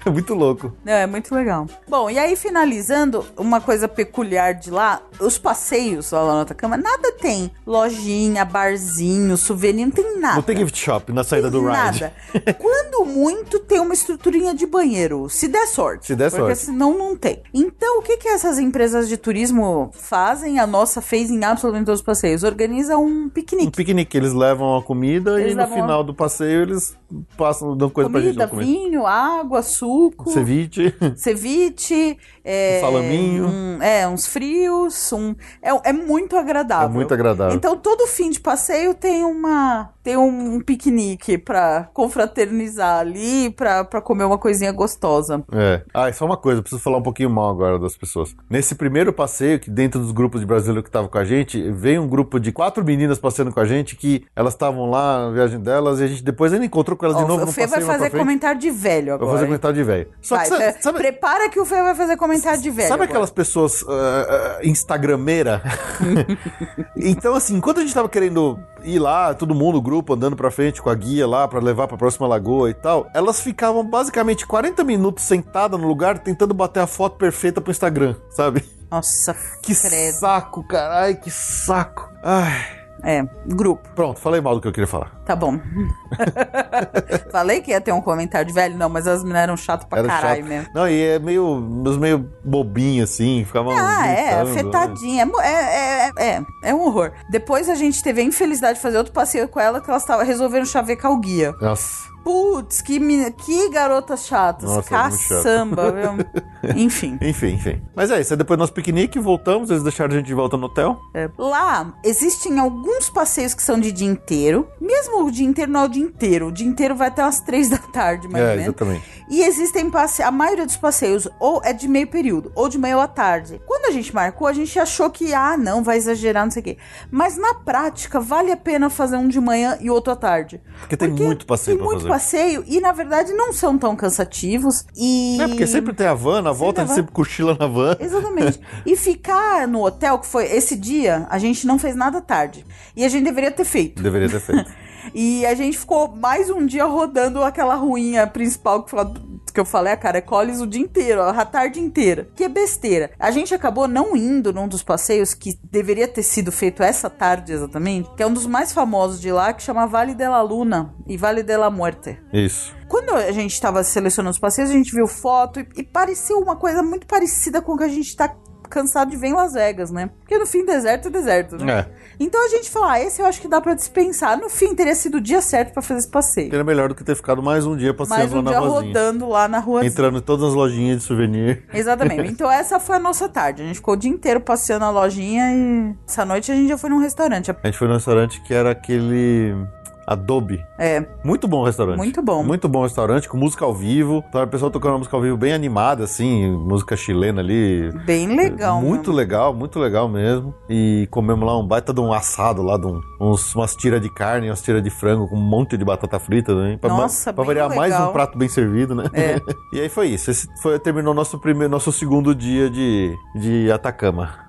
é muito louco. Não, é muito legal. Bom, e aí finalizando, uma coisa peculiar de lá, os passeios lá na outra cama, nada tem. Lojinha, barzinho, souvenir, não tem nada. Não tem gift shop na saída do ride. Ah, Nada. Quando muito, tem uma estruturinha de banheiro. Se der sorte. Se der porque sorte. senão não tem. Então, o que, que essas empresas de turismo fazem? A nossa fez em absolutamente todos os passeios. Organiza um Um piquenique. piquenique, eles levam a comida Eles e no levam a- final do passeio eles passam, dão coisa pra gente Comida, não comer. vinho, água, suco. Ceviche. ceviche, é, Um salaminho. um- é, uns frios, um, é, é muito agradável. É muito agradável. Então todo fim de passeio tem uma tem um piquenique pra confraternizar ali, pra pra comer uma coisinha gostosa. É. Ah, e só uma coisa, eu preciso falar um pouquinho mal agora das pessoas. Nesse primeiro passeio, que dentro dos grupos de brasileiro que estavam com a gente, veio um grupo de quatro meninas passeando com a gente que elas estavam lá na viagem delas e a gente depois ainda encontrou com elas Ó, de novo o no Fê passeio. vai lá pra fazer frente. comentário de velho Eu agora. vou fazer comentário de velho. Só Vai, que sabe, Fê, sabe- Prepara que o Fê vai fazer comentário de velho. sabe agora. aquelas pessoas ah, ah, instagrameira? então, assim, enquanto a gente tava querendo ir lá, todo mundo, o grupo, andando pra frente com a guia lá pra levar pra próxima lagoa e tal, elas ficavam basicamente 40 minutos sentadas no lugar tentando bater a foto perfeita pro Instagram, sabe? Nossa, Que credo. saco, caralho, que saco. Ai, É, grupo, pronto, falei mal do que eu queria falar. tá bom. Falei que ia ter um comentário de velho, não, mas as meninas eram chato pra caralho chato. mesmo. Não, e é meio, uns meio bobinho assim, né? ficava Ah, é, afetadinho. afetadinha. É mo- É, é, é, é um horror. Depois a gente teve a infelicidade de fazer outro passeio com ela que elas tavam, resolveram chavecar o guia. Nossa, Putz, que, meni- que garotas chatas. Nossa, muito chato. Caçamba, viu? Enfim. enfim, enfim. Mas é isso, aí depois do nosso piquenique, voltamos, eles deixaram a gente de volta no hotel. É. Lá existem alguns passeios que são de dia inteiro. Mesmo o dia inteiro não é o dia inteiro. O dia inteiro vai até umas três da tarde, mais é, ou menos. exatamente. E existem passe... a maioria dos passeios ou é de meio período, ou de meio à tarde. Quando a gente marcou, a gente achou que, ah, não, vai exagerar, não sei o quê. Mas na prática, vale a pena fazer um de manhã e outro à tarde. Porque tem muito Tem passeio pra muito fazer. passeio e, na verdade, não são tão cansativos. E... É, porque sempre tem a van, na volta a a gente van. sempre cochila na van. Exatamente. E ficar no hotel, que foi esse dia, a gente não fez nada à tarde. E a gente deveria ter feito. Deveria ter feito. E a gente ficou mais um dia rodando aquela ruinha principal que, fala- que eu falei, a Caracoles, o dia inteiro, a tarde inteira. Que é besteira. A gente acabou não indo num dos passeios que deveria ter sido feito essa tarde exatamente, que é um dos mais famosos de lá, que chama Vale della Luna e Vale della Muerte. Isso. Quando a gente estava selecionando os passeios, a gente viu foto e, e pareceu uma coisa muito parecida com o que a gente tá cansado de ver em Las Vegas, né? Porque no fim, deserto é deserto, né? É. Então a gente fala, ah, esse eu acho que dá pra dispensar. No fim, teria sido o dia certo pra fazer esse passeio. Era melhor do que ter ficado mais um dia Mais passeando um dia lá na Então- vanzinha. rodando lá na rua. Entrando em todas as lojinhas de souvenir. Exatamente. Então essa foi a nossa tarde. A gente ficou o dia inteiro passeando na lojinha e essa noite a gente já foi num restaurante. É A gente foi num restaurante que era aquele Adobe. É, Muito bom o restaurante. Muito bom. Muito bom o restaurante, com música ao vivo. Tava o pessoal tocando uma música ao vivo bem animada, assim, música chilena ali. bem legal. É né? Muito mesmo. legal, muito legal mesmo. E comemos lá um baita de um assado lá, de um- uns, umas tiras de carne, umas tiras de frango com um monte de batata frita também. Pra, ma- Nossa, pra bem variar mais legal. um prato bem servido, né? É. e aí foi isso. Esse foi, terminou nosso primeiro, nosso segundo dia de, de Atacama.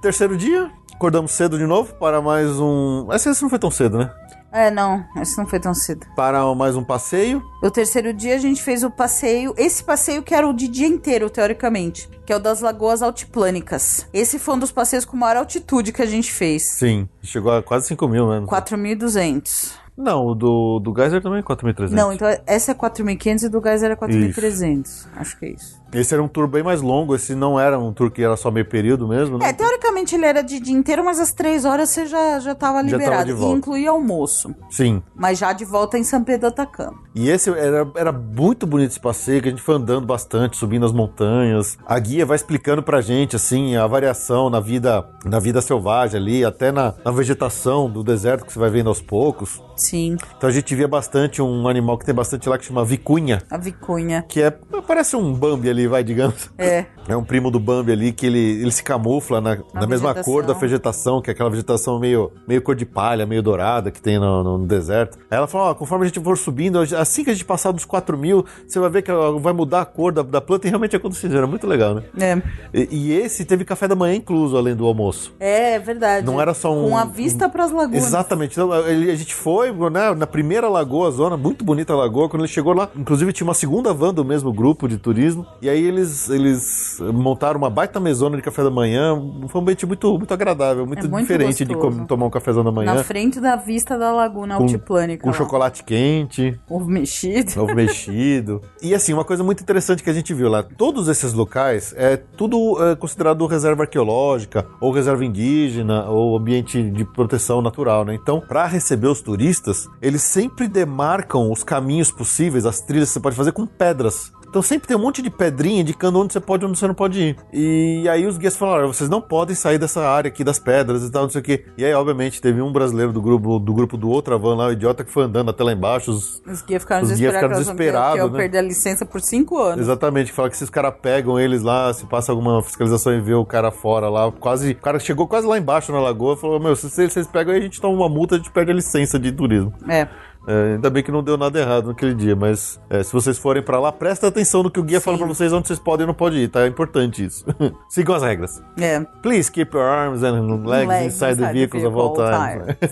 Terceiro dia, acordamos cedo de novo para mais um. Esse, esse não foi tão cedo, né? É, não, isso não foi tão cedo. Para mais um passeio. O terceiro dia a gente fez o passeio, esse passeio que era o de dia inteiro, teoricamente, que é o das Lagoas Altiplânicas. Esse foi um dos passeios com maior altitude que a gente fez. Sim, chegou a quase 5 mil, né? 4.200. Não, o do, do Geyser também é 4.300. Não, então essa é 4.500 e do gás era 4.300. Acho que é isso. Esse era um tour bem mais longo, esse não era um tour que era só meio período mesmo, né? É, teoricamente Geralmente ele era de dia inteiro, mas às três horas você já, já tava Já tava liberado. de volta. E incluía almoço. Sim. Mas já de volta em São Pedro do Atacama. E esse era, era muito bonito esse passeio, que a gente foi andando bastante, subindo as montanhas. A guia vai explicando pra gente, assim, a variação na vida na vida selvagem ali, até na, na vegetação do deserto que você vai vendo aos poucos. Sim, Então a gente via bastante um animal que tem bastante lá que chama vicunha, a vicunha. que é parece um Bambi ali, vai, digamos. É, É um primo do Bambi ali que ele, ele se camufla na, na mesma vegetação. cor da vegetação, que é aquela vegetação meio, meio cor de palha, meio dourada que tem no, no deserto. Aí ela fala: Ó, conforme a gente for subindo, assim que a gente passar dos 4 mil, você vai ver que ela vai mudar a cor da, da planta e realmente aconteceu. Era muito legal, né? é. E, e esse teve café da manhã incluso, além do almoço. É, é verdade. Não era só um- Com a vista pras lagunas. Exatamente. Então, ele- a gente foi né, na primeira lagoa, zona, muito bonita a lagoa. Quando ele chegou lá, inclusive tinha uma segunda van do mesmo grupo de turismo. E aí eles, eles montaram uma baita mesona de café da manhã. Foi um ambiente muito, muito agradável, muito, É muito diferente de gostoso. como tomar um cafezão da manhã. Na frente da vista da laguna altiplânica. Com um lá. chocolate quente, Ovo mexido. ovo mexido. E assim, uma coisa muito interessante que a gente viu lá: todos esses locais é tudo é, considerado reserva arqueológica, ou reserva indígena, ou ambiente de proteção natural, né? Então, para receber os turistas, eles sempre demarcam os caminhos possíveis, as trilhas que você pode fazer com pedras. Então sempre tem um monte de pedrinha indicando onde você pode e onde você não pode ir. E aí os guias falaram: "Olha, vocês não podem sair dessa área aqui das pedras e tal, não sei o quê. E aí, obviamente, teve um brasileiro do grupo do grupo do outra van lá, o idiota, que foi andando até lá embaixo, os, Os guias ficaram Os guias desesperados. ficaram que elas não queriam- que desesperados, eu né? perdi a licença por cinco anos. Exatamente, que fala que se os caras pegam eles lá, se passa alguma fiscalização e vê o cara fora lá, quase. O cara chegou quase lá embaixo na lagoa e falou: Meu, se vocês vocês pegam aí, a gente toma uma multa, a gente perde a licença de turismo. É. É, ainda bem que não deu nada errado naquele dia, mas é, se vocês forem pra lá, presta atenção no que o guia fala pra vocês, onde vocês podem e não podem ir, tá? É importante isso. Sigam as regras. É. Please keep your arms and legs, Legs inside, the vehicles at all times.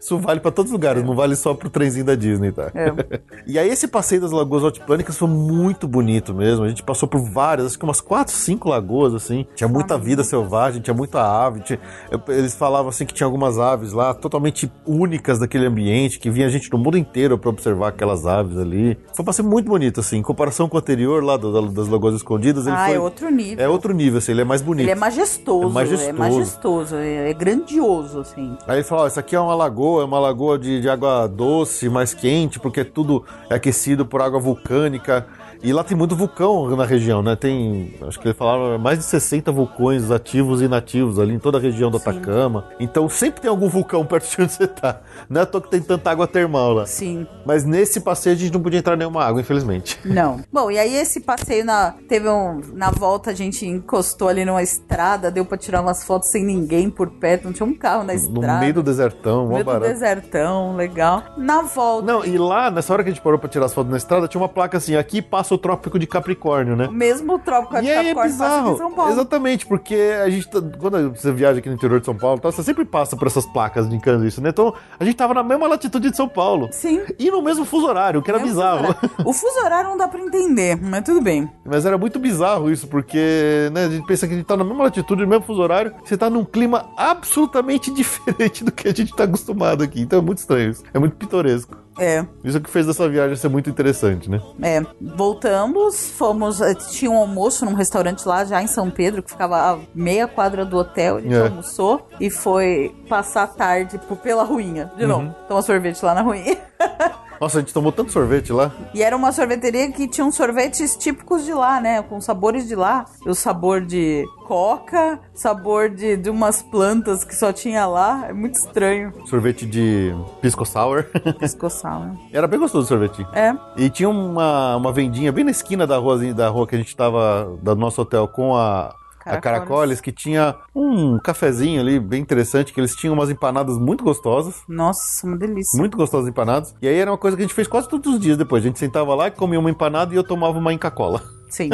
Isso vale pra todos os lugares, não vale só pro trenzinho da Disney, tá? É. E aí esse passeio das lagoas altiplânicas foi muito bonito mesmo. A gente passou por várias, acho que umas quatro, cinco lagoas, assim. Tinha muita vida selvagem, tinha muita ave. tinha- Eles falavam assim que tinha algumas aves lá totalmente únicas daquele ambiente, que vinha gente do mundo inteiro pra observar aquelas aves ali. Foi um passeio muito bonito, assim. Em comparação com o anterior lá do- da- das lagoas escondidas, ele Ah, foi... é outro nível. É outro nível, assim, ele é mais bonito. Ele é majestoso, É majestoso. é majestoso, é, é grandioso, assim. Aí ele falou: ó, isso aqui é uma lagoa, é uma lagoa de, de água doce, mais quente, porque tudo é aquecido por água vulcânica. E lá tem muito vulcão na região, né? Tem, acho que ele falava, mais de 60 vulcões ativos e inativos ali em toda a região do Atacama. Então sempre tem algum vulcão perto de onde você tá. Não é à toa que tem tanta água termal lá. Sim, Mas nesse passeio a gente não podia entrar em nenhuma água, infelizmente. não. Bom, e aí esse passeio na teve um na volta a gente encostou ali numa estrada, deu pra tirar umas fotos sem ninguém por perto, não tinha um carro na No estrada. meio do desertão, no mó meio do barato. desertão, legal. Na volta, Não, e lá, nessa hora que a gente parou pra tirar as fotos na estrada, tinha uma placa assim: aqui passa o Trópico de Capricórnio, né? o mesmo trópico E aí é Capricórnio passa bizarro. em São Paulo. Exatamente, porque a gente tá- quando você viaja aqui no interior de São Paulo, e tal, você sempre passa por essas placas de isso, né? Então, a gente tava na mesma latitude de São Paulo. Sim. E no mesmo fuso horário, o que era é um bizarro. fuso horário. O fuso horário não dá pra entender, mas tudo bem. Mas era muito bizarro isso, porque né, a gente pensa que a gente tá na mesma latitude, no mesmo fuso horário, você tá num clima absolutamente diferente do que a gente tá acostumado aqui. Então é muito estranho isso. É muito pitoresco. É. Isso que fez dessa viagem ser muito interessante, né? É, voltamos, fomos, eh, tinha um almoço num restaurante lá já em São Pedro, que ficava a meia quadra do hotel, a gente É. almoçou e foi passar a tarde por- pela ruinha, de Uhum. novo, tomar sorvete lá na ruinha. Nossa, a gente tomou tanto sorvete lá. E era uma sorveteria que tinha uns sorvetes típicos de lá, né, com sabores de lá, o sabor de coca, sabor de, de umas plantas que só tinha lá, é muito estranho, Sorvete de pisco sour. pescoçal, né? era bem gostoso o sorvete. É, E tinha uma, uma vendinha bem na esquina da rua, da rua que a gente tava, do nosso hotel, com a. A Caracoles. Caracoles, que tinha um cafezinho ali bem interessante, que eles tinham umas empanadas muito gostosas, nossa, uma delícia. muito gostosas empanadas. E aí era uma coisa que a gente fez quase todos os dias depois. A gente sentava lá, comia uma empanada e eu tomava uma Inca-Cola. Sim,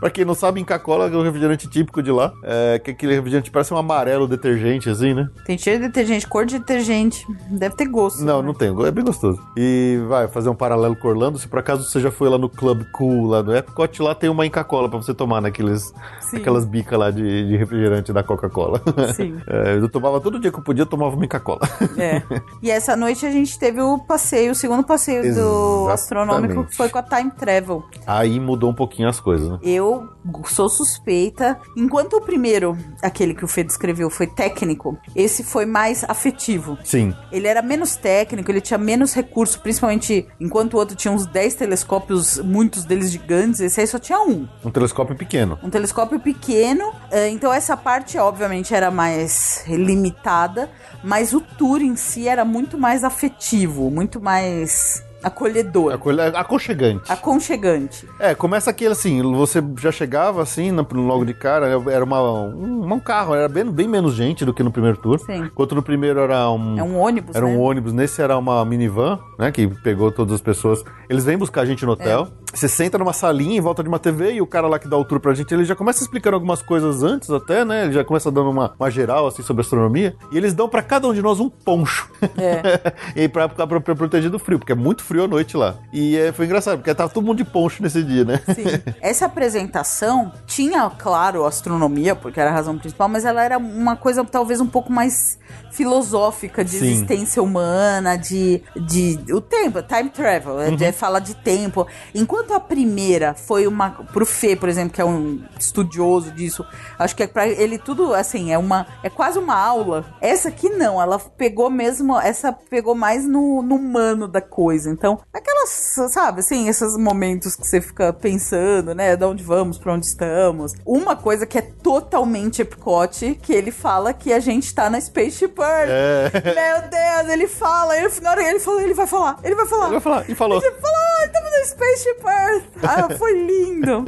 pra quem não sabe, Inca-Cola é um refrigerante típico de lá, é, que é aquele refrigerante que parece um amarelo detergente, assim, né? tem cheiro de detergente, cor de detergente, deve ter gosto. Não, né? não tem. É bem gostoso. E vai fazer um paralelo com Orlando. Se por acaso você já foi lá no Club Cool, lá no Epcot, lá tem uma Inca-Cola pra você tomar né? naqueles, Sim. naquelas bicas lá de, de refrigerante da Coca-Cola. Sim. É, eu tomava todo dia que eu podia, eu tomava uma Inca-Cola. É. E essa noite a gente teve o passeio, o segundo passeio do Exatamente. astronômico, que foi com a Time Travel. Aí mudou um pouquinho pouquinho as coisas, né? Eu sou suspeita. Enquanto o primeiro, aquele que o Fê descreveu, foi técnico, esse foi mais afetivo. Sim. Ele era menos técnico, ele tinha menos recurso, principalmente enquanto o outro tinha uns 10 telescópios, muitos deles gigantes, esse aí só tinha um. Um telescópio pequeno. Um telescópio pequeno, eh, então essa parte obviamente era mais limitada, mas o tour em si era muito mais afetivo, muito mais acolhedor, Aco- é Aconchegante. aconchegante. É, começa aqui assim, você já chegava assim, na- logo de cara, era uma, um, um carro, era bem, bem menos gente do que no primeiro tour. Sim. Enquanto no primeiro era um. É um ônibus, Era né? um ônibus, nesse era uma minivan, né? Que pegou todas as pessoas. Eles vêm buscar a gente no hotel. É. Você senta numa salinha em volta de uma TV e o cara lá que dá o tour pra gente, ele já começa explicando algumas coisas antes até, né? Ele já começa dando uma, uma geral, assim, sobre astronomia. E eles dão pra cada um de nós um poncho. É. e pra, pra, pra- pra proteger do frio, porque é muito frio à noite lá. E é, foi engraçado, porque tava todo mundo de poncho nesse dia, né? Sim. Essa apresentação tinha, claro, astronomia, porque era a razão principal, mas ela era uma coisa talvez um pouco mais filosófica de Sim. existência humana, de, de o tempo, time travel, é de falar de tempo. Enquanto a primeira foi uma pro Fê, por exemplo, que é um estudioso disso, acho que é para ele tudo assim, é uma é quase uma aula. Essa aqui não, ela pegou mesmo, essa pegou mais no, no humano da coisa. Então, aquelas, sabe, assim, esses momentos que você fica pensando, né, de onde vamos, pra onde estamos. Uma coisa que é totalmente Epcot, que ele fala que a gente tá na Spaceship Earth. É. Meu Deus, ele fala, ele, na hora que ele fala, ele vai falar, ele vai falar. Ele vai falar, e falou. Ele falou, ah, estamos no Spaceship Earth. Ah, foi lindo.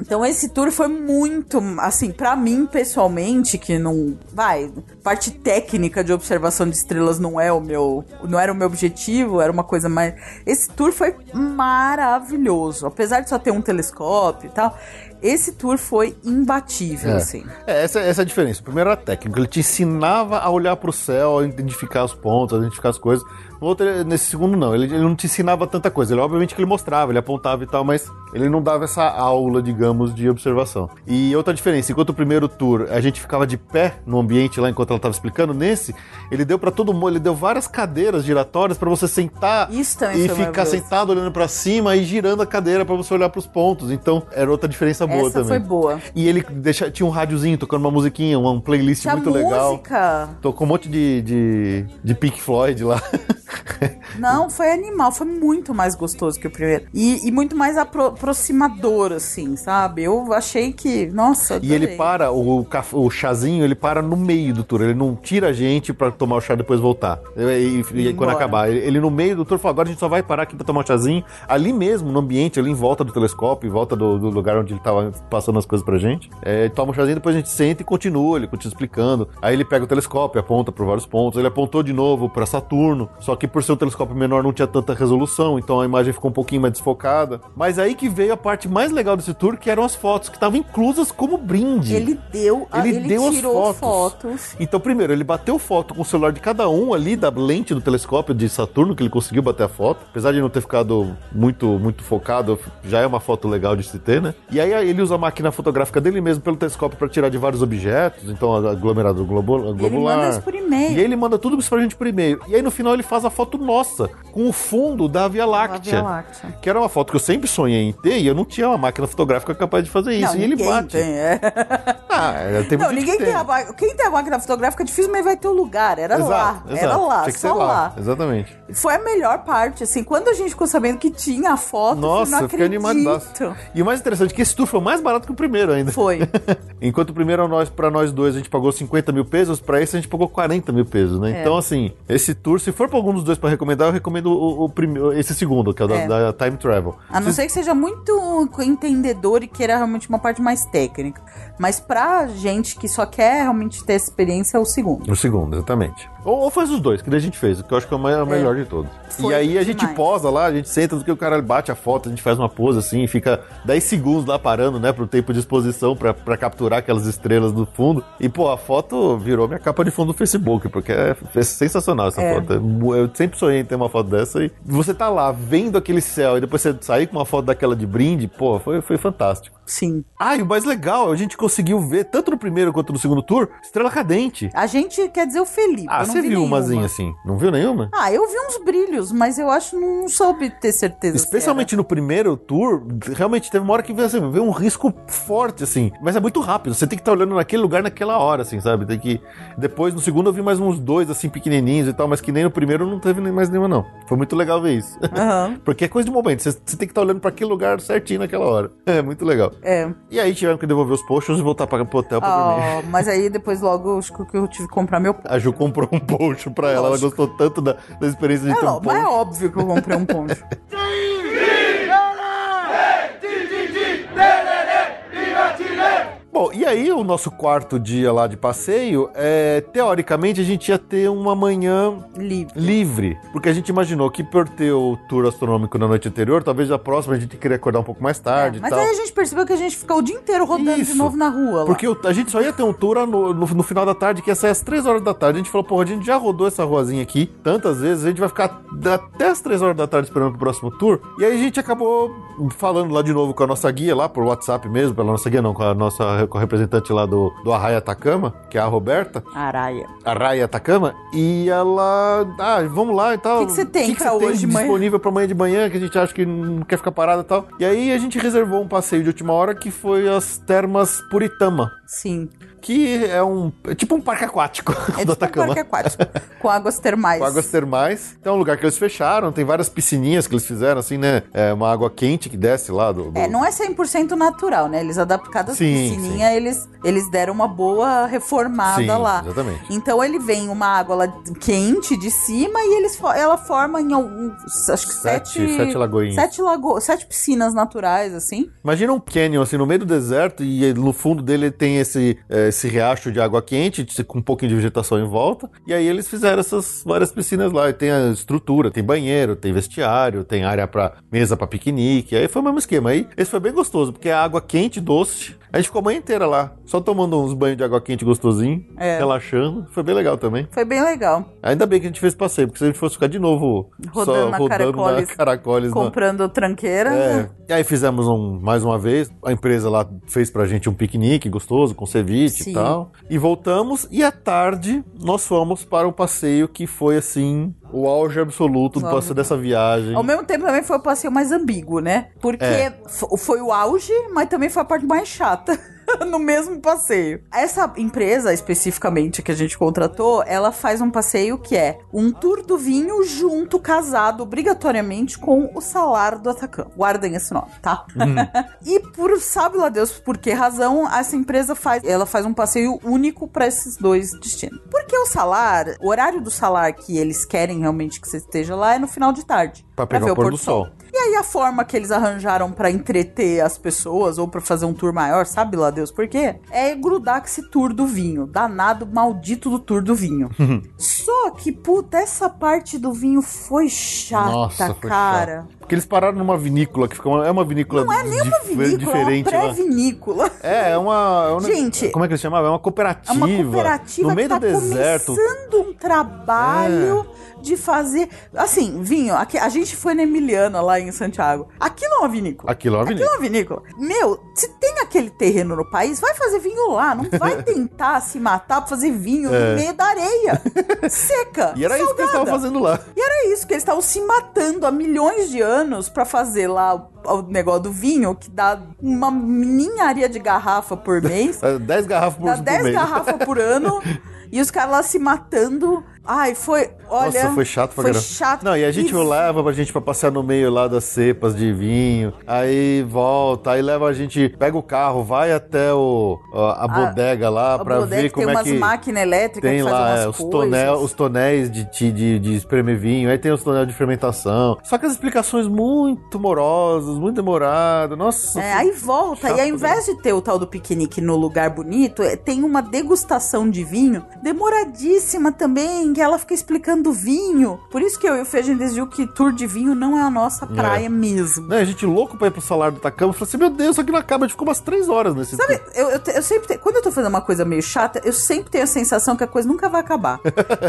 Então esse tour foi muito, assim, pra mim pessoalmente, que não, vai, parte técnica de observação de estrelas não é o meu, não era o meu objetivo, era uma coisa mais, esse tour foi maravilhoso, apesar de só ter um telescópio e tal, esse tour foi imbatível, assim. É, essa, essa é a diferença. O primeiro era técnico, ele te ensinava a olhar pro céu, a identificar os pontos, a identificar as coisas. No outro, ele- nesse segundo, não, ele, ele não te ensinava tanta coisa. Ele, obviamente, que ele mostrava, ele apontava e tal, mas ele não dava essa aula, digamos, de observação. E outra diferença, enquanto o primeiro tour a gente ficava de pé no ambiente lá enquanto ela tava explicando, nesse, ele deu pra todo mundo, ele deu várias cadeiras giratórias pra você sentar Isso também e foi ficar maravilhoso. sentado olhando pra cima e girando a cadeira pra você olhar pros pontos. Então, era outra diferença boa Essa também. foi boa. E ele deixa, tinha um rádiozinho tocando uma musiquinha, uma um playlist Tinha muito legal. música. Tocou um monte de, de, de Pink Floyd lá. Não, foi animal, foi muito mais gostoso que o primeiro. E, e muito mais apro- aproximador, assim, sabe? Eu achei que. Nossa, e ele adorei. para, o, caf- o chazinho, ele para no meio do tour. Ele não tira a gente pra tomar o chá e depois voltar. E, e- e aí, quando Embora. acabar. Ele, ele no meio do tour falou: agora a gente só vai parar aqui pra tomar um chazinho. Ali mesmo, no ambiente, ali em volta do telescópio, em volta do, do lugar onde ele tava passando as coisas pra gente. É, toma um chazinho, depois a gente senta e continua. Ele continua explicando. Aí ele pega o telescópio, aponta por vários pontos. Ele apontou de novo pra Saturno. Só que por ser um telescópio menor não tinha tanta resolução, então a imagem ficou um pouquinho mais desfocada. Mas aí que veio a parte mais legal desse tour, que eram as fotos que estavam inclusas como brinde. Ele deu. a- Ele Ah, Ele, deu as tirou fotos. fotos. Então, primeiro, ele bateu foto com o celular de cada um ali da lente do telescópio de Saturno, que ele conseguiu bater a foto. Apesar de não ter ficado muito, muito focado, já é uma foto legal de se ter, né? E aí ele usa a máquina fotográfica dele mesmo pelo telescópio para tirar de vários objetos, então aglomerado globo- Ele globular. manda isso por E e-mail. aí ele manda tudo isso pra gente por e-mail. E aí no final ele faz a foto nossa, com o fundo da Via Láctea. Via Láctea. Que era uma foto que eu sempre sonhei em ter e eu não tinha uma máquina fotográfica capaz de fazer isso. Não, e ele ninguém bate. tem, é. Ah, tem Não, muita gente ninguém que tem. a ma- Quem tem a máquina fotográfica dificilmente vai ter o lugar. Era lá. Exato, Era exato. lá, Tinha que só ser lá. Exatamente. Foi a melhor parte, assim. Quando a gente ficou sabendo que tinha a foto, eu Nossa, falei, eu fiquei assim, não acredito. animadaço. E o mais interessante é que esse tour foi mais barato que o primeiro ainda. Foi. Enquanto o primeiro é nós, pra nós dois a gente pagou 50 mil pesos, pra esse a gente pagou 40 mil pesos, né? É. Então, assim, esse tour, se for pra algum dos dois pra recomendar, eu recomendo o, o prime- esse segundo, que é o da, É. da Time Travel. A não ser que seja muito entendedor e queira realmente uma parte mais técnica. Mas pra gente que só quer realmente ter experiência, é o segundo. O segundo, exatamente. Ou, ou faz os dois, que daí a gente fez, que eu acho que é o mai- o melhor de todos. Foi e aí a gente demais. posa lá, a gente senta, do que o cara bate a foto, a gente faz uma pose assim, fica 10 segundos lá parando, né, pro tempo de exposição pra, pra capturar aquelas estrelas do fundo. E, pô, a foto virou minha capa de fundo do Facebook, porque é, é sensacional essa É. foto. Eu sempre sonhei em ter uma foto dessa e você tá lá vendo aquele céu e depois você sair com uma foto daquela de brinde, pô, foi, foi fantástico. Sim. Ah, e o mais legal, a gente conseguiu ver, tanto no primeiro quanto no segundo tour, estrela cadente. A gente quer dizer o Felipe. Ah, eu você vi viu nenhuma. umazinha assim? Não viu nenhuma? Ah, eu vi uns brilhos, mas eu acho não soube ter certeza. se Especialmente no primeiro tour, realmente teve uma hora que você vê um risco forte, assim. Mas é muito rápido. Você tem que estar olhando naquele lugar naquela hora, assim, sabe? Tem que. Depois, no segundo, eu vi mais uns dois, assim, pequenininhos e tal, mas que nem no primeiro não teve nem mais nenhuma, não. Foi muito legal ver isso. era. Aham. Porque é coisa de momento. Você você tem que estar olhando para aquele lugar certinho naquela hora. É muito legal. É. E aí tiveram que devolver os potions e voltar para o hotel pra dormir. Ah, mas aí depois logo acho que eu tive que comprar meu. A Ju comprou um poncho pra ela. Ela Lógico. gostou tanto da, da experiência de É, ter um não, mas é poncho. óbvio que eu comprei um poncho. Bom, e aí o nosso quarto dia lá de passeio, é, teoricamente a gente ia ter uma manhã Livre. livre, porque a gente imaginou que por ter o tour astronômico na noite anterior, talvez a próxima a gente queria acordar um pouco mais tarde e É, Mas tal. aí a gente percebeu que a gente ficou o dia inteiro rodando Isso. de novo na rua. Lá. Porque o- a gente só ia ter um tour no, no- no final da tarde, que ia sair às 3 horas da tarde. A gente falou, porra, a gente já rodou essa ruazinha aqui tantas vezes, a gente vai ficar até as 3 horas da tarde esperando pro próximo tour. E aí a gente acabou falando lá de novo com a nossa guia, lá por WhatsApp mesmo, pela nossa guia não, com a nossa com a representante lá do, do Arraia Atacama, que é a Roberta, Araia. Arraia Atacama, e ela, ah, vamos lá e tal. O que que você tem O pra você hoje de manhã? disponível pra amanhã de manhã, que a gente acha que não quer ficar parada e tal. E aí a gente reservou um passeio de última hora, que foi as Termas Puritama Sim. que é um é tipo um parque aquático É do tipo um Atacama. parque aquático. com águas termais. tá Com águas termais. Então é um lugar que eles fecharam, tem várias piscininhas que eles fizeram, assim, né? É uma água quente que desce lá do. do- É, não é 100% natural, né? Eles adaptaram a Sim, piscininha, eles, eles deram uma boa reformada Sim, lá. Exatamente. Então ele vem uma água lá quente de cima e eles fo- ela forma em alguns, acho que Sete- sete, sete lagoinhas. sete, lago- sete piscinas naturais assim. Imagina um canyon, assim, no meio do deserto e no fundo dele tem esse, eh, esse riacho de água quente, de- com um pouquinho de vegetação em volta. E aí eles fizeram essas várias piscinas lá. E tem a estrutura, tem banheiro, tem vestiário, tem área pra mesa pra piquenique. Aí foi o mesmo esquema. Aí esse foi bem gostoso, porque é água quente, doce. A gente ficou a manhã inteira lá, só tomando uns banhos de água quente gostosinho, É. relaxando. Foi bem legal também. Foi bem legal. Ainda bem que a gente fez passeio, porque se a gente fosse ficar de novo só Rodando na rodando Caracoles. na Caracoles, né? na- Comprando tranqueira. é. E aí fizemos um, mais uma vez. A empresa lá fez pra gente um piquenique gostoso, com ceviche e Sim. tal. E voltamos. E à tarde, nós fomos para um passeio que foi, assim, o auge absoluto do Auge. passeio dessa viagem. Ao mesmo tempo também foi o passeio mais ambíguo, né? Porque É. fo- foi o auge, mas também foi a parte mais chata no mesmo passeio. Essa empresa especificamente que a gente contratou, ela faz um passeio que é um tour do vinho junto casado obrigatoriamente com o salário do Atacama. Guardem esse nome, tá? e por sabe lá Deus por que razão essa empresa faz, ela faz um passeio único para esses dois destinos. Porque o salário, o horário do salário que eles querem realmente que você esteja lá é no final de tarde. Pra pegar o pôr do sol. E aí a forma que eles arranjaram pra entreter as pessoas ou pra fazer um tour maior, sabe lá Deus por quê? É grudar com esse tour do vinho, danado maldito do tour do vinho. Só que puta, essa parte do vinho foi chata, Nossa, foi cara. chato. Porque eles pararam numa vinícola, que fica uma, é uma vinícola Não é nem uma Vinícola, é uma diferente lá. pré-vinícola. É, é uma. é um- Gente, Como é que eles chamavam? É uma É cooperativa. uma cooperativa No meio que tá do deserto. É. começando um trabalho de fazer. Assim, vinho, aqui, a gente foi na Emiliana, lá em Santiago. Aquilo é uma vinícola. Aquilo é uma Aquilo vinícola. é uma vinícola. Meu, se tem aquele terreno no país, vai fazer vinho lá. Não vai tentar se matar pra fazer vinho É. no meio da areia. Seca. E era isso que eles estavam salgada. fazendo lá. E era isso, que eles estavam se matando há milhões de anos pra fazer lá o, o negócio do vinho, que dá uma ninharia de garrafa por mês. 10 É, garrafas por, Dá por 10 mês. garrafas por ano e os caras lá se matando. Ai, foi. Olha. Nossa, foi chato pra Foi caramba. chato. Não, e a gente E- leva pra gente pra passear no meio lá das cepas de vinho, aí volta, aí leva a gente, pega o carro, vai até o, a, a bodega lá Ah, a pra bodega ver tem como é umas que máquinas elétricas tem que fazem lá umas é, os, coisas. tonel, os tonéis de, ti- de, de espremer vinho, aí tem os tonéis de fermentação. Só que as explicações muito morosas, muito demoradas, nossa. É, aí volta, Chato, e ao invés de ter o tal do piquenique no lugar bonito, é, tem uma degustação de vinho demoradíssima também, que ela fica explicando vinho. Por isso que eu e o Fê, a gente decidiu que tour de vinho não é a nossa praia mesmo. Né, a gente louco pra ir pro salário do Tacama, falou assim, meu Deus, isso aqui não acaba, a gente ficou umas três horas nesse Sabe, eu, eu, te- eu sempre. te- quando eu tô fazendo uma coisa meio chata, eu sempre tenho a sensação que a coisa nunca vai acabar.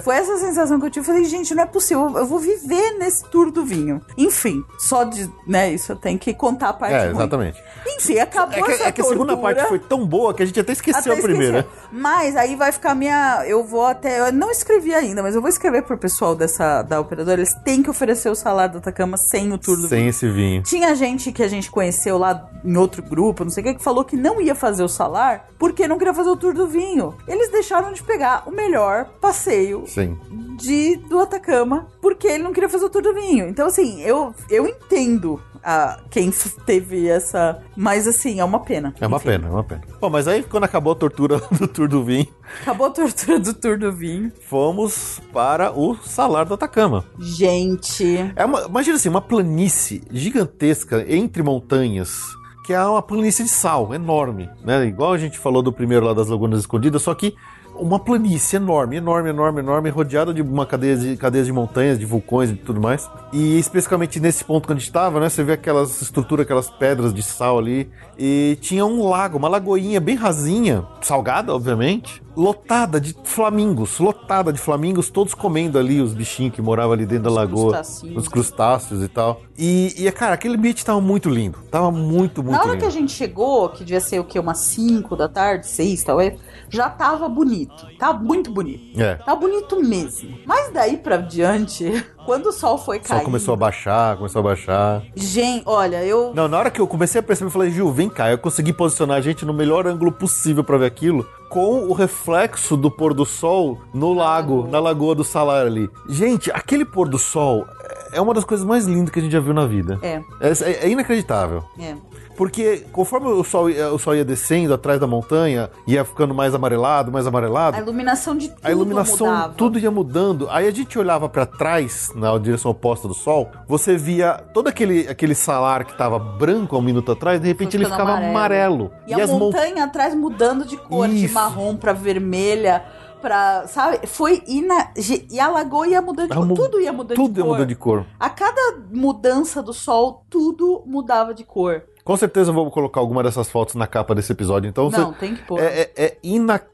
Foi essa sensação que eu tive. Eu falei, gente, não é possível. Eu, eu vou viver nesse tour do vinho. Enfim, só de. né, Isso eu tenho que contar a parte. É, ruim. exatamente. Enfim, acabou É que, essa é que a segunda tortura. parte foi é tão boa que a gente até esqueceu Até a primeira. esqueci. Mas aí vai ficar minha. Eu vou até. Eu não escrevi ainda, ainda, mas eu vou escrever pro pessoal dessa, da operadora. Eles têm que oferecer o salário da Atacama sem o turno. Sem esse vinho. Tinha gente que a gente conheceu lá em outro grupo, não sei o que, que falou que não ia fazer o salar porque não queria fazer o tour do vinho. Eles deixaram de pegar o melhor passeio Sim. de do Atacama porque ele não queria fazer o tour do vinho. Então, assim, eu, eu entendo a, quem f- teve essa. Mas, assim, é uma pena. É uma Enfim, pena, é uma pena. Bom, mas aí quando acabou a tortura do Tour do Vinho, Acabou a tortura do tour do vinho. fomos para o salário do Atacama. Gente. É uma, imagina assim, uma planície gigantesca entre montanhas, que é uma planície de sal enorme, né? Igual a gente falou do primeiro lá das Lagunas Escondidas, só que uma planície enorme, enorme, enorme, enorme, rodeada de uma cadeia de, cadeias de montanhas, de vulcões e tudo mais. E especificamente nesse ponto que a gente estava, né? Você vê aquelas estruturas, aquelas pedras de sal ali. E tinha um lago, uma lagoinha bem rasinha, salgada, obviamente, lotada de flamingos, lotada de flamingos, todos comendo ali os bichinhos que moravam ali dentro da lagoa crustáceos. os crustáceos e tal. E, e, cara, aquele ambiente tava muito lindo. Tava muito, muito Na hora lindo. que a gente chegou, que devia ser o quê? Umas 5 da tarde, 6 talvez, já tava bonito. Tava muito bonito. É. Tá bonito mesmo. Mas daí pra diante, quando o sol foi O cair. sol começou a baixar, começou a baixar. Gente, olha, eu. Não, na hora que eu comecei a perceber, eu falei, Gil, vem cá. Eu consegui posicionar a gente no melhor ângulo possível pra ver aquilo, com o reflexo do pôr do sol no lago, na lagoa do salário ali. Gente, aquele pôr do sol é uma das coisas mais lindas que a gente já viu na vida. É, É- é- é inacreditável. é. Porque conforme o sol, ia- o sol ia descendo atrás da montanha, ia ficando mais amarelado, mais amarelado. A iluminação de tudo. A iluminação, mudava. tudo ia mudando. Aí a gente olhava pra trás, na direção oposta do sol, você via todo aquele, aquele salar que tava branco há um minuto atrás, de repente ele ficando ficava amarelo. amarelo. E, a mon- montanha atrás mudando de cor, de Isso. marrom pra vermelha, pra. Sabe? Foi. Ina... ge- E a lagoa ia mudando de Ah, mu- cor. Tudo ia mudando tudo de ia cor. mudando de cor. A cada mudança do sol, tudo mudava de cor. Com certeza eu vou colocar alguma dessas fotos na capa desse episódio. Então você- Não, tem que pôr. é, é- é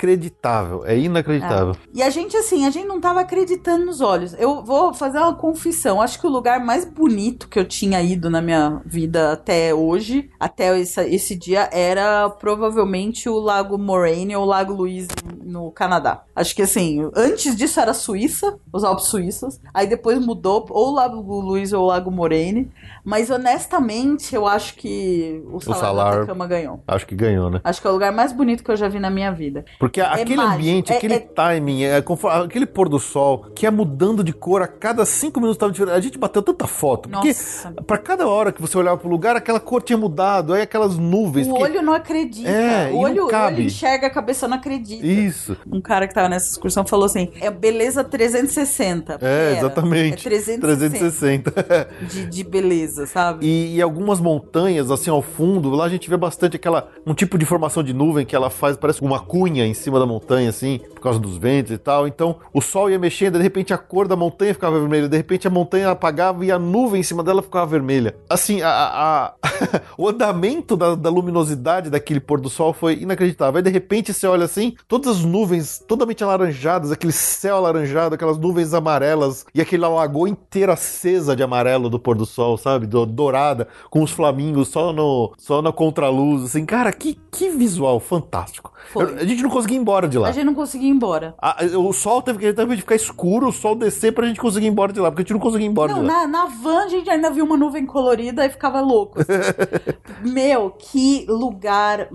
inacreditável. É inacreditável. E a gente, assim, a gente não tava acreditando nos olhos. Eu vou fazer uma confissão. Acho que o lugar mais bonito que eu tinha ido na minha vida até hoje, até essa- esse dia, era provavelmente o Lago Moraine ou o Lago Louise no Canadá. Acho que, assim, antes disso era Suíça, os Alpes Suíços. Aí depois mudou ou o Lago Louise ou o Lago Moraine. Mas, honestamente, eu acho que o salário, salar- da Atacama ganhou. Acho que ganhou, né? Acho que é o lugar mais bonito que eu já vi na minha vida. Porque aquele mágico, ambiente, é- aquele é- timing, é, conforme- aquele pôr do sol que é mudando de cor a cada cinco minutos tava diferente. A gente bateu tanta foto. Porque Nossa. Pra cada hora que você olhava pro lugar, aquela cor tinha mudado, aí aquelas nuvens. O porque- Um olho não acredita. É, e o não olho, o olho cabe. enxerga, a cabeça não acredita. Isso. Um cara que tava nessa excursão falou assim: é beleza 360. É, Pera, exatamente. É 360 360. de, de beleza, sabe? e, e algumas montanhas, assim, ao fundo, lá a gente vê bastante aquela. Um tipo de formação de nuvem que ela faz, parece uma cunha em cima da montanha, assim, por causa dos ventos e tal. Então, o sol ia mexendo, de repente a cor da montanha ficava vermelha, de repente a montanha apagava e a nuvem em cima dela ficava vermelha. Assim, a- a- a- o andamento da, da luminosidade daquele pôr do sol foi inacreditável. Aí, de repente, você olha assim, todas as nuvens totalmente alaranjadas, aquele céu alaranjado, aquelas nuvens amarelas e aquela lagoa inteira acesa de amarelo do pôr do sol, sabe? Do- dourada, com os flamingos só, no, só na contraluz, assim. Cara, que, que visual fantástico. Foi. Eu- a gente não conseguia ir embora de lá. A gente não conseguia ir embora. A- o sol teve que teve que ficar escuro, o sol descer pra gente conseguir ir embora de lá, porque a gente não conseguia ir embora Não, de na, lá. na van a gente ainda viu uma nuvem colorida e ficava louco. assim. Meu, que lugar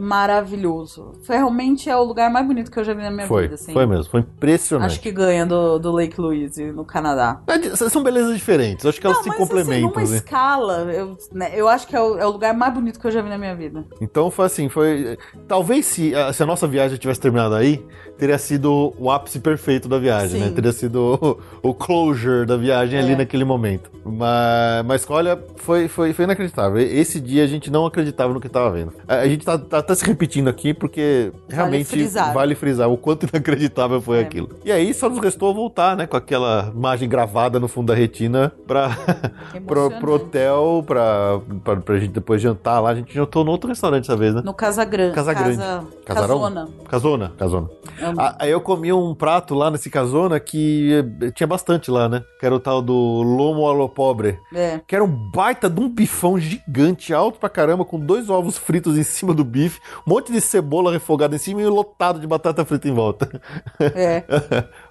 maravilhoso. Foi realmente é o lugar mais bonito que eu já vi na minha Foi, vida, assim. foi mesmo, foi impressionante. Acho que ganha do, do Lake Louise no Canadá. É de- São belezas diferentes, acho que elas Não, Então se mas, Assim, complementam. numa né? escala, eu, né, eu acho que é o, é o lugar mais bonito que eu já vi na minha vida. Então foi assim, foi. Talvez se a, se a nossa viagem tivesse terminado aí, teria sido o ápice perfeito da viagem, Sim. né? Teria sido o, o closure da viagem É. ali naquele momento. Mas, mas olha, foi, foi, foi inacreditável. E- Esse dia a gente não acreditava no que estava vendo. A, a gente tá, tá, tá se repetindo aqui porque realmente frisar. vale frisar o quanto inacreditável foi É. aquilo. E aí só nos restou voltar, né, com aquela imagem gravada no fundo da retina pra pro, É Emocionante. pro hotel, pra, pra, pra gente depois jantar lá. A gente jantou no outro restaurante dessa vez, né? No Casa Grande. Casa Grande. Casa, Casarão? Casona. É Casona. Casona. Amo. Ah, Aí eu comi um prato lá nesse Casona que eh, tinha bastante lá, né? Que era o tal do Lomo a lo Pobre. É. Que era um baita de um bifão gigante, alto pra caramba, com dois ovos fritos em cima do bife, um monte de cebola refogada em cima e lotado de batata frita em volta. É.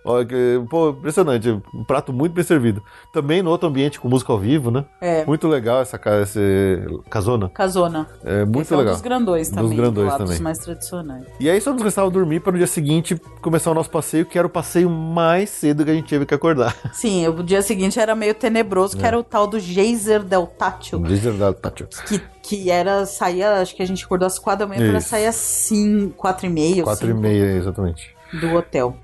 Ó, que- Pô, impressionante. Um prato muito bem servido. Também no outro ambiente com música ao vivo, né? É. Muito legal essa casa, esse- casona. Casona. É muito Esse é um legal. dos grandões também. Dos grandões lá, também. Dos mais tradicionais. E aí só nos restava dormir para no dia seguinte começar o nosso passeio, que era o passeio mais cedo que a gente teve que acordar. Sim, o dia seguinte era meio tenebroso, É. que era o tal do geyser del Tátil. Diz verdade, Tátil. Que, que era, saía, acho que a gente acordou às quatro da manhã pra Isso. sair às cinco, quatro e meia, Quatro e cinco meia, exatamente. do hotel.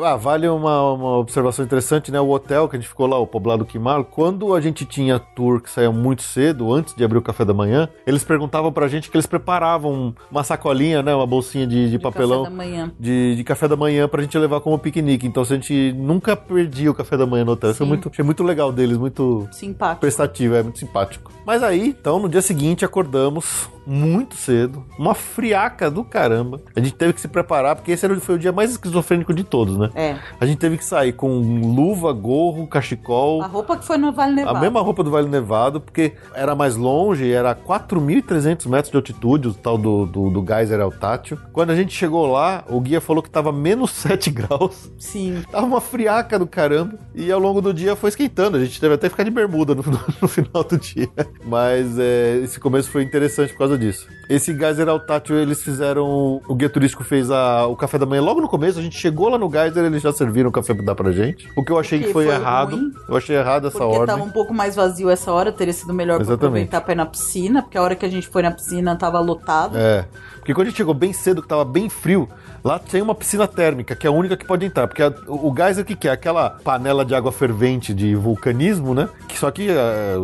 Ah, vale uma, uma observação interessante, né? O hotel que a gente ficou lá, o Poblado Quimar, quando a gente tinha tour que saía muito cedo, antes de abrir o café da manhã, eles perguntavam pra gente que eles preparavam uma sacolinha, né? Uma bolsinha de, de Do papelão. Café da manhã. de, de café da manhã pra gente levar como piquenique. Então, se a gente nunca perdia o café da manhã no hotel. Isso é Sim. muito, achei muito legal deles, muito Simpático. prestativo, é muito simpático. Mas aí, então, no dia seguinte, acordamos muito cedo, uma friaca do caramba. A gente teve que se preparar, porque esse era- foi o dia mais esquizofrênico de todos, né? É. A gente teve que sair com luva, gorro, cachecol. A roupa que foi no Vale Ah, Nevado. A mesma roupa do Vale Nevado, porque era mais longe, era 4.300 metros de altitude, o tal do, do, do geyser El Tátil. Quando a gente chegou lá, o guia falou que tava menos 7 graus. Sim. Tava uma friaca do caramba. E ao longo do dia foi esquentando. A gente teve até que ficar de bermuda no, no final do dia. Mas é, esse começo foi interessante por causa disso. Esse geyser El Tátil, eles fizeram... O guia turístico fez a- o café da manhã logo no começo. A gente chegou lá no geyser, eles já serviram o café pra dar pra gente. O que eu achei que que foi, foi errado. ruim. Eu achei errado essa Porque ordem. tava um pouco mais vazio essa hora, teria sido melhor pra Exatamente. aproveitar pra ir na piscina, porque a hora que a gente foi na piscina tava lotado. É. Porque quando a gente chegou bem cedo, que tava bem frio, lá tem uma piscina térmica, que é a única que pode entrar. Porque a- o, o gás é o que que é? Aquela panela de água fervente de vulcanismo, né? Que só que é,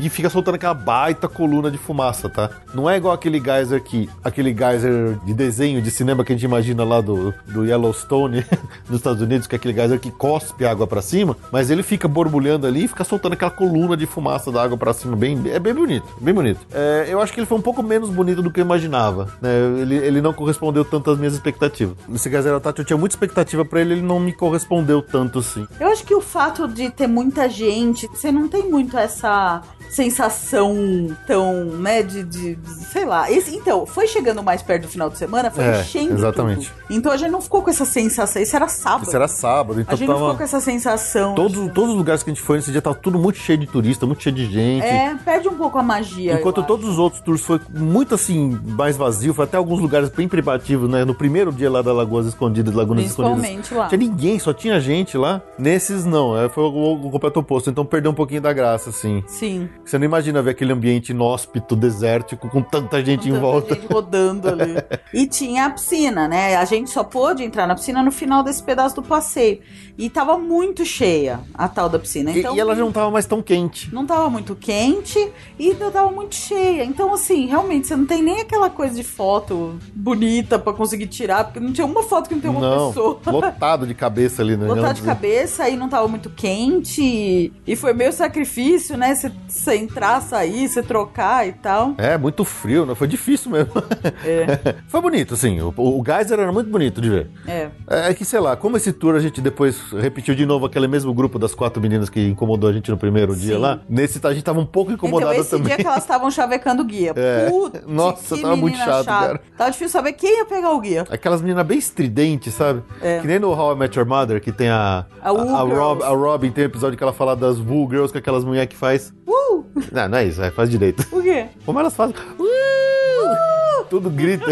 e fica soltando aquela baita coluna de fumaça, tá? Não é igual aquele geyser que. aquele geyser de desenho de cinema que a gente imagina lá do, do Yellowstone nos Estados Unidos, que é aquele geyser que cospe água pra cima, mas ele fica borbulhando ali e fica soltando aquela coluna de fumaça da água pra cima. Bem, é bem bonito, bem bonito. É, eu acho que ele foi um pouco menos bonito do que eu imaginava. né? Ele, ele não correspondeu tanto às minhas expectativas. Esse Gazera Tati, eu tinha muita expectativa pra ele, ele não me correspondeu tanto assim. Eu acho que o fato de ter muita gente, você não tem muito essa sensação tão, né, de, de- sei lá. Esse- então, foi chegando mais perto do final de semana, foi É, enchendo exatamente. tudo. Então a gente não ficou com essa sensação, isso era sábado. Isso era sábado, A então gente não ficou com tava. essa sensação. Todos, todos os lugares que a gente foi nesse dia tava tudo muito cheio de turista, muito cheio de gente. É, perde um pouco a magia. Enquanto eu acho. todos os outros tours foi muito assim, mais vazio, foi até alguns lugares bem privativos, né? No primeiro dia lá da Lagoas Escondidas, Lagunas Escondidas. Principalmente lá. Tinha ninguém, só tinha gente lá. Nesses não, é, foi o, o completo oposto. Então perdeu um pouquinho da graça, assim. Sim. Você não imagina ver aquele ambiente inóspito, desértico, com tanta gente Com em tanta volta. gente rodando ali. e tinha a piscina, né? A gente só pôde entrar na piscina no final desse pedaço do passeio. E tava muito cheia a tal da piscina. E- Então, e, ela já não tava mais tão quente. não tava muito quente e não tava muito cheia. Então, assim, realmente, você não tem nem aquela coisa de foto bonita pra conseguir tirar, porque não tinha uma foto que não tem uma não, pessoa. lotado de cabeça ali, né? Botar Não- de cabeça e não tava muito quente. E foi meio sacrifício, né? Você- Você entrar, sair, você trocar e tal. É, muito frio, né? Foi difícil mesmo. É, foi bonito, assim. O, o geyser era muito bonito de ver. é. É que, sei lá, como esse tour a gente depois repetiu de novo aquele mesmo grupo das quatro meninas que incomodou a gente no primeiro dia Sim. lá, nesse a gente tava um pouco incomodada então, esse também. dia que elas estavam chavecando o guia. É. Putz, Nossa, que tava muito menina chato, chata. cara. Tava difícil saber quem ia pegar o guia. Aquelas meninas bem estridentes, sabe? É. Que nem no How I Met Your Mother, que tem a. A Woo Girls. Rob- a Robin tem um episódio que ela fala das Woo Girls, que aquelas mulheres que faz. Uh, Não, não é isso, é, faz direito. o quê? Como elas fazem. Uh! Tudo grita.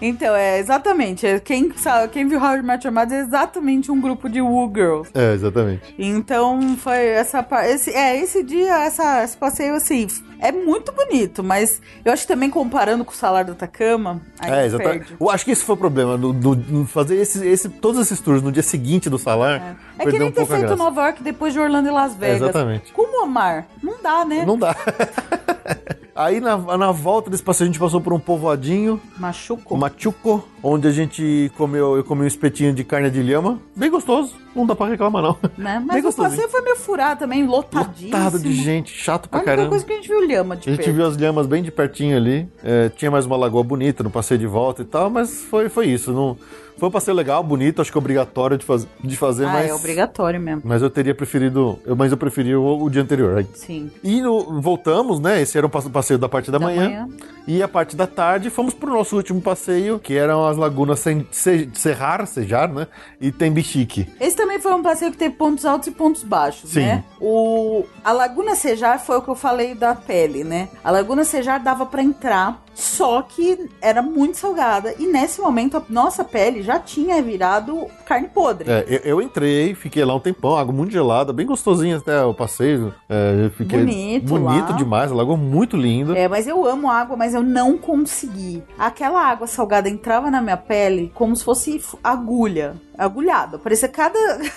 Então, é exatamente. é, Quem, sabe, quem viu Howard Match Armados é exatamente um grupo de Woo Girls. É, exatamente. Então, foi essa parte. Esse, é, esse dia, essa, esse passeio, assim, é muito bonito, mas eu acho que também comparando com o salário da Atacama, aí É, perde. exatamente. Eu acho que esse foi o problema. No, no- no fazer esse, esse- todos esses tours no dia seguinte do salar. É que perdeu nem um ter pouco a feito graça. É, Nova York depois de Orlando e Las Vegas. exatamente. Com o Omar, não dá, né? Não dá. Aí na, na volta desse passeio a gente passou por um povoadinho, o Machucou. Machuco, onde a gente comeu, eu comi um espetinho de carne de lhama, bem gostoso, não dá pra reclamar não. né? Bem Mas o gostosinho. passeio foi meio furado também, lotadíssimo. Lotado de gente, chato A pra única caramba. coisa que a gente viu lhama de A gente perto. viu as lhamas bem de pertinho ali. é, tinha mais uma lagoa bonita no passeio de volta e tal, mas foi, foi isso. Não, foi um passeio legal, bonito, acho que é obrigatório de, faz- de fazer, Ah, mas. é obrigatório mesmo. Mas eu teria preferido. eu- Mas eu preferi o, o dia anterior. Sim. E no- voltamos, né? Esse era o passe- passeio da parte da, Da manhã. manhã. E a parte da tarde fomos pro nosso último passeio, que eram as lagunas Sen- Se- Serrar, Sejar, né? E Tembichique. Esse também foi um passeio que teve pontos altos e pontos baixos, Sim. né? O a Laguna Sejar foi o que eu falei da pele, né? A Laguna Sejar dava pra entrar, só que era muito salgada e nesse momento a nossa pele já tinha virado carne podre. É, eu, eu entrei, fiquei lá um tempão, água muito gelada, bem gostosinha até o passeio. É, eu fiquei Bonito bonito lá. demais, a lagoa muito linda. É, mas eu amo água, mas eu não consegui. Aquela água salgada entrava na minha pele como se fosse f- agulha. Agulhada. Parecia cada.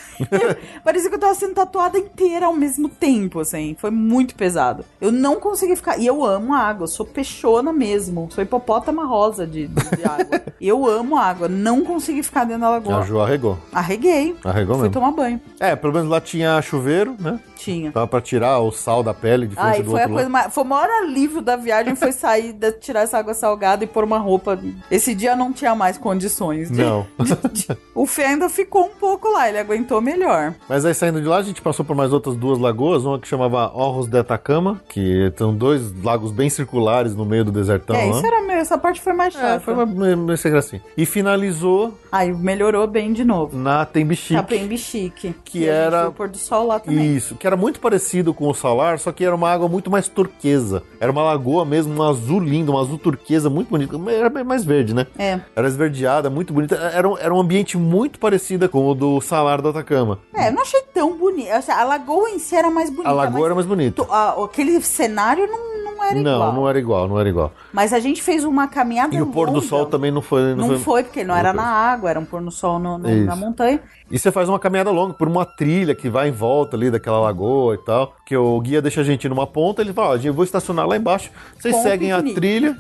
Parecia que eu tava sendo tatuada inteira ao mesmo tempo, assim. Foi muito pesado. Eu não consegui ficar. E eu amo água. Eu sou peixona mesmo. Sou hipopótama rosa de, de- de água. E eu amo água. Não consegui ficar dentro da A lagoa. Ju arregou, Arreguei. arregou Fui mesmo. tomar banho. É, pelo menos lá tinha chuveiro, né? Tinha. Tava pra tirar o sal da pele, diferente Ai, do foi a outro coisa lado. mais. Foi o maior alívio da viagem foi sair, da, tirar essa água salgada e pôr uma roupa. Esse dia não tinha mais condições. de- Não. O Fê ainda ficou um pouco lá, ele aguentou melhor. Mas aí saindo de lá, a gente passou por mais outras duas lagoas, uma que chamava Orros de Atacama, que são dois lagos bem circulares no meio do desertão né? é, Tá lá. isso era meio. Essa parte foi mais chata. É, foi uma, meio meio sem gracinha. E finalizou Aí melhorou bem de novo. Tá na Tembichique. Capem Bichique. Que era- O pôr do sol lá também. Isso, que era muito parecido com o Salar, só que era uma água muito mais turquesa. Era uma lagoa mesmo, um azul lindo, um azul turquesa muito bonito. Era bem mais verde, né? É. Era esverdeada, muito bonita. Era um, era um ambiente muito parecido com o do Salar do Atacama. É, eu não achei tão bonito. Assim, A lagoa em si era mais bonita. A lagoa mas era mais bonita. to- a- aquele cenário não, não era Não, igual. não era igual, não era igual. Mas a gente fez uma caminhada E o pôr do longa. sol também não foi. Não foi, porque não Não era foi. na água, era um pôr no sol no- no- Isso. na montanha. E você faz uma caminhada longa por uma trilha que vai em volta ali daquela lagoa e tal. Que o guia deixa a gente numa ponta, ele fala: Ó, eu vou estacionar lá embaixo, vocês Com o seguem a piquenique." trilha.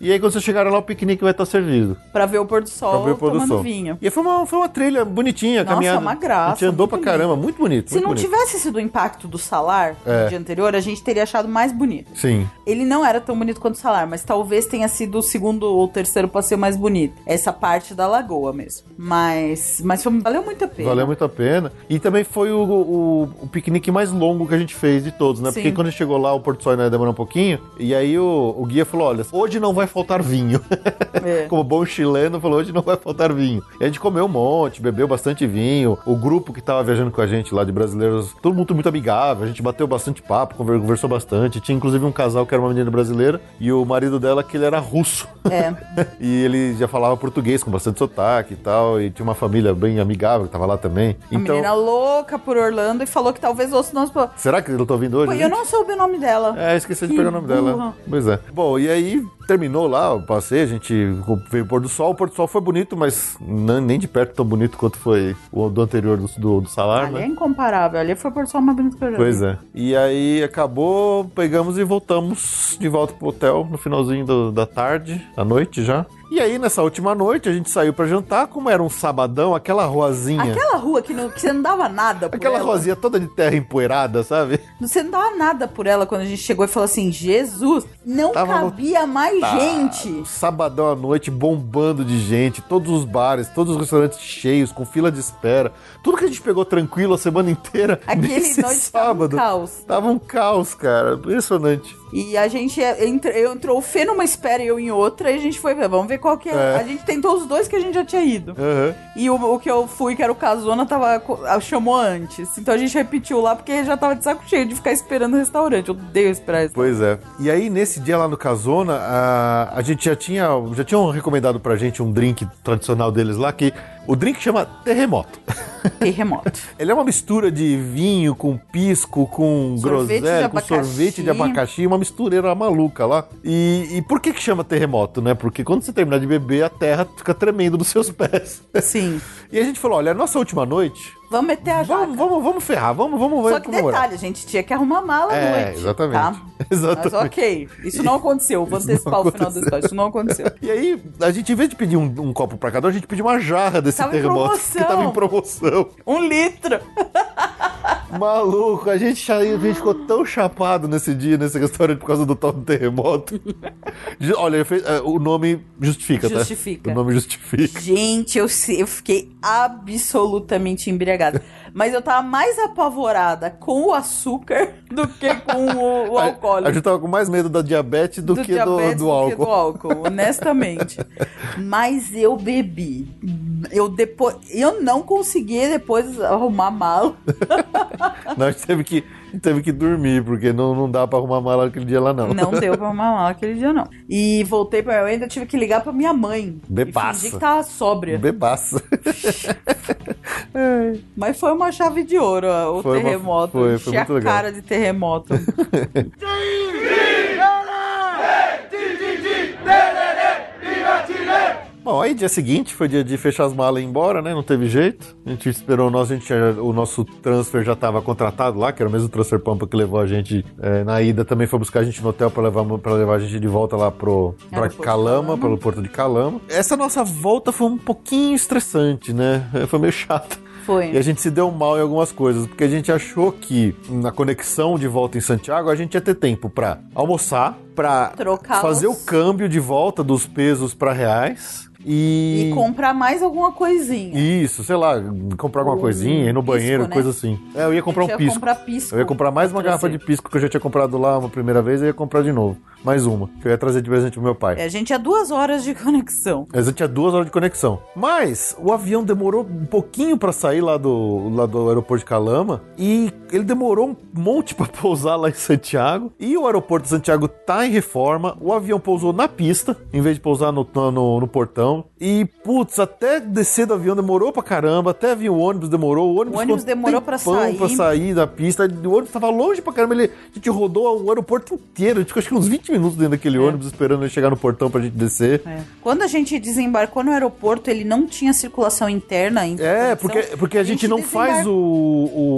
e aí quando vocês chegarem lá, o piquenique vai estar servido. Pra ver o pôr do sol Pra ver o pôr do tomando sol. vinho. E foi uma, foi uma trilha bonitinha, Nossa, caminhada. uma graça, A gente andou muito pra bonito. caramba, muito bonito. Se muito não bonito. tivesse sido o impacto do salar É. no dia anterior, a gente teria achado mais bonito. Sim. Ele não era tão bonito quanto o salar, mas talvez tenha sido o segundo ou terceiro passeio mais bonito. Essa parte da lagoa mesmo. Mas, mas foi- valeu muito a pena. Valeu muito a pena. E também foi o, o, o piquenique mais longo que a gente fez de todos, né? Sim. Porque quando a gente chegou lá, o Porto Sol ainda demorou um pouquinho. E aí o, o guia falou: olha, hoje não vai faltar vinho. É. Como bom chileno, falou: hoje não vai faltar vinho. E a gente comeu um monte, bebeu bastante vinho. O grupo que tava viajando com a gente lá de brasileiros, todo mundo muito amigável. A gente bateu bastante papo, conver- conversou bastante. Tinha inclusive um casal que era uma menina brasileira e o marido dela, que ele era russo. É. E ele já falava português com bastante sotaque e tal, e tinha uma família bem amigável que tava lá também. Então, A menina louca por Orlando e falou que talvez ouça o nosso. po- será que eu tô ouvindo hoje? Pô, gente? eu não soube o nome dela. É, esqueci de Que pegar o nome dela. burra. Pois é. Bom, e aí terminou lá o passeio, a gente veio o pôr do sol. O pôr do sol foi bonito, mas n- nem de perto tão bonito quanto foi o do anterior do, do, do salar, Ali é né? incomparável. Ali foi o pôr do sol mais bonito que eu já vi. Pois é. E aí acabou, pegamos e voltamos de volta pro hotel no finalzinho do- da tarde, à noite já. E aí, nessa última noite, a gente saiu pra jantar, como era um sabadão, aquela ruazinha. Aquela rua que, não, que você não dava nada por Aquela ela. rosinha toda de terra empoeirada, sabe? Você não dava nada por ela quando a gente chegou e falou assim: Jesus, não Tava cabia mais gente. Sabadão Ah, à noite, bombando de gente, todos os bares, todos os restaurantes cheios, com fila de espera. Tudo que a gente pegou tranquilo a semana inteira. Aquele nesse noite sábado. tava um caos. Tava um caos, cara. Impressionante. E a gente é- entra- eu entrou o Fê numa espera e eu em outra, e a gente foi ver, vamos ver qual que é. É. A gente tentou os dois que a gente já tinha ido. Aham. E o, o que eu fui, que era o Casona, tava, co- ah, chamou antes. Então a gente repetiu lá porque já tava de saco cheio de ficar esperando o restaurante. Eu odeio esperar isso. Pois é. E aí, nesse dia lá no Casona, a, a gente já tinha. Já tinham recomendado pra gente um drink tradicional deles lá, que o drink chama Terremoto. Terremoto. Ele é uma mistura de vinho com pisco, com Sorvete de groselha, com abacaxi. sorvete de abacaxi, uma mistureira maluca lá. E, e por que que chama terremoto, né? Porque quando você terminar de beber, a terra fica tremendo nos seus pés. Sim. E a gente falou, olha, a nossa última noite, Vamos meter a jaca. vamos, vamos, vamos ferrar, vamos, vamos, Tá Só vamos que detalhe, a gente tinha que arrumar a mala à É, noite. exatamente. Tá? Mas Exatamente. ok, isso não aconteceu. Vou antecipar o final da história, isso não aconteceu. E aí, a gente, em vez de pedir um, um copo pra cada um, a gente pediu uma jarra desse Tava em terremoto que promoção. tava em promoção. Um litro! Maluco, a gente, saiu- a gente ficou tão chapado nesse dia, nesse restaurante, por causa do tal do terremoto. Ju- Olha, fez- é, o nome justifica, tá? Justifica. O nome justifica. Gente, eu, se- eu fiquei absolutamente embriagada. Mas eu tava mais apavorada com o açúcar do que com o, o A- alcoólico. A gente tava com mais medo da diabetes do, que do, diabetes do álcool. que do álcool, honestamente. Mas eu bebi. Eu depois, eu não consegui depois arrumar a mala. Nós teve que, teve que dormir, porque não, não dá pra arrumar mala aquele dia lá, não. Não deu pra arrumar a mala aquele dia não. E voltei pra eu ainda tive que ligar pra minha mãe. Bebaça. E fingir que tava sóbria. Bebaça. Mas foi uma chave de ouro, ó, o Foi uma- terremoto. foi- foi Enchi muito a legal. cara de terremoto. Bom, aí dia seguinte foi dia de fechar as malas e ir embora, né? Não teve jeito. A gente esperou o nosso, a gente tinha- o nosso transfer já estava contratado lá, que era o mesmo transfer pampa que levou a gente eh, na ida, também foi buscar a gente no hotel para levar para levar a gente de volta lá pro pra Aeroporto de Calama, Calama. pelo porto de Calama. Essa nossa volta foi um pouquinho estressante, né? Eh, Foi meio chato. Foi. E a gente se deu mal em algumas coisas, porque a gente achou que na conexão de volta em Santiago a gente ia ter tempo pra almoçar, pra Trocá-los. fazer o câmbio de volta dos pesos pra reais e. E comprar mais alguma coisinha. Isso, sei lá, comprar alguma Um coisinha, ir no pisco, banheiro, né? coisa assim. É, eu ia comprar Eu um ia pisco. comprar pisco. Eu ia comprar mais uma pra garrafa de trazer. pisco que eu já tinha comprado lá uma primeira vez, eu ia comprar de novo. Mais uma, que eu ia trazer de presente pro meu pai. E A gente é duas horas de conexão. Mas eu É, tinha duas horas de conexão. Mas o avião demorou um pouquinho pra sair lá do, lá do aeroporto de Calama. E ele demorou um monte pra pousar lá em Santiago. E o aeroporto de Santiago tá em reforma. O avião pousou na pista, em vez de pousar no, no, no portão. E, putz, até descer do avião demorou pra caramba. Até vir o ônibus demorou. O ônibus, O ônibus ficou um demorou pra tempão sair. pra sair da pista. O ônibus tava longe pra caramba. Ele, a gente rodou o aeroporto inteiro. A gente ficou acho que uns 20 minutos dentro daquele ônibus esperando ele chegar no portão pra gente descer. É. Quando a gente desembarcou no aeroporto, ele não tinha circulação interna. então- É, porque, porque a, gente, não faz o,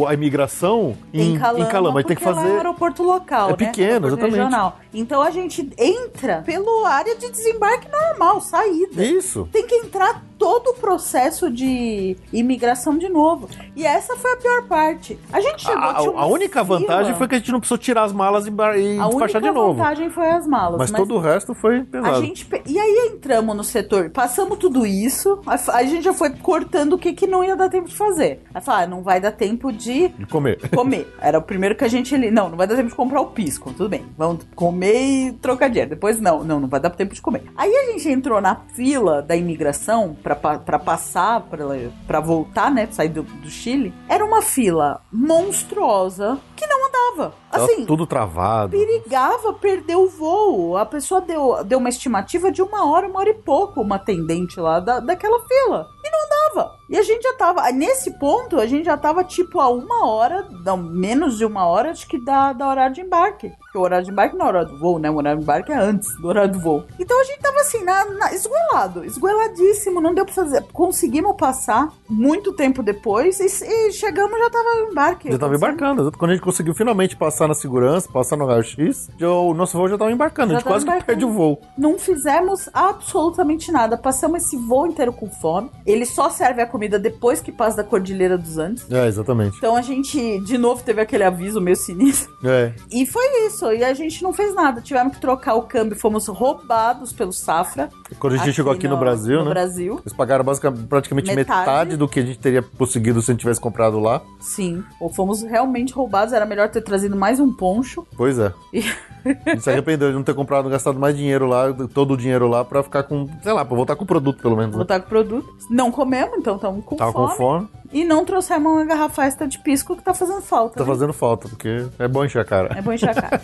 o- a imigração em, em Calama, a gente tem que porque lá é um fazer. aeroporto local, É né? pequeno, Aeroporto exatamente. regional. Então a gente entra pelo área de desembarque normal, saída. Isso. Tem que entrar todo o processo de imigração de novo. E essa foi a pior parte. A gente A, chegou a- tinha a uma única fila. vantagem foi que a gente não precisou tirar as malas e, embar- e a única despachar de novo. vantagem foi as malas. mas, todo o resto foi A pesado. gente, pe- e aí entramos no setor, passamos tudo isso, a, f- a gente já foi cortando o que, que não ia dar tempo de fazer. Aí falar, ah, não vai dar tempo de De comer. comer. Era o primeiro que a gente ali. Não, não vai dar tempo de comprar o pisco. Tudo bem. Vamos comer e trocar dinheiro. Depois, não, não, não vai dar tempo de comer. Aí a gente entrou na fila da imigração pra, pa- pra passar, pra, pra voltar, né? Pra sair do, do Chile. Era uma fila monstruosa que não andava. Tava Assim, tudo travado. perigava perder o voo. A pessoa deu, deu uma estimativa de uma hora, uma hora e pouco, uma atendente lá da, daquela fila. E não andava. E a gente já tava. Nesse ponto, a gente já tava tipo a uma hora, não, menos de uma hora, acho que da, da horário de embarque. Porque o horário de embarque não é hora do voo, né? O horário de embarque é antes do horário do voo. Então a gente tava assim, na, na, esgoelado, esgoeladíssimo. Não deu pra fazer. Conseguimos passar muito tempo depois e, e chegamos já tava no embarque. Já tava embarcando. Quando a gente conseguiu finalmente passar na segurança, passar no raio-x, já o nosso voo já tava embarcando. Já a gente tava quase que embarcando. perde o voo. Não fizemos absolutamente nada. Passamos esse voo inteiro com fome. Ele só serve a comida depois que passa da Cordilheira dos Andes. É, exatamente. Então a gente, de novo, teve aquele aviso meio sinistro. É. E foi isso. E a gente não fez nada. Tivemos que trocar o câmbio. Fomos roubados pelo Safra. Quando a gente chegou aqui no, Brasil, no né? Brasil, Eles pagaram basicamente, praticamente Metade. metade do que a gente teria conseguido se a gente tivesse comprado lá. sim. Ou fomos realmente roubados. Era melhor ter trazido mais um poncho. Pois é. E- A gente se arrependeu de não ter comprado, gastado mais dinheiro lá, todo o dinheiro lá, pra ficar com, sei lá, pra voltar com o produto, pelo menos. né? Voltar com o produto. Não comemos, então estamos com, Tava fome. com fome, E não trouxemos uma garrafa extra de pisco que tá fazendo falta. tá né? fazendo falta, porque é bom encher a cara. É bom encher a cara.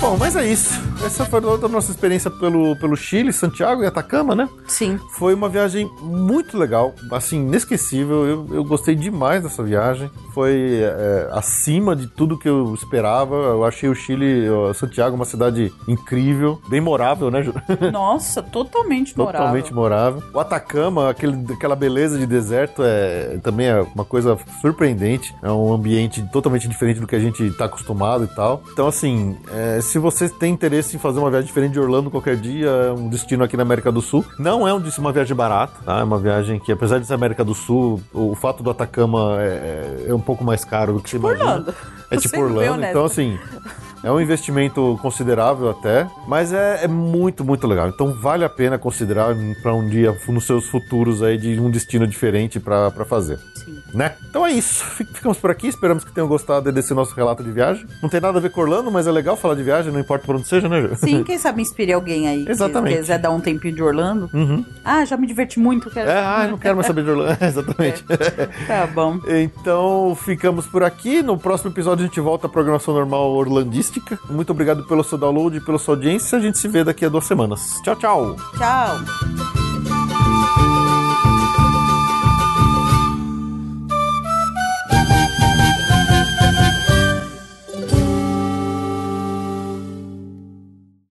Bom, mas é isso. Essa foi toda a nossa experiência pelo, pelo Chile, Santiago e Atacama, né? Sim. Foi uma viagem muito legal, assim, inesquecível. Eu, eu gostei demais dessa viagem. Foi é, acima de tudo que eu esperava. Eu achei o Chile, ó, Santiago, uma cidade incrível, bem morável, né, Ju? Nossa, totalmente moral. Totalmente morável. O Atacama, aquele, aquela beleza de deserto, é também é uma coisa surpreendente. É um tá ambiente totalmente diferente do que a gente está acostumado e tal. Então, assim, é, se vocês têm interesse interesse em fazer uma viagem diferente de Orlando qualquer dia, é um destino aqui na América do Sul. Não é um, destino- uma viagem barata, tá? É uma viagem que, apesar de ser América do Sul, o fato do Atacama é, é um pouco mais caro do que tipo Orlando. É Vou tipo ser bem Orlando, honesta. então assim... É um investimento considerável até, mas é, é muito, muito legal. Então vale a pena considerar para um dia nos seus futuros aí de um destino diferente para fazer né? Então é isso. Fic- Ficamos por aqui. Esperamos que tenham gostado desse nosso relato de viagem. Não tem nada a ver com Orlando, mas é legal falar de viagem, não importa por onde seja, né, Ju? Sim, quem sabe inspire alguém aí. que Exatamente. Uhum. quiser dar um tempinho de Orlando. Ah, já me diverti muito, quero. É, ah, eu não quero mais saber de Orlando. Exatamente. Tá bom. Então ficamos por aqui. No próximo episódio a gente volta à programação normal orlandística. Muito obrigado pelo seu download e pela sua audiência. A gente se vê daqui a duas semanas. Tchau, tchau. Tchau.